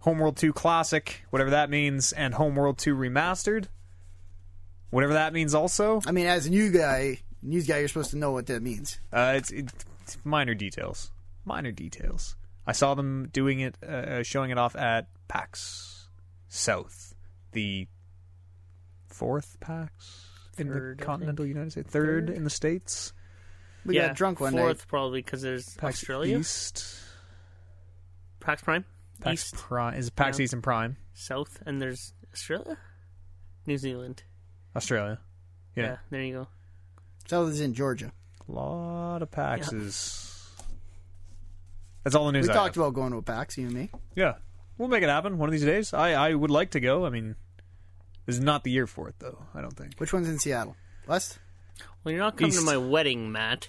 [SPEAKER 2] Homeworld 2 Classic, whatever that means, and Homeworld 2 Remastered, whatever that means. Also,
[SPEAKER 1] I mean, as a new guy, news guy, you're supposed to know what that means.
[SPEAKER 2] uh, it's, it's minor details. Minor details. I saw them doing it, uh, showing it off at PAX South, the fourth PAX in
[SPEAKER 3] Third,
[SPEAKER 2] the
[SPEAKER 3] I
[SPEAKER 2] continental United States, third, in the states,
[SPEAKER 1] We
[SPEAKER 3] yeah,
[SPEAKER 1] got drunk one
[SPEAKER 3] fourth
[SPEAKER 1] night.
[SPEAKER 3] probably because there's
[SPEAKER 2] PAX
[SPEAKER 3] Australia,
[SPEAKER 2] East.
[SPEAKER 3] Pax Prime,
[SPEAKER 2] PAX
[SPEAKER 3] East,
[SPEAKER 2] Prime is it PAX
[SPEAKER 3] Yeah.
[SPEAKER 2] East and Prime
[SPEAKER 3] South, and there's Australia, New Zealand.
[SPEAKER 2] Australia. Yeah,
[SPEAKER 3] Yeah, there you go.
[SPEAKER 1] South is in Georgia.
[SPEAKER 2] a lot of PAXes. That's all the news.
[SPEAKER 1] We
[SPEAKER 2] I
[SPEAKER 1] talked
[SPEAKER 2] have.
[SPEAKER 1] about going to a PAX, you and me.
[SPEAKER 2] Yeah, we'll make it happen one of these days. I I would like to go. I mean, this is not the year for it though. I don't think.
[SPEAKER 1] Which one's in Seattle? West?
[SPEAKER 3] Well, you're not coming
[SPEAKER 2] East.
[SPEAKER 3] to my wedding, Matt.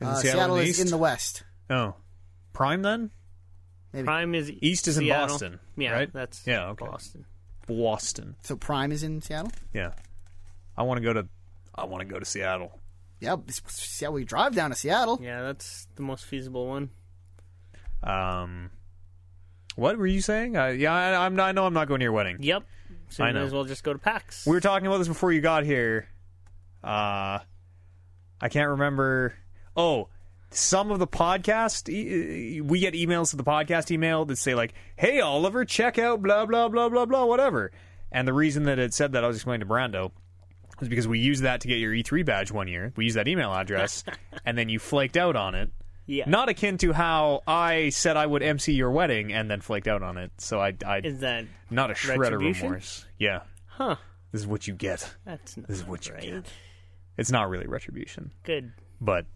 [SPEAKER 2] Is
[SPEAKER 1] Uh,
[SPEAKER 2] it
[SPEAKER 1] Seattle,
[SPEAKER 2] Seattle, in the
[SPEAKER 1] is
[SPEAKER 2] East?
[SPEAKER 1] in the West.
[SPEAKER 2] oh, Prime then
[SPEAKER 1] Maybe.
[SPEAKER 3] Prime is
[SPEAKER 2] East is in
[SPEAKER 3] Seattle.
[SPEAKER 2] Boston,
[SPEAKER 3] Yeah,
[SPEAKER 2] right?
[SPEAKER 3] that's
[SPEAKER 2] Yeah, okay.
[SPEAKER 3] Boston.
[SPEAKER 2] Boston.
[SPEAKER 1] So Prime is in Seattle?
[SPEAKER 2] Yeah, I want to go to. I want to go to Seattle.
[SPEAKER 1] Yeah, it's- see how we drive down to Seattle.
[SPEAKER 3] Yeah, that's the most feasible one.
[SPEAKER 2] Um, what were you saying? I, yeah, I, I'm. not- I know I'm not going to your wedding.
[SPEAKER 3] Yep. So
[SPEAKER 2] I
[SPEAKER 3] you might
[SPEAKER 2] know.
[SPEAKER 3] as well just go to PAX.
[SPEAKER 2] we were talking about this before you got here. Uh, I can't remember. Oh, some of the podcast e- e- we get emails to the podcast email that say like, "Hey Oliver, check out blah blah blah blah blah whatever." And the reason that it said that I was explaining to Brando was because we used that to get your E3 badge one year. We used that email address, and then you flaked out on it.
[SPEAKER 3] yeah.
[SPEAKER 2] Not akin to how I said I would MC your wedding and then flaked out on it. So I, I
[SPEAKER 3] is that
[SPEAKER 2] not a shred of
[SPEAKER 3] retribution?
[SPEAKER 2] remorse. Yeah,
[SPEAKER 3] huh?
[SPEAKER 2] this is what you get.
[SPEAKER 3] That's not
[SPEAKER 2] This is what you
[SPEAKER 3] right.
[SPEAKER 2] get. It's not really retribution,
[SPEAKER 3] Good.
[SPEAKER 2] but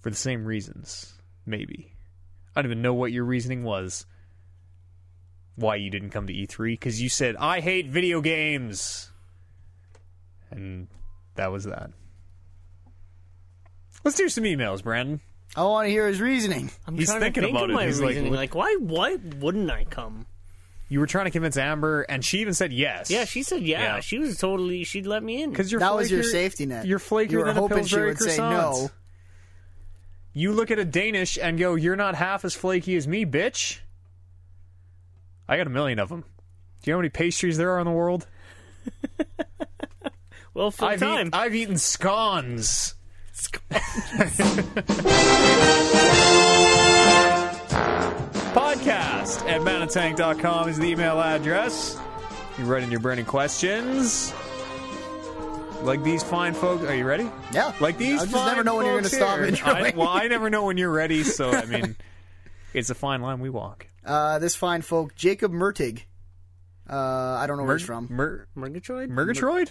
[SPEAKER 2] for the same reasons, maybe. I don't even know what your reasoning was why you didn't come to E3 because you said, I hate video games. And that was that. Let's do some emails, Brandon.
[SPEAKER 1] I want to hear his reasoning.
[SPEAKER 3] I'm
[SPEAKER 2] He's
[SPEAKER 3] trying
[SPEAKER 2] thinking
[SPEAKER 3] to think
[SPEAKER 2] about
[SPEAKER 3] of
[SPEAKER 2] it.
[SPEAKER 3] my
[SPEAKER 2] He's like,
[SPEAKER 3] reasoning.
[SPEAKER 2] look-
[SPEAKER 3] Like, why? Why wouldn't I come?
[SPEAKER 2] You were trying to convince Amber, and she even said yes.
[SPEAKER 3] Yeah, she said yeah.
[SPEAKER 2] Yeah.
[SPEAKER 3] She was totally. She'd let me in.
[SPEAKER 2] because you're
[SPEAKER 1] that was your
[SPEAKER 2] flakier-
[SPEAKER 1] safety net.
[SPEAKER 2] You're flakier
[SPEAKER 1] You were
[SPEAKER 2] than a
[SPEAKER 1] hoping she
[SPEAKER 2] Pillsbury
[SPEAKER 1] would say
[SPEAKER 2] croissant.
[SPEAKER 1] no.
[SPEAKER 2] You look at a Danish and go, "You're not half as flaky as me, bitch." I got a million of them. Do you know how many pastries there are in the world?
[SPEAKER 3] Well, full
[SPEAKER 2] I've,
[SPEAKER 3] time.
[SPEAKER 2] eat- I've eaten scones. Podcast at manatank.com is the email address. You write in your burning questions. Like these fine folks. Are you ready?
[SPEAKER 1] Yeah.
[SPEAKER 2] Like these
[SPEAKER 1] I just
[SPEAKER 2] fine
[SPEAKER 1] never know when you're
[SPEAKER 2] folks
[SPEAKER 1] gonna stop
[SPEAKER 2] here. I,
[SPEAKER 1] introing.
[SPEAKER 2] well, I never know when you're ready, so I mean, it's a fine line we walk.
[SPEAKER 1] Uh, this fine folk, Jacob Mertig. Uh, I don't know where he's from.
[SPEAKER 2] Mur-
[SPEAKER 3] Murgatroyd.
[SPEAKER 2] Murgatroyd?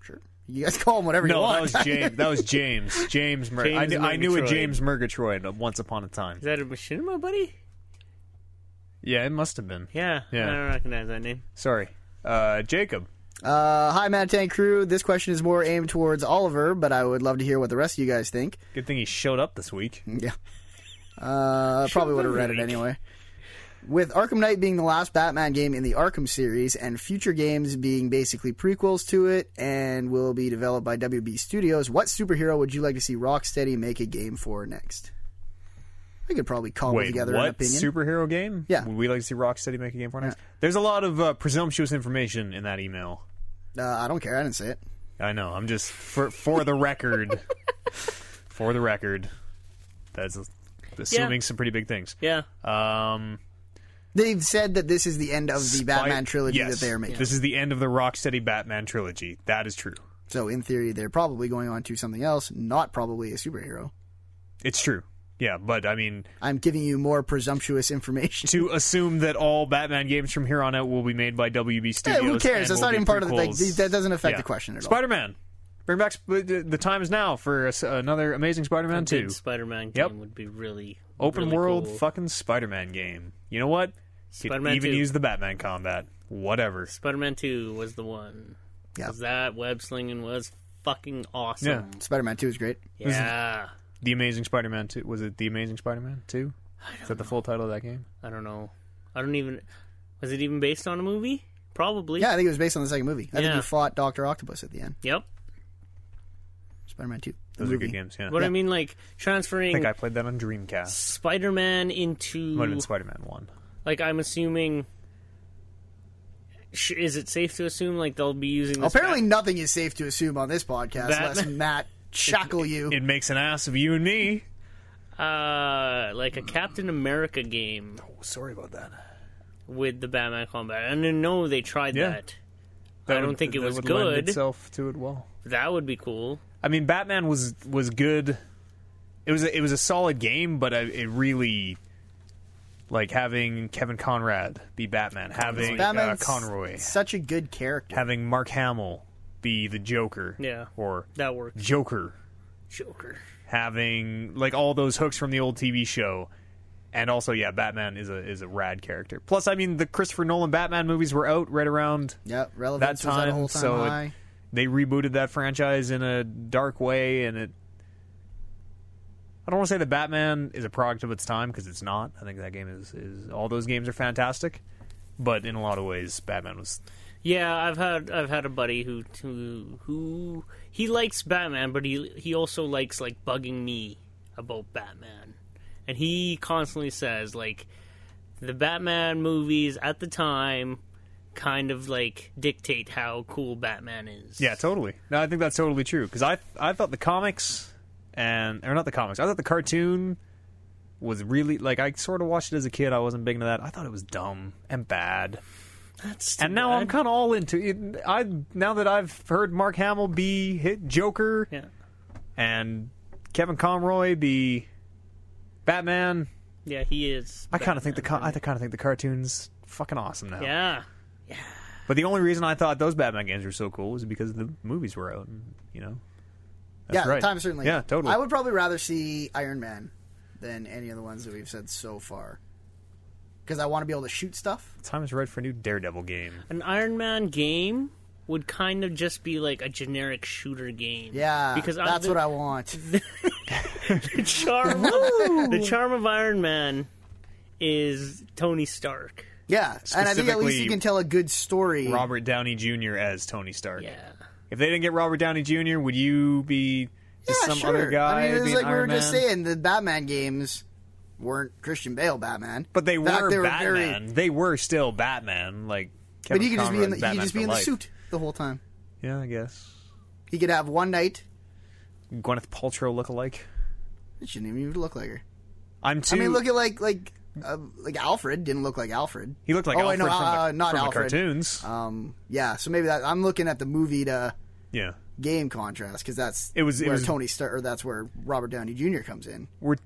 [SPEAKER 1] Sure. You guys call him whatever you
[SPEAKER 2] No, that
[SPEAKER 1] want.
[SPEAKER 2] was James. That was James. James. Mur- I,
[SPEAKER 3] James
[SPEAKER 2] knew, I knew a
[SPEAKER 3] Murgatroyd.
[SPEAKER 2] James Murgatroyd once upon a time.
[SPEAKER 3] Is that a machinima, buddy?
[SPEAKER 2] Yeah, it must have been.
[SPEAKER 3] Yeah.
[SPEAKER 2] Yeah.
[SPEAKER 3] I don't recognize that name.
[SPEAKER 2] Sorry. Uh, Jacob.
[SPEAKER 1] Uh, hi, Mad Tank crew. This question is more aimed towards Oliver, but I would love to hear what the rest of you guys think.
[SPEAKER 2] Good thing he showed up this week.
[SPEAKER 1] Yeah. Uh, probably would have read it anyway. With Arkham Knight being the last Batman game in the Arkham series, and future games being basically prequels to it, and will be developed by WB Studios, what superhero would you like to see Rocksteady make a game for next? I could probably call
[SPEAKER 2] Wait,
[SPEAKER 1] together an
[SPEAKER 2] what
[SPEAKER 1] opinion.
[SPEAKER 2] superhero game?
[SPEAKER 1] Yeah.
[SPEAKER 2] Would we like to see Rocksteady make a game for next?
[SPEAKER 1] Yeah.
[SPEAKER 2] There's a lot of uh, presumptuous information in that email.
[SPEAKER 1] uh, I don't care. I didn't say it.
[SPEAKER 2] I know. I'm just for for the record. for the record, that's assuming some pretty big things.
[SPEAKER 3] Yeah.
[SPEAKER 2] Um,
[SPEAKER 1] They've said that this is the end of the Batman
[SPEAKER 2] Spike-
[SPEAKER 1] trilogy
[SPEAKER 2] yes.
[SPEAKER 1] that they are making.
[SPEAKER 2] This is the end of the Rocksteady Batman trilogy. That is true.
[SPEAKER 1] So in theory, they're probably going on to something else, not probably a superhero.
[SPEAKER 2] It's true. Yeah, but I mean,
[SPEAKER 1] I'm giving you more presumptuous information.
[SPEAKER 2] to assume that all Batman games from here on out will be made by WB Studios.
[SPEAKER 1] Hey, who cares? That's
[SPEAKER 2] and will
[SPEAKER 1] not
[SPEAKER 2] be
[SPEAKER 1] even part of the like,
[SPEAKER 2] prequels.
[SPEAKER 1] that doesn't affect
[SPEAKER 2] Yeah.
[SPEAKER 1] the question at all.
[SPEAKER 2] Spider-Man, bring back. Sp- the the time is now for a s- another amazing Spider-Man two.
[SPEAKER 3] Good Spider-Man game
[SPEAKER 2] Yep.
[SPEAKER 3] would be really
[SPEAKER 2] Open
[SPEAKER 3] really
[SPEAKER 2] world
[SPEAKER 3] cool.
[SPEAKER 2] fucking Spider-Man game. You know what? Could
[SPEAKER 3] Spider-Man
[SPEAKER 2] even
[SPEAKER 3] 2.
[SPEAKER 2] use the Batman combat. Whatever.
[SPEAKER 3] Spider-Man Two was the one.
[SPEAKER 1] Yeah.
[SPEAKER 3] 'Cause that web slinging was fucking awesome.
[SPEAKER 1] Spider-Man 2 is great.
[SPEAKER 3] Yeah.
[SPEAKER 2] The Amazing Spider-Man two. Was it the Amazing Spider-Man two? Is that the full title of that game?
[SPEAKER 3] I don't know. I don't even. Was it even based on a movie? Probably.
[SPEAKER 1] Yeah, I think it was based on the second movie. I think
[SPEAKER 3] Yeah.
[SPEAKER 1] he fought Doctor Octopus at the end.
[SPEAKER 3] Yep.
[SPEAKER 1] Spider-Man 2. the
[SPEAKER 2] Those are
[SPEAKER 1] movie.
[SPEAKER 2] good games. Yeah.
[SPEAKER 3] But I
[SPEAKER 1] Yeah.
[SPEAKER 3] mean,
[SPEAKER 2] I
[SPEAKER 3] like
[SPEAKER 2] think
[SPEAKER 3] transferring
[SPEAKER 2] I played that on Dreamcast.
[SPEAKER 3] Spider-Man
[SPEAKER 2] Might have
[SPEAKER 3] into
[SPEAKER 2] been Spider-Man one.
[SPEAKER 3] like I'm assuming. Sh- Is it safe to assume like they'll be using this
[SPEAKER 1] Apparently, nothing is safe to assume on this podcast
[SPEAKER 2] That-
[SPEAKER 1] unless Matt shackle you.
[SPEAKER 2] It makes an ass of you and me.
[SPEAKER 3] uh like a Captain America game
[SPEAKER 2] Oh, sorry about that.
[SPEAKER 3] with the Batman combat? And I didn't know they tried
[SPEAKER 2] Yeah.
[SPEAKER 3] that.
[SPEAKER 2] That
[SPEAKER 3] I don't
[SPEAKER 2] would-
[SPEAKER 3] think it
[SPEAKER 2] that
[SPEAKER 3] was
[SPEAKER 2] would lend
[SPEAKER 3] good.
[SPEAKER 2] itself to it well.
[SPEAKER 3] That would be cool.
[SPEAKER 2] I mean, Batman was was good. It was a, it was a solid game, but I, it really like having Kevin Conrad be Batman, having uh,
[SPEAKER 1] Batman's
[SPEAKER 2] Conroy,
[SPEAKER 1] such a good character.
[SPEAKER 2] having Mark Hamill be the Joker,
[SPEAKER 3] Yeah.
[SPEAKER 2] or
[SPEAKER 3] That works.
[SPEAKER 2] Joker,
[SPEAKER 3] Joker.
[SPEAKER 2] having like all those hooks from the old TV show. And also, yeah, Batman is a is a rad character. Plus, I mean, the Christopher Nolan Batman movies were out right around
[SPEAKER 1] Yep,
[SPEAKER 2] that
[SPEAKER 1] relevance was at
[SPEAKER 2] time,
[SPEAKER 1] a whole time
[SPEAKER 2] so it-
[SPEAKER 1] high.
[SPEAKER 2] they rebooted that franchise in a dark way and it I don't want to say that Batman is a product of its time because it's not. I think that game is, is all those games are fantastic, but in a lot of ways, Batman was
[SPEAKER 3] Yeah, I've had I've had a buddy who who, who he likes Batman, but he he also likes like bugging me about Batman, and he constantly says like the Batman movies at the time kind of like dictate how cool Batman is.
[SPEAKER 2] yeah, totally. No, I think that's totally true because I I thought the comics and or not the comics, I thought the cartoon was really like I sort of watched it as a kid. I wasn't big into that. I thought it was dumb and bad.
[SPEAKER 3] that's too
[SPEAKER 2] and now I'm
[SPEAKER 3] bad.
[SPEAKER 2] kind of all into it. I now that I've heard Mark Hamill be hit Joker,
[SPEAKER 3] yeah.
[SPEAKER 2] and Kevin Conroy be Batman.
[SPEAKER 3] Yeah, he is.
[SPEAKER 2] I kind of think the
[SPEAKER 3] Batman.
[SPEAKER 2] con- I kind of think the cartoons fucking awesome now.
[SPEAKER 3] yeah,
[SPEAKER 2] But the only reason I thought those Batman games were so cool was because the movies were out. And, you know.
[SPEAKER 1] yeah,
[SPEAKER 2] right.
[SPEAKER 1] time certainly.
[SPEAKER 2] Yeah, totally.
[SPEAKER 1] I would probably rather see Iron Man than any of the ones that we've said so far. Because I want to be able to shoot stuff.
[SPEAKER 2] Time is right for a new Daredevil game.
[SPEAKER 3] an Iron Man game would kind of just be like a generic shooter game.
[SPEAKER 1] Yeah,
[SPEAKER 3] because I-
[SPEAKER 1] that's
[SPEAKER 3] the,
[SPEAKER 1] what I want.
[SPEAKER 3] the charm. the charm of Iron Man is Tony Stark.
[SPEAKER 1] Yeah, and I think at least
[SPEAKER 2] Specifically,
[SPEAKER 1] you can tell a good story.
[SPEAKER 2] Robert Downey Jr. as Tony Stark.
[SPEAKER 3] Yeah.
[SPEAKER 2] If they didn't get Robert Downey Jr., would you be just
[SPEAKER 1] yeah,
[SPEAKER 2] some
[SPEAKER 1] sure.
[SPEAKER 2] other guy?
[SPEAKER 1] I mean, it's
[SPEAKER 2] being
[SPEAKER 1] like we were
[SPEAKER 2] Iron
[SPEAKER 1] just
[SPEAKER 2] Man?
[SPEAKER 1] saying the Batman games weren't Christian Bale Batman,
[SPEAKER 2] But they
[SPEAKER 1] In
[SPEAKER 2] were,
[SPEAKER 1] fact,
[SPEAKER 2] Batman.
[SPEAKER 1] very-
[SPEAKER 2] They were still Batman. Like,
[SPEAKER 1] but
[SPEAKER 2] Kevin
[SPEAKER 1] he could just be in
[SPEAKER 2] Conroy's
[SPEAKER 1] the, he could
[SPEAKER 2] Batman
[SPEAKER 1] just be
[SPEAKER 2] for
[SPEAKER 1] in the
[SPEAKER 2] life.
[SPEAKER 1] suit the whole time.
[SPEAKER 2] Yeah, I guess.
[SPEAKER 1] He could have one night.
[SPEAKER 2] Gwyneth Paltrow look alike.
[SPEAKER 1] It shouldn't even look like her.
[SPEAKER 2] I'm too.
[SPEAKER 1] I mean, look at like like uh, like Alfred didn't look like Alfred.
[SPEAKER 2] he looked like
[SPEAKER 1] oh,
[SPEAKER 2] Alfred
[SPEAKER 1] I know,
[SPEAKER 2] from, the,
[SPEAKER 1] uh, not
[SPEAKER 2] from the
[SPEAKER 1] Alfred.
[SPEAKER 2] cartoons.
[SPEAKER 1] Um, yeah, so maybe that I'm looking at the movie to
[SPEAKER 2] yeah,
[SPEAKER 1] game contrast because that's
[SPEAKER 2] It was- it
[SPEAKER 1] where
[SPEAKER 2] was-
[SPEAKER 1] Tony Star or that's where Robert Downey Jr. comes in.
[SPEAKER 2] we're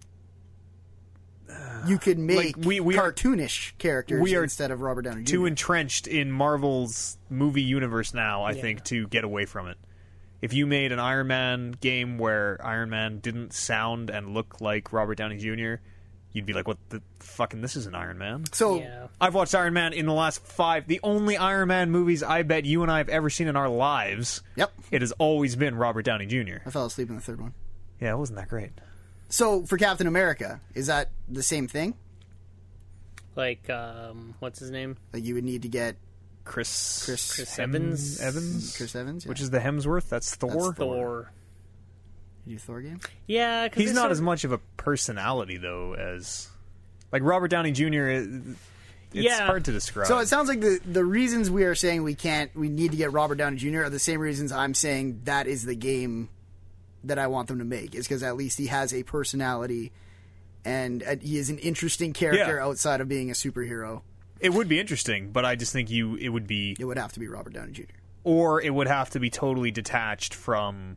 [SPEAKER 1] You could make
[SPEAKER 2] Like, we- we are-
[SPEAKER 1] cartoonish characters
[SPEAKER 2] we are
[SPEAKER 1] instead of Robert Downey Jr.
[SPEAKER 2] too entrenched in Marvel's movie universe now. I
[SPEAKER 3] Yeah.
[SPEAKER 2] think to get away from it. If you made an Iron Man game where Iron Man didn't sound and look like Robert Downey Jr., you'd be like, "What the fucking? This is an Iron Man."
[SPEAKER 1] so
[SPEAKER 3] Yeah.
[SPEAKER 2] I've watched Iron Man in the last five. The only Iron Man movies I bet you and I have ever seen in our lives.
[SPEAKER 1] Yep.
[SPEAKER 2] It has always been Robert Downey Jr.
[SPEAKER 1] I fell asleep in the third one.
[SPEAKER 2] Yeah, it wasn't that great.
[SPEAKER 1] So for Captain America, is that the same thing?
[SPEAKER 3] Like, um, what's his name?
[SPEAKER 1] Like you would need to get
[SPEAKER 2] Chris
[SPEAKER 1] Chris-
[SPEAKER 3] Chris
[SPEAKER 2] Hem-
[SPEAKER 3] Evans.
[SPEAKER 2] Evans,
[SPEAKER 1] Chris Evans, yeah.
[SPEAKER 2] which is the Hemsworth. That's Thor.
[SPEAKER 3] Thor.
[SPEAKER 1] you do Thor game.
[SPEAKER 3] Yeah, 'cause
[SPEAKER 2] He's
[SPEAKER 3] there's
[SPEAKER 2] not
[SPEAKER 3] some-
[SPEAKER 2] as much of a personality though as like Robert Downey Jr. i- It's
[SPEAKER 3] Yeah.
[SPEAKER 2] hard to describe.
[SPEAKER 1] So it sounds like the the reasons we are saying we can't, we need to get Robert Downey Jr. are the same reasons I'm saying that is the game that I want them to make. Is because at least he has a personality and uh, he is an interesting character
[SPEAKER 2] Yeah.
[SPEAKER 1] outside of being a superhero.
[SPEAKER 2] it would be interesting, but I just think you it would be
[SPEAKER 1] It would have to be Robert Downey Jr.
[SPEAKER 2] or it would have to be totally detached from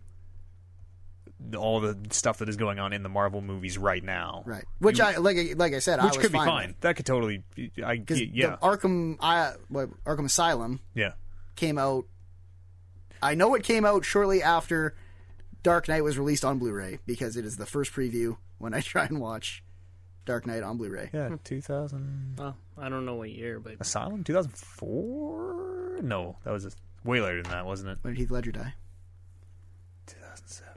[SPEAKER 2] all the stuff that is going on in the Marvel movies right now.
[SPEAKER 1] Right, which I like. I- Like I said, I
[SPEAKER 2] Which
[SPEAKER 1] was
[SPEAKER 2] could be
[SPEAKER 1] fine.
[SPEAKER 2] fine. That could totally. be- I
[SPEAKER 1] Because
[SPEAKER 2] yeah
[SPEAKER 1] the Arkham, I, what, Arkham Asylum
[SPEAKER 2] yeah.
[SPEAKER 1] came out. I know it came out shortly after Dark Knight was released on Blu-ray because it is the first preview when I try and watch Dark Knight on Blu-ray.
[SPEAKER 2] Yeah, 2000
[SPEAKER 3] Well, I don't know what year, but
[SPEAKER 2] Asylum 2004? No, that was a, way later than that, wasn't it?
[SPEAKER 1] When did Heath Ledger die?
[SPEAKER 2] 2007.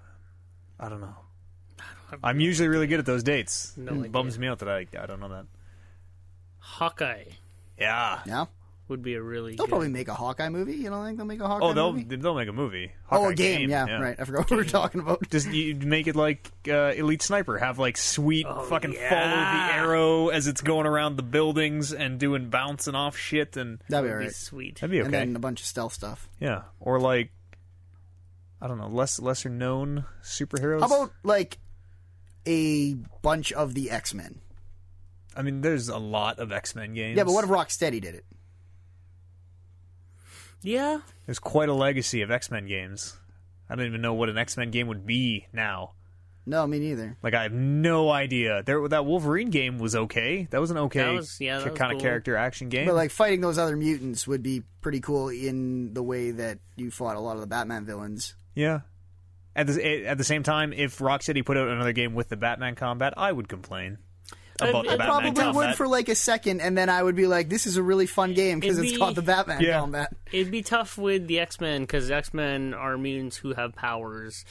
[SPEAKER 2] I don't know. I'm usually really good at those dates.
[SPEAKER 3] No
[SPEAKER 1] Mm.
[SPEAKER 2] it
[SPEAKER 3] idea.
[SPEAKER 2] bums me out that I I don't know that.
[SPEAKER 3] Hawkeye
[SPEAKER 2] Yeah.
[SPEAKER 1] Yeah,
[SPEAKER 3] would be a really
[SPEAKER 1] they'll
[SPEAKER 3] good.
[SPEAKER 1] probably make a Hawkeye movie. You don't think they'll make a Hawkeye
[SPEAKER 2] Oh, they'll
[SPEAKER 1] movie?
[SPEAKER 2] they'll make a movie.
[SPEAKER 1] Oh,
[SPEAKER 2] Hawkeye
[SPEAKER 1] a game. Yeah, right. I forgot what we were talking about.
[SPEAKER 2] Just you make it like uh, Elite Sniper, have like sweet fucking
[SPEAKER 3] Oh, yeah.
[SPEAKER 2] follow the arrow as it's going around the buildings and doing bouncing off shit and
[SPEAKER 1] That'd be
[SPEAKER 3] would be
[SPEAKER 1] alright.
[SPEAKER 3] sweet.
[SPEAKER 2] that'd be okay.
[SPEAKER 1] And then a bunch of stealth stuff.
[SPEAKER 2] yeah, or like I don't know, less lesser known superheroes.
[SPEAKER 1] How about like a bunch of the X Men?
[SPEAKER 2] I mean, there's a lot of X Men games.
[SPEAKER 1] Yeah, but what if Rocksteady did it?
[SPEAKER 3] Yeah,
[SPEAKER 2] There's quite a legacy of X Men games. I don't even know what an X Men game would be now.
[SPEAKER 1] No, me neither.
[SPEAKER 2] Like I have no idea. There, that Wolverine game was okay. That was an okay
[SPEAKER 3] That was- yeah, that was
[SPEAKER 2] kind
[SPEAKER 3] cool.
[SPEAKER 2] of character action game.
[SPEAKER 1] But like fighting those other mutants would be pretty cool in the way that you fought a lot of the Batman villains.
[SPEAKER 2] yeah. At the eh, at the same time, if Rocksteady put out another game with the Batman combat, I would complain about
[SPEAKER 3] I
[SPEAKER 2] the Batman
[SPEAKER 1] Probably
[SPEAKER 2] combat.
[SPEAKER 1] would for like a second, and then I would be like, "This is a really fun game because
[SPEAKER 3] It'd
[SPEAKER 1] it's
[SPEAKER 3] be-
[SPEAKER 1] called the Batman
[SPEAKER 2] Yeah.
[SPEAKER 1] Combat."
[SPEAKER 3] it'd be tough with the X Men because X Men are mutants who have powers,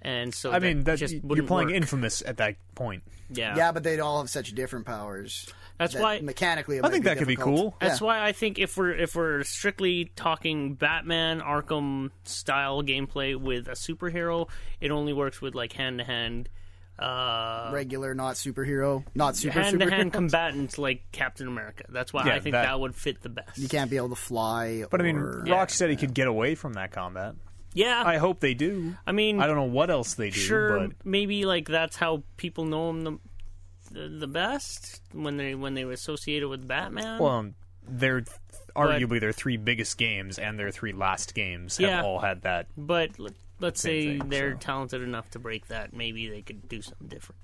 [SPEAKER 3] and so
[SPEAKER 2] I mean, that,
[SPEAKER 3] just
[SPEAKER 2] you're
[SPEAKER 3] wouldn't
[SPEAKER 2] playing
[SPEAKER 3] work.
[SPEAKER 2] Infamous at that point.
[SPEAKER 3] Yeah,
[SPEAKER 1] Yeah, but they'd all have such different powers.
[SPEAKER 3] That's
[SPEAKER 1] that
[SPEAKER 3] why-
[SPEAKER 1] mechanically. It
[SPEAKER 2] I
[SPEAKER 1] might
[SPEAKER 2] think that could be
[SPEAKER 1] difficult.
[SPEAKER 2] cool.
[SPEAKER 1] Yeah.
[SPEAKER 3] That's why I think if we're if we're strictly talking Batman Arkham style gameplay with a superhero, it only works with like uh, hand to hand,
[SPEAKER 1] Uh, regular, not superhero, not super
[SPEAKER 3] hand to
[SPEAKER 1] superhero.
[SPEAKER 3] hand combatants like Captain America. That's why
[SPEAKER 2] Yeah,
[SPEAKER 3] I think
[SPEAKER 2] that-
[SPEAKER 3] that, would fit the best.
[SPEAKER 1] You can't be able to fly.
[SPEAKER 2] But I mean,
[SPEAKER 1] or-
[SPEAKER 2] Rocksteady could get away from that combat.
[SPEAKER 3] yeah,
[SPEAKER 2] I hope they do.
[SPEAKER 3] I mean,
[SPEAKER 2] I don't know what else they do.
[SPEAKER 3] sure,
[SPEAKER 2] but
[SPEAKER 3] maybe like that's how people know him the, the the best when they when they were associated with Batman.
[SPEAKER 2] Well, um, they're th- arguably their three biggest games and their three last games have
[SPEAKER 3] Yeah.
[SPEAKER 2] all had that.
[SPEAKER 3] but let, let's say
[SPEAKER 2] Same thing,
[SPEAKER 3] they're
[SPEAKER 2] so.
[SPEAKER 3] talented enough to break that. Maybe they could do something different.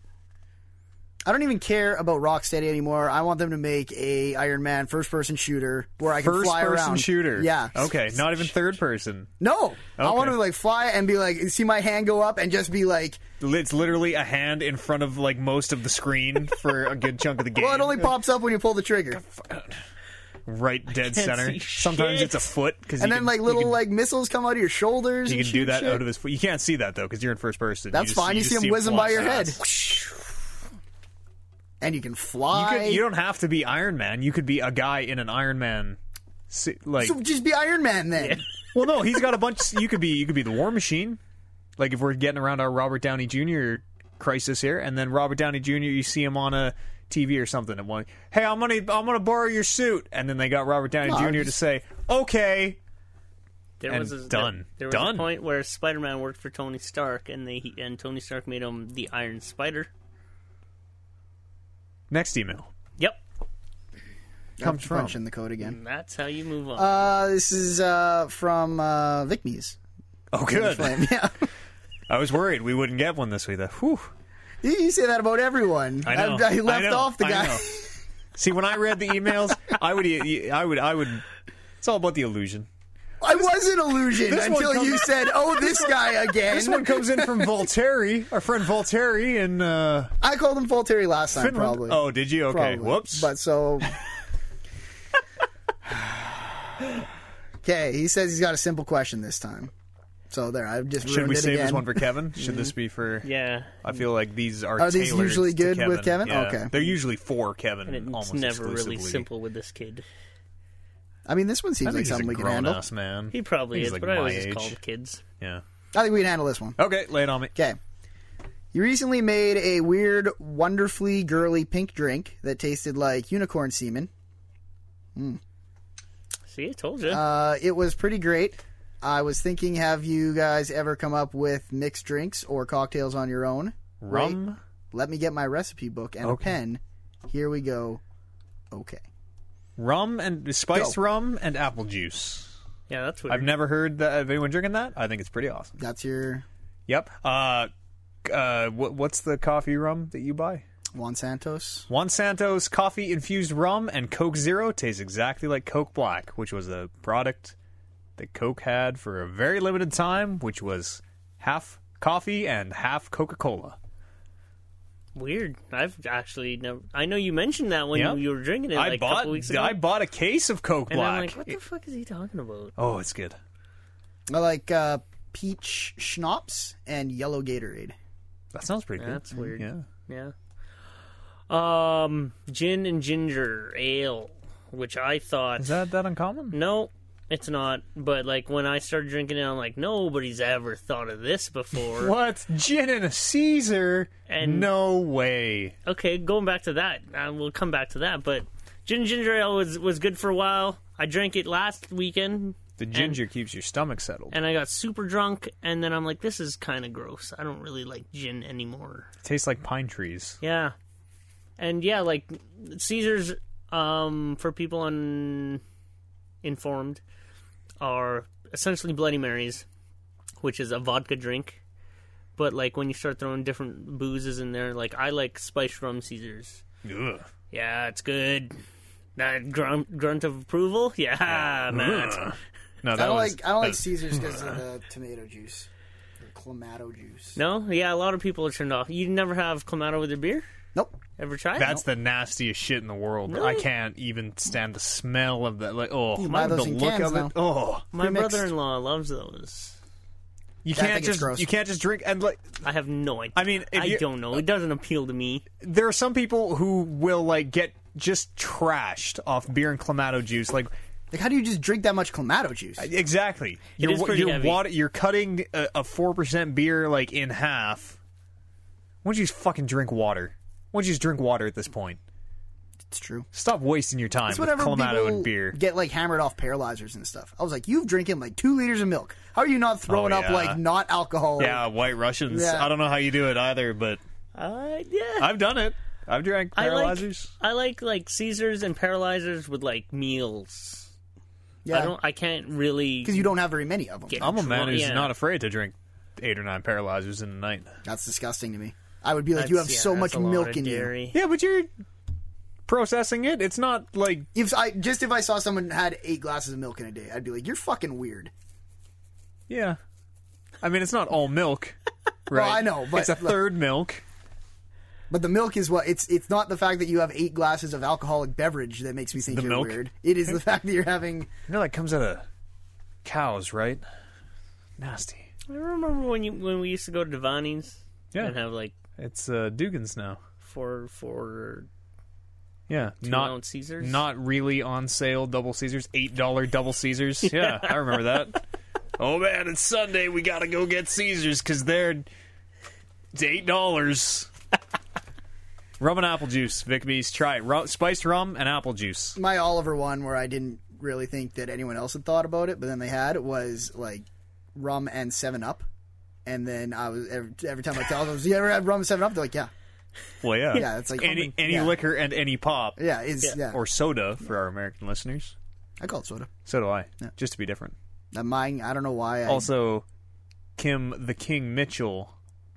[SPEAKER 1] I don't even care about Rocksteady anymore. I want them to make a Iron Man first person shooter where I can
[SPEAKER 2] First
[SPEAKER 1] fly
[SPEAKER 2] person
[SPEAKER 1] around.
[SPEAKER 2] shooter.
[SPEAKER 1] Yeah.
[SPEAKER 2] Okay. Not even third person.
[SPEAKER 1] No, I
[SPEAKER 2] Okay.
[SPEAKER 1] want to like fly and be like, see my hand go up and just be like,
[SPEAKER 2] It's literally a hand in front of like most of the screen for a good chunk of the game.
[SPEAKER 1] well, it only pops up when you pull the trigger.
[SPEAKER 2] right dead
[SPEAKER 3] can't
[SPEAKER 2] center.
[SPEAKER 3] see
[SPEAKER 2] Sometimes it's
[SPEAKER 3] shit.
[SPEAKER 2] a foot because
[SPEAKER 1] and then like little like missiles come out of your shoulders.
[SPEAKER 2] you
[SPEAKER 1] and
[SPEAKER 2] can do
[SPEAKER 1] shoot
[SPEAKER 2] that
[SPEAKER 1] shit.
[SPEAKER 2] out of his foot. You can't see that though because you're in first person.
[SPEAKER 1] That's
[SPEAKER 2] just-
[SPEAKER 1] fine. You,
[SPEAKER 2] just
[SPEAKER 1] see him whizzing by
[SPEAKER 2] fly
[SPEAKER 1] your head,
[SPEAKER 2] past.
[SPEAKER 1] and you can
[SPEAKER 2] You,
[SPEAKER 1] fly.
[SPEAKER 2] could, you don't have to be Iron Man. You could be a guy in an Iron Man. si- Like,
[SPEAKER 1] so just be Iron Man then.
[SPEAKER 2] well, no, he's got a bunch. You could be, you could be the War Machine. Like, if we're getting around our Robert Downey Jr. crisis here, and then Robert Downey Jr. You see him on a TV or something, and one, hey, I'm gonna, I'm gonna borrow your suit, and then they got Robert Downey
[SPEAKER 1] No,
[SPEAKER 2] Jr. to
[SPEAKER 1] just-
[SPEAKER 2] say, okay,
[SPEAKER 3] There
[SPEAKER 2] And
[SPEAKER 3] was a,
[SPEAKER 2] done.
[SPEAKER 3] There, there was
[SPEAKER 2] Done.
[SPEAKER 3] a point where Spider-Man worked for Tony Stark, and they he- and Tony Stark made him the Iron Spider.
[SPEAKER 2] next email.
[SPEAKER 3] Yep,
[SPEAKER 2] Comes
[SPEAKER 1] Punch
[SPEAKER 2] from
[SPEAKER 1] in the code again.
[SPEAKER 3] and that's how you move on.
[SPEAKER 1] Uh, this is uh, from uh, Vicmes.
[SPEAKER 2] oh, good.
[SPEAKER 1] Flame. Yeah,
[SPEAKER 2] I was worried we wouldn't get one this week. Though. Whew.
[SPEAKER 1] you you say that about everyone.
[SPEAKER 2] I know.
[SPEAKER 1] I, I left
[SPEAKER 2] I know.
[SPEAKER 1] off the
[SPEAKER 2] I
[SPEAKER 1] guy.
[SPEAKER 2] know. See, when I read the emails, I would, e, I would, I would. It's all about the illusion.
[SPEAKER 1] I was an illusion
[SPEAKER 2] this one
[SPEAKER 1] until
[SPEAKER 2] comes-
[SPEAKER 1] you said, "Oh, this guy again."
[SPEAKER 2] This one comes in from Volteri, our friend Volteri in uh,
[SPEAKER 1] I called him Volteri last time,
[SPEAKER 2] Finland.
[SPEAKER 1] probably.
[SPEAKER 2] Oh, did you? Okay.
[SPEAKER 1] Probably.
[SPEAKER 2] Whoops.
[SPEAKER 1] But so. Okay, he says he's got a simple question this time. So there, I've just
[SPEAKER 2] Should
[SPEAKER 1] ruined
[SPEAKER 2] we
[SPEAKER 1] it
[SPEAKER 2] save
[SPEAKER 1] again. Mm-hmm.
[SPEAKER 2] this one for Kevin? Should this be for?
[SPEAKER 3] yeah,
[SPEAKER 2] I feel like these are.
[SPEAKER 1] Are these
[SPEAKER 2] tailored
[SPEAKER 1] usually
[SPEAKER 2] to
[SPEAKER 1] good with Kevin?
[SPEAKER 2] Yeah.
[SPEAKER 1] Okay.
[SPEAKER 2] They're usually for Kevin.
[SPEAKER 3] and it's
[SPEAKER 2] almost
[SPEAKER 3] never
[SPEAKER 2] exclusively.
[SPEAKER 3] really simple with this kid.
[SPEAKER 1] I mean, this one seems
[SPEAKER 2] I
[SPEAKER 1] like
[SPEAKER 2] think he's a
[SPEAKER 1] something we can handle.
[SPEAKER 2] grown-ass man.
[SPEAKER 3] He probably
[SPEAKER 2] He's
[SPEAKER 3] is,
[SPEAKER 2] like
[SPEAKER 3] but I always
[SPEAKER 2] my
[SPEAKER 3] just call
[SPEAKER 2] age.
[SPEAKER 3] them kids.
[SPEAKER 2] Yeah.
[SPEAKER 1] I think we can handle this one.
[SPEAKER 2] Okay, lay it on me.
[SPEAKER 1] Okay. You recently made a weird, wonderfully girly pink drink that tasted like unicorn semen.
[SPEAKER 3] See, I told you.
[SPEAKER 1] Uh, it was pretty great. I was thinking, have you guys ever come up with mixed drinks or cocktails on your own?
[SPEAKER 2] Rum.
[SPEAKER 1] Let me get my recipe book and
[SPEAKER 2] Okay.
[SPEAKER 1] a pen. Here we go. Okay.
[SPEAKER 2] rum and spiced
[SPEAKER 1] Go.
[SPEAKER 2] rum and apple juice.
[SPEAKER 3] yeah, that's weird.
[SPEAKER 2] I've never heard that, of anyone drinking that. I think it's pretty awesome.
[SPEAKER 1] That's your
[SPEAKER 2] Yep. Uh, uh, what, what's the coffee rum that you buy?
[SPEAKER 1] Juan Santos.
[SPEAKER 2] Juan Santos coffee infused rum and Coke Zero tastes exactly like Coke Black, which was a product that Coke had for a very limited time, which was half coffee and half Coca Cola.
[SPEAKER 3] weird. I've actually never. I know you mentioned that when
[SPEAKER 2] Yeah.
[SPEAKER 3] you, you were drinking it
[SPEAKER 2] I
[SPEAKER 3] like a
[SPEAKER 2] bought
[SPEAKER 3] couple weeks ago,
[SPEAKER 2] I bought a case of Coke
[SPEAKER 3] and
[SPEAKER 2] Black.
[SPEAKER 3] I'm like, what the fuck is he talking about?
[SPEAKER 2] oh, it's good.
[SPEAKER 1] I like uh, peach schnapps and yellow Gatorade.
[SPEAKER 2] That sounds pretty good.
[SPEAKER 3] That's weird.
[SPEAKER 2] Mm, Yeah.
[SPEAKER 3] Yeah. Um, gin and ginger ale, which I thought
[SPEAKER 2] Is that that uncommon?
[SPEAKER 3] no, it's not. But like when I started drinking it, I'm like, nobody's ever thought of this before.
[SPEAKER 2] What gin and a Caesar?
[SPEAKER 3] And-
[SPEAKER 2] no way.
[SPEAKER 3] Okay, going back to that, uh, we'll come back to that. But gin and ginger ale was was good for a while. I drank it last weekend,
[SPEAKER 2] The ginger keeps your stomach settled.
[SPEAKER 3] and I got super drunk. And then I'm like, this is kind of gross. I don't really like gin anymore.
[SPEAKER 2] tastes like pine trees.
[SPEAKER 3] Yeah. And yeah, like Caesars um for people uninformed are essentially Bloody Marys, which is a vodka drink. But like when you start throwing different boozes in there, like I like spiced rum Caesars.
[SPEAKER 2] Ugh.
[SPEAKER 3] Yeah, it's good. That grunt, grunt of approval? Yeah, man. it's-
[SPEAKER 2] No,
[SPEAKER 1] I
[SPEAKER 2] that
[SPEAKER 1] don't
[SPEAKER 2] was,
[SPEAKER 1] like I don't
[SPEAKER 2] that
[SPEAKER 1] like
[SPEAKER 2] was-
[SPEAKER 1] Caesars because of the tomato juice, or clamato juice.
[SPEAKER 3] No? Yeah, a lot of people are turned off. You never have Clamato with your beer?
[SPEAKER 1] Nope.
[SPEAKER 3] Ever tried?
[SPEAKER 2] That's the nastiest shit in the world. I
[SPEAKER 3] Really?
[SPEAKER 2] can't even stand the smell of that. Like, oh,
[SPEAKER 1] You buy
[SPEAKER 2] the
[SPEAKER 1] those in
[SPEAKER 2] look
[SPEAKER 1] cans
[SPEAKER 2] of
[SPEAKER 1] now.
[SPEAKER 2] it. Oh,
[SPEAKER 3] My
[SPEAKER 1] Pre-mixed.
[SPEAKER 3] brother-in-law loves those.
[SPEAKER 2] you
[SPEAKER 1] think
[SPEAKER 2] can't
[SPEAKER 1] it's
[SPEAKER 2] just
[SPEAKER 1] gross.
[SPEAKER 2] you can't just drink. And like,
[SPEAKER 3] I have no idea.
[SPEAKER 2] I mean, if
[SPEAKER 3] I
[SPEAKER 2] you-
[SPEAKER 3] don't know. It doesn't appeal to me.
[SPEAKER 2] there are some people who will like get just trashed off beer and clamato juice. Like,
[SPEAKER 1] Like how do you just drink that much clamato juice?
[SPEAKER 2] Exactly. you're
[SPEAKER 3] is
[SPEAKER 2] wa-
[SPEAKER 3] pretty
[SPEAKER 2] you're
[SPEAKER 3] heavy.
[SPEAKER 2] water- you're cutting a four percent beer like in half. Why don't you just fucking drink water? Why don't you just drink water at this point?
[SPEAKER 1] It's true.
[SPEAKER 2] Stop wasting your time
[SPEAKER 1] It's
[SPEAKER 2] with
[SPEAKER 1] whenever
[SPEAKER 2] Clamato
[SPEAKER 1] people
[SPEAKER 2] and beer.
[SPEAKER 1] get like hammered off paralyzers and stuff. I was like, you've drinking like two liters of milk. How are you not throwing
[SPEAKER 2] Oh,
[SPEAKER 1] up
[SPEAKER 2] yeah.
[SPEAKER 1] like not alcohol?
[SPEAKER 2] yeah, White Russians.
[SPEAKER 1] Yeah.
[SPEAKER 2] I don't know how you do it either, but
[SPEAKER 3] Uh, yeah.
[SPEAKER 2] I've done it. I've drank
[SPEAKER 3] I like-
[SPEAKER 2] paralyzers.
[SPEAKER 3] I like like Caesars and paralyzers with like meals. I
[SPEAKER 1] yeah.
[SPEAKER 3] don't. I can't really.
[SPEAKER 1] Because you don't have very many of them.
[SPEAKER 3] Get-
[SPEAKER 2] I'm a man who's
[SPEAKER 3] Yeah.
[SPEAKER 2] not afraid to drink eight or nine paralyzers in a night.
[SPEAKER 1] That's disgusting to me. I would be like, you have
[SPEAKER 3] That's- yeah,
[SPEAKER 1] so
[SPEAKER 3] that's
[SPEAKER 1] much
[SPEAKER 3] a lot
[SPEAKER 1] milk
[SPEAKER 3] of
[SPEAKER 1] in you.
[SPEAKER 3] dairy.
[SPEAKER 2] Yeah, but you're processing it. It's not like
[SPEAKER 1] If I just if I saw someone had eight glasses of milk in a day, I'd be like, "You're fucking weird."
[SPEAKER 2] yeah. I mean, it's not all milk, right?
[SPEAKER 1] I know, but
[SPEAKER 2] it's a
[SPEAKER 1] look-
[SPEAKER 2] third milk.
[SPEAKER 1] But the milk is what it's. It's not the fact that you have eight glasses of alcoholic beverage that makes me think
[SPEAKER 2] The
[SPEAKER 1] you're
[SPEAKER 2] milk?
[SPEAKER 1] weird. It is the fact that you're having.
[SPEAKER 2] You know that comes out of cows, right? Nasty.
[SPEAKER 3] I remember when you when we used to go to Devaney's
[SPEAKER 2] Yeah.
[SPEAKER 3] and have like
[SPEAKER 2] It's uh, Dugan's now.
[SPEAKER 3] four four
[SPEAKER 2] Yeah,
[SPEAKER 3] not,
[SPEAKER 2] not
[SPEAKER 3] ounce Caesars.
[SPEAKER 2] not really on sale. Double Caesars, eight dollar double Caesars. Yeah, I remember that. Oh man, it's Sunday. We gotta go get Caesars because they're it's eight dollars. rum and apple juice, Vic B's. Try it. Ru- spiced rum and apple juice.
[SPEAKER 1] my Oliver one where I didn't really think that anyone else had thought about it, but then they had was like rum and Seven Up, and then I was every, every time I tell them, "You ever had rum and Seven Up?" They're like, "Yeah,
[SPEAKER 2] Well, yeah,
[SPEAKER 1] Yeah, it's like-
[SPEAKER 2] any any
[SPEAKER 1] yeah.
[SPEAKER 2] liquor and any pop
[SPEAKER 1] yeah, it's yeah."
[SPEAKER 2] or soda for our American listeners.
[SPEAKER 1] I call it soda.
[SPEAKER 2] So do I. Just to be different.
[SPEAKER 1] Now, mine, I don't know why. I,
[SPEAKER 2] Also, Kim the King Mitchell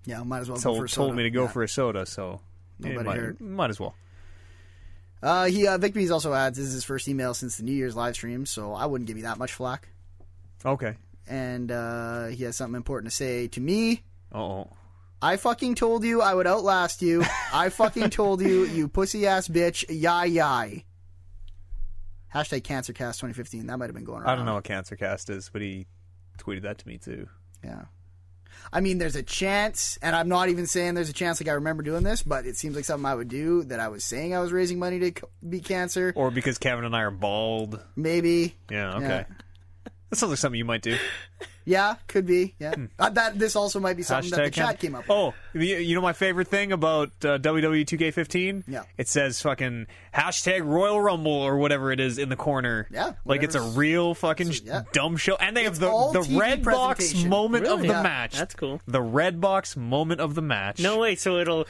[SPEAKER 1] yeah, might as well go
[SPEAKER 2] told,
[SPEAKER 1] for soda.
[SPEAKER 2] told me to go
[SPEAKER 1] Yeah.
[SPEAKER 2] for a soda, so
[SPEAKER 1] Nobody
[SPEAKER 2] might,
[SPEAKER 1] heard.
[SPEAKER 2] might as well.
[SPEAKER 1] Uh, he uh, Vic B's also adds this is his first email since the New Year's live stream, so I wouldn't give you that much flack.
[SPEAKER 2] Okay.
[SPEAKER 1] And uh, he has something important to say to me.
[SPEAKER 2] Oh,
[SPEAKER 1] I fucking told you I would outlast you. I fucking told you, you pussy ass bitch. Yai yai. Hashtag CancerCast 2015. That might have been going around.
[SPEAKER 2] I don't know what Cancer Cast is, but he tweeted that to me too.
[SPEAKER 1] Yeah. I mean, there's a chance, and I'm not even saying there's a chance like I remember doing this, but it seems like something I would do that I was saying I was raising money to c- beat cancer.
[SPEAKER 2] Or because Kevin and I are bald.
[SPEAKER 1] Maybe.
[SPEAKER 2] Yeah. Okay.
[SPEAKER 1] Yeah.
[SPEAKER 2] That sounds like something you might do.
[SPEAKER 1] Yeah, could be. Yeah. Uh, that This also might be something that the
[SPEAKER 2] Hmm. Hashtag
[SPEAKER 1] chat
[SPEAKER 2] Cancer-
[SPEAKER 1] came up with.
[SPEAKER 2] Oh, you you know my favorite thing about uh, WWE2K15?
[SPEAKER 1] Yeah.
[SPEAKER 2] It says fucking hashtag Royal Rumble or whatever it is in the corner.
[SPEAKER 1] Yeah,
[SPEAKER 2] Like it's a
[SPEAKER 1] whatever's-
[SPEAKER 2] real fucking sh
[SPEAKER 1] yeah.
[SPEAKER 2] dumb show. And they have
[SPEAKER 1] all
[SPEAKER 2] the, the
[SPEAKER 1] TV
[SPEAKER 2] red box
[SPEAKER 1] presentation.
[SPEAKER 2] moment of
[SPEAKER 3] Really?
[SPEAKER 2] the
[SPEAKER 1] Yeah,
[SPEAKER 2] match.
[SPEAKER 3] that's cool.
[SPEAKER 2] The red box moment of the match.
[SPEAKER 3] No way. So it'll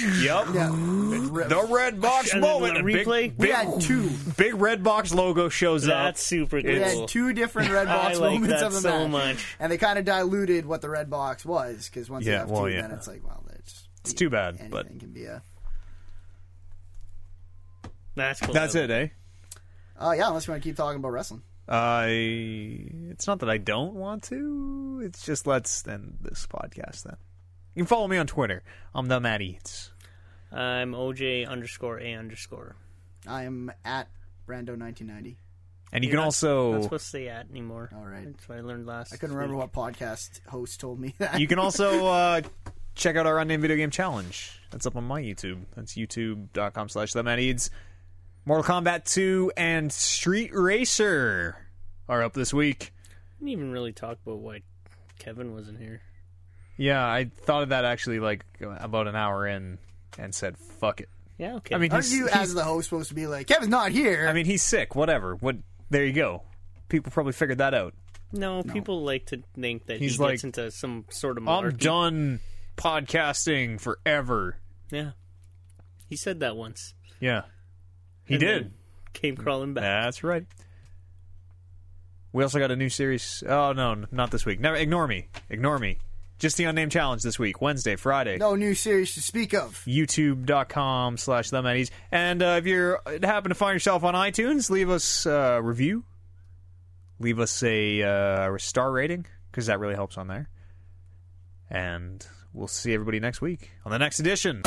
[SPEAKER 2] Yep.
[SPEAKER 1] Yeah.
[SPEAKER 2] The red box
[SPEAKER 3] And then
[SPEAKER 2] moment.
[SPEAKER 3] the
[SPEAKER 2] A big-
[SPEAKER 3] replay?
[SPEAKER 1] We
[SPEAKER 2] Big,
[SPEAKER 1] had two.
[SPEAKER 2] big red box logo shows
[SPEAKER 3] that's
[SPEAKER 2] up.
[SPEAKER 3] super cool.
[SPEAKER 1] We had two different red
[SPEAKER 3] I
[SPEAKER 1] box
[SPEAKER 3] like
[SPEAKER 1] moments
[SPEAKER 3] that
[SPEAKER 1] of the
[SPEAKER 3] so
[SPEAKER 1] match,
[SPEAKER 3] much.
[SPEAKER 1] and they kind of diluted what the red box was because once you
[SPEAKER 2] Yeah,
[SPEAKER 1] have
[SPEAKER 2] well,
[SPEAKER 1] two,
[SPEAKER 2] yeah.
[SPEAKER 1] then it's like, well, that's
[SPEAKER 2] It's too bad,
[SPEAKER 1] anything
[SPEAKER 2] but
[SPEAKER 1] can be a.
[SPEAKER 3] That's cool.
[SPEAKER 2] that's it, eh?
[SPEAKER 1] Oh yeah, unless you want to keep talking about wrestling.
[SPEAKER 2] I. It's not that I don't want to. It's just let's end this podcast then. You can follow me on Twitter. I'm the Matt Eats.
[SPEAKER 3] I'm OJ underscore A underscore.
[SPEAKER 1] I am at Brando 1990.
[SPEAKER 2] And you
[SPEAKER 3] You're
[SPEAKER 2] can
[SPEAKER 3] not- Not
[SPEAKER 2] also
[SPEAKER 3] supposed to say at anymore.
[SPEAKER 1] All right.
[SPEAKER 3] That's what I learned last.
[SPEAKER 1] I couldn't remember what podcast host told me that.
[SPEAKER 2] you can also uh, check out our unnamed video game challenge. That's up on my YouTube. That's youtube.com slash the Matt Eats. Mortal Kombat 2 and Street Racer are up this week.
[SPEAKER 3] Didn't even really talk about why Kevin wasn't here.
[SPEAKER 2] Yeah, I thought of that actually like about an hour in and said, "Fuck it."
[SPEAKER 3] Yeah. Okay.
[SPEAKER 2] I mean,
[SPEAKER 1] Aren't
[SPEAKER 2] he's,
[SPEAKER 1] you,
[SPEAKER 2] he's-
[SPEAKER 1] as the host, supposed to be like Kevin's not here?
[SPEAKER 2] I mean, he's sick. Whatever. What? There you go. People probably figured that out.
[SPEAKER 3] no, People like to think that
[SPEAKER 2] He's
[SPEAKER 3] he
[SPEAKER 2] like, "Um,
[SPEAKER 3] gets into some sort of.
[SPEAKER 2] I'm
[SPEAKER 3] Malarkey.
[SPEAKER 2] done podcasting forever.
[SPEAKER 3] Yeah. He said that once.
[SPEAKER 2] Yeah, he
[SPEAKER 3] And
[SPEAKER 2] did.
[SPEAKER 3] then Came crawling back.
[SPEAKER 2] That's right. We also got a new series. Oh no, n- not this week. Never ignore me. Ignore me. Just the unnamed challenge this week. Wednesday, Friday.
[SPEAKER 1] no new series to speak of.
[SPEAKER 2] youtube.com slash them at ease. And uh, if you happen to find yourself on iTunes, leave us uh, a review. Leave us a uh, star rating because that really helps on there. And we'll see everybody next week on the next edition.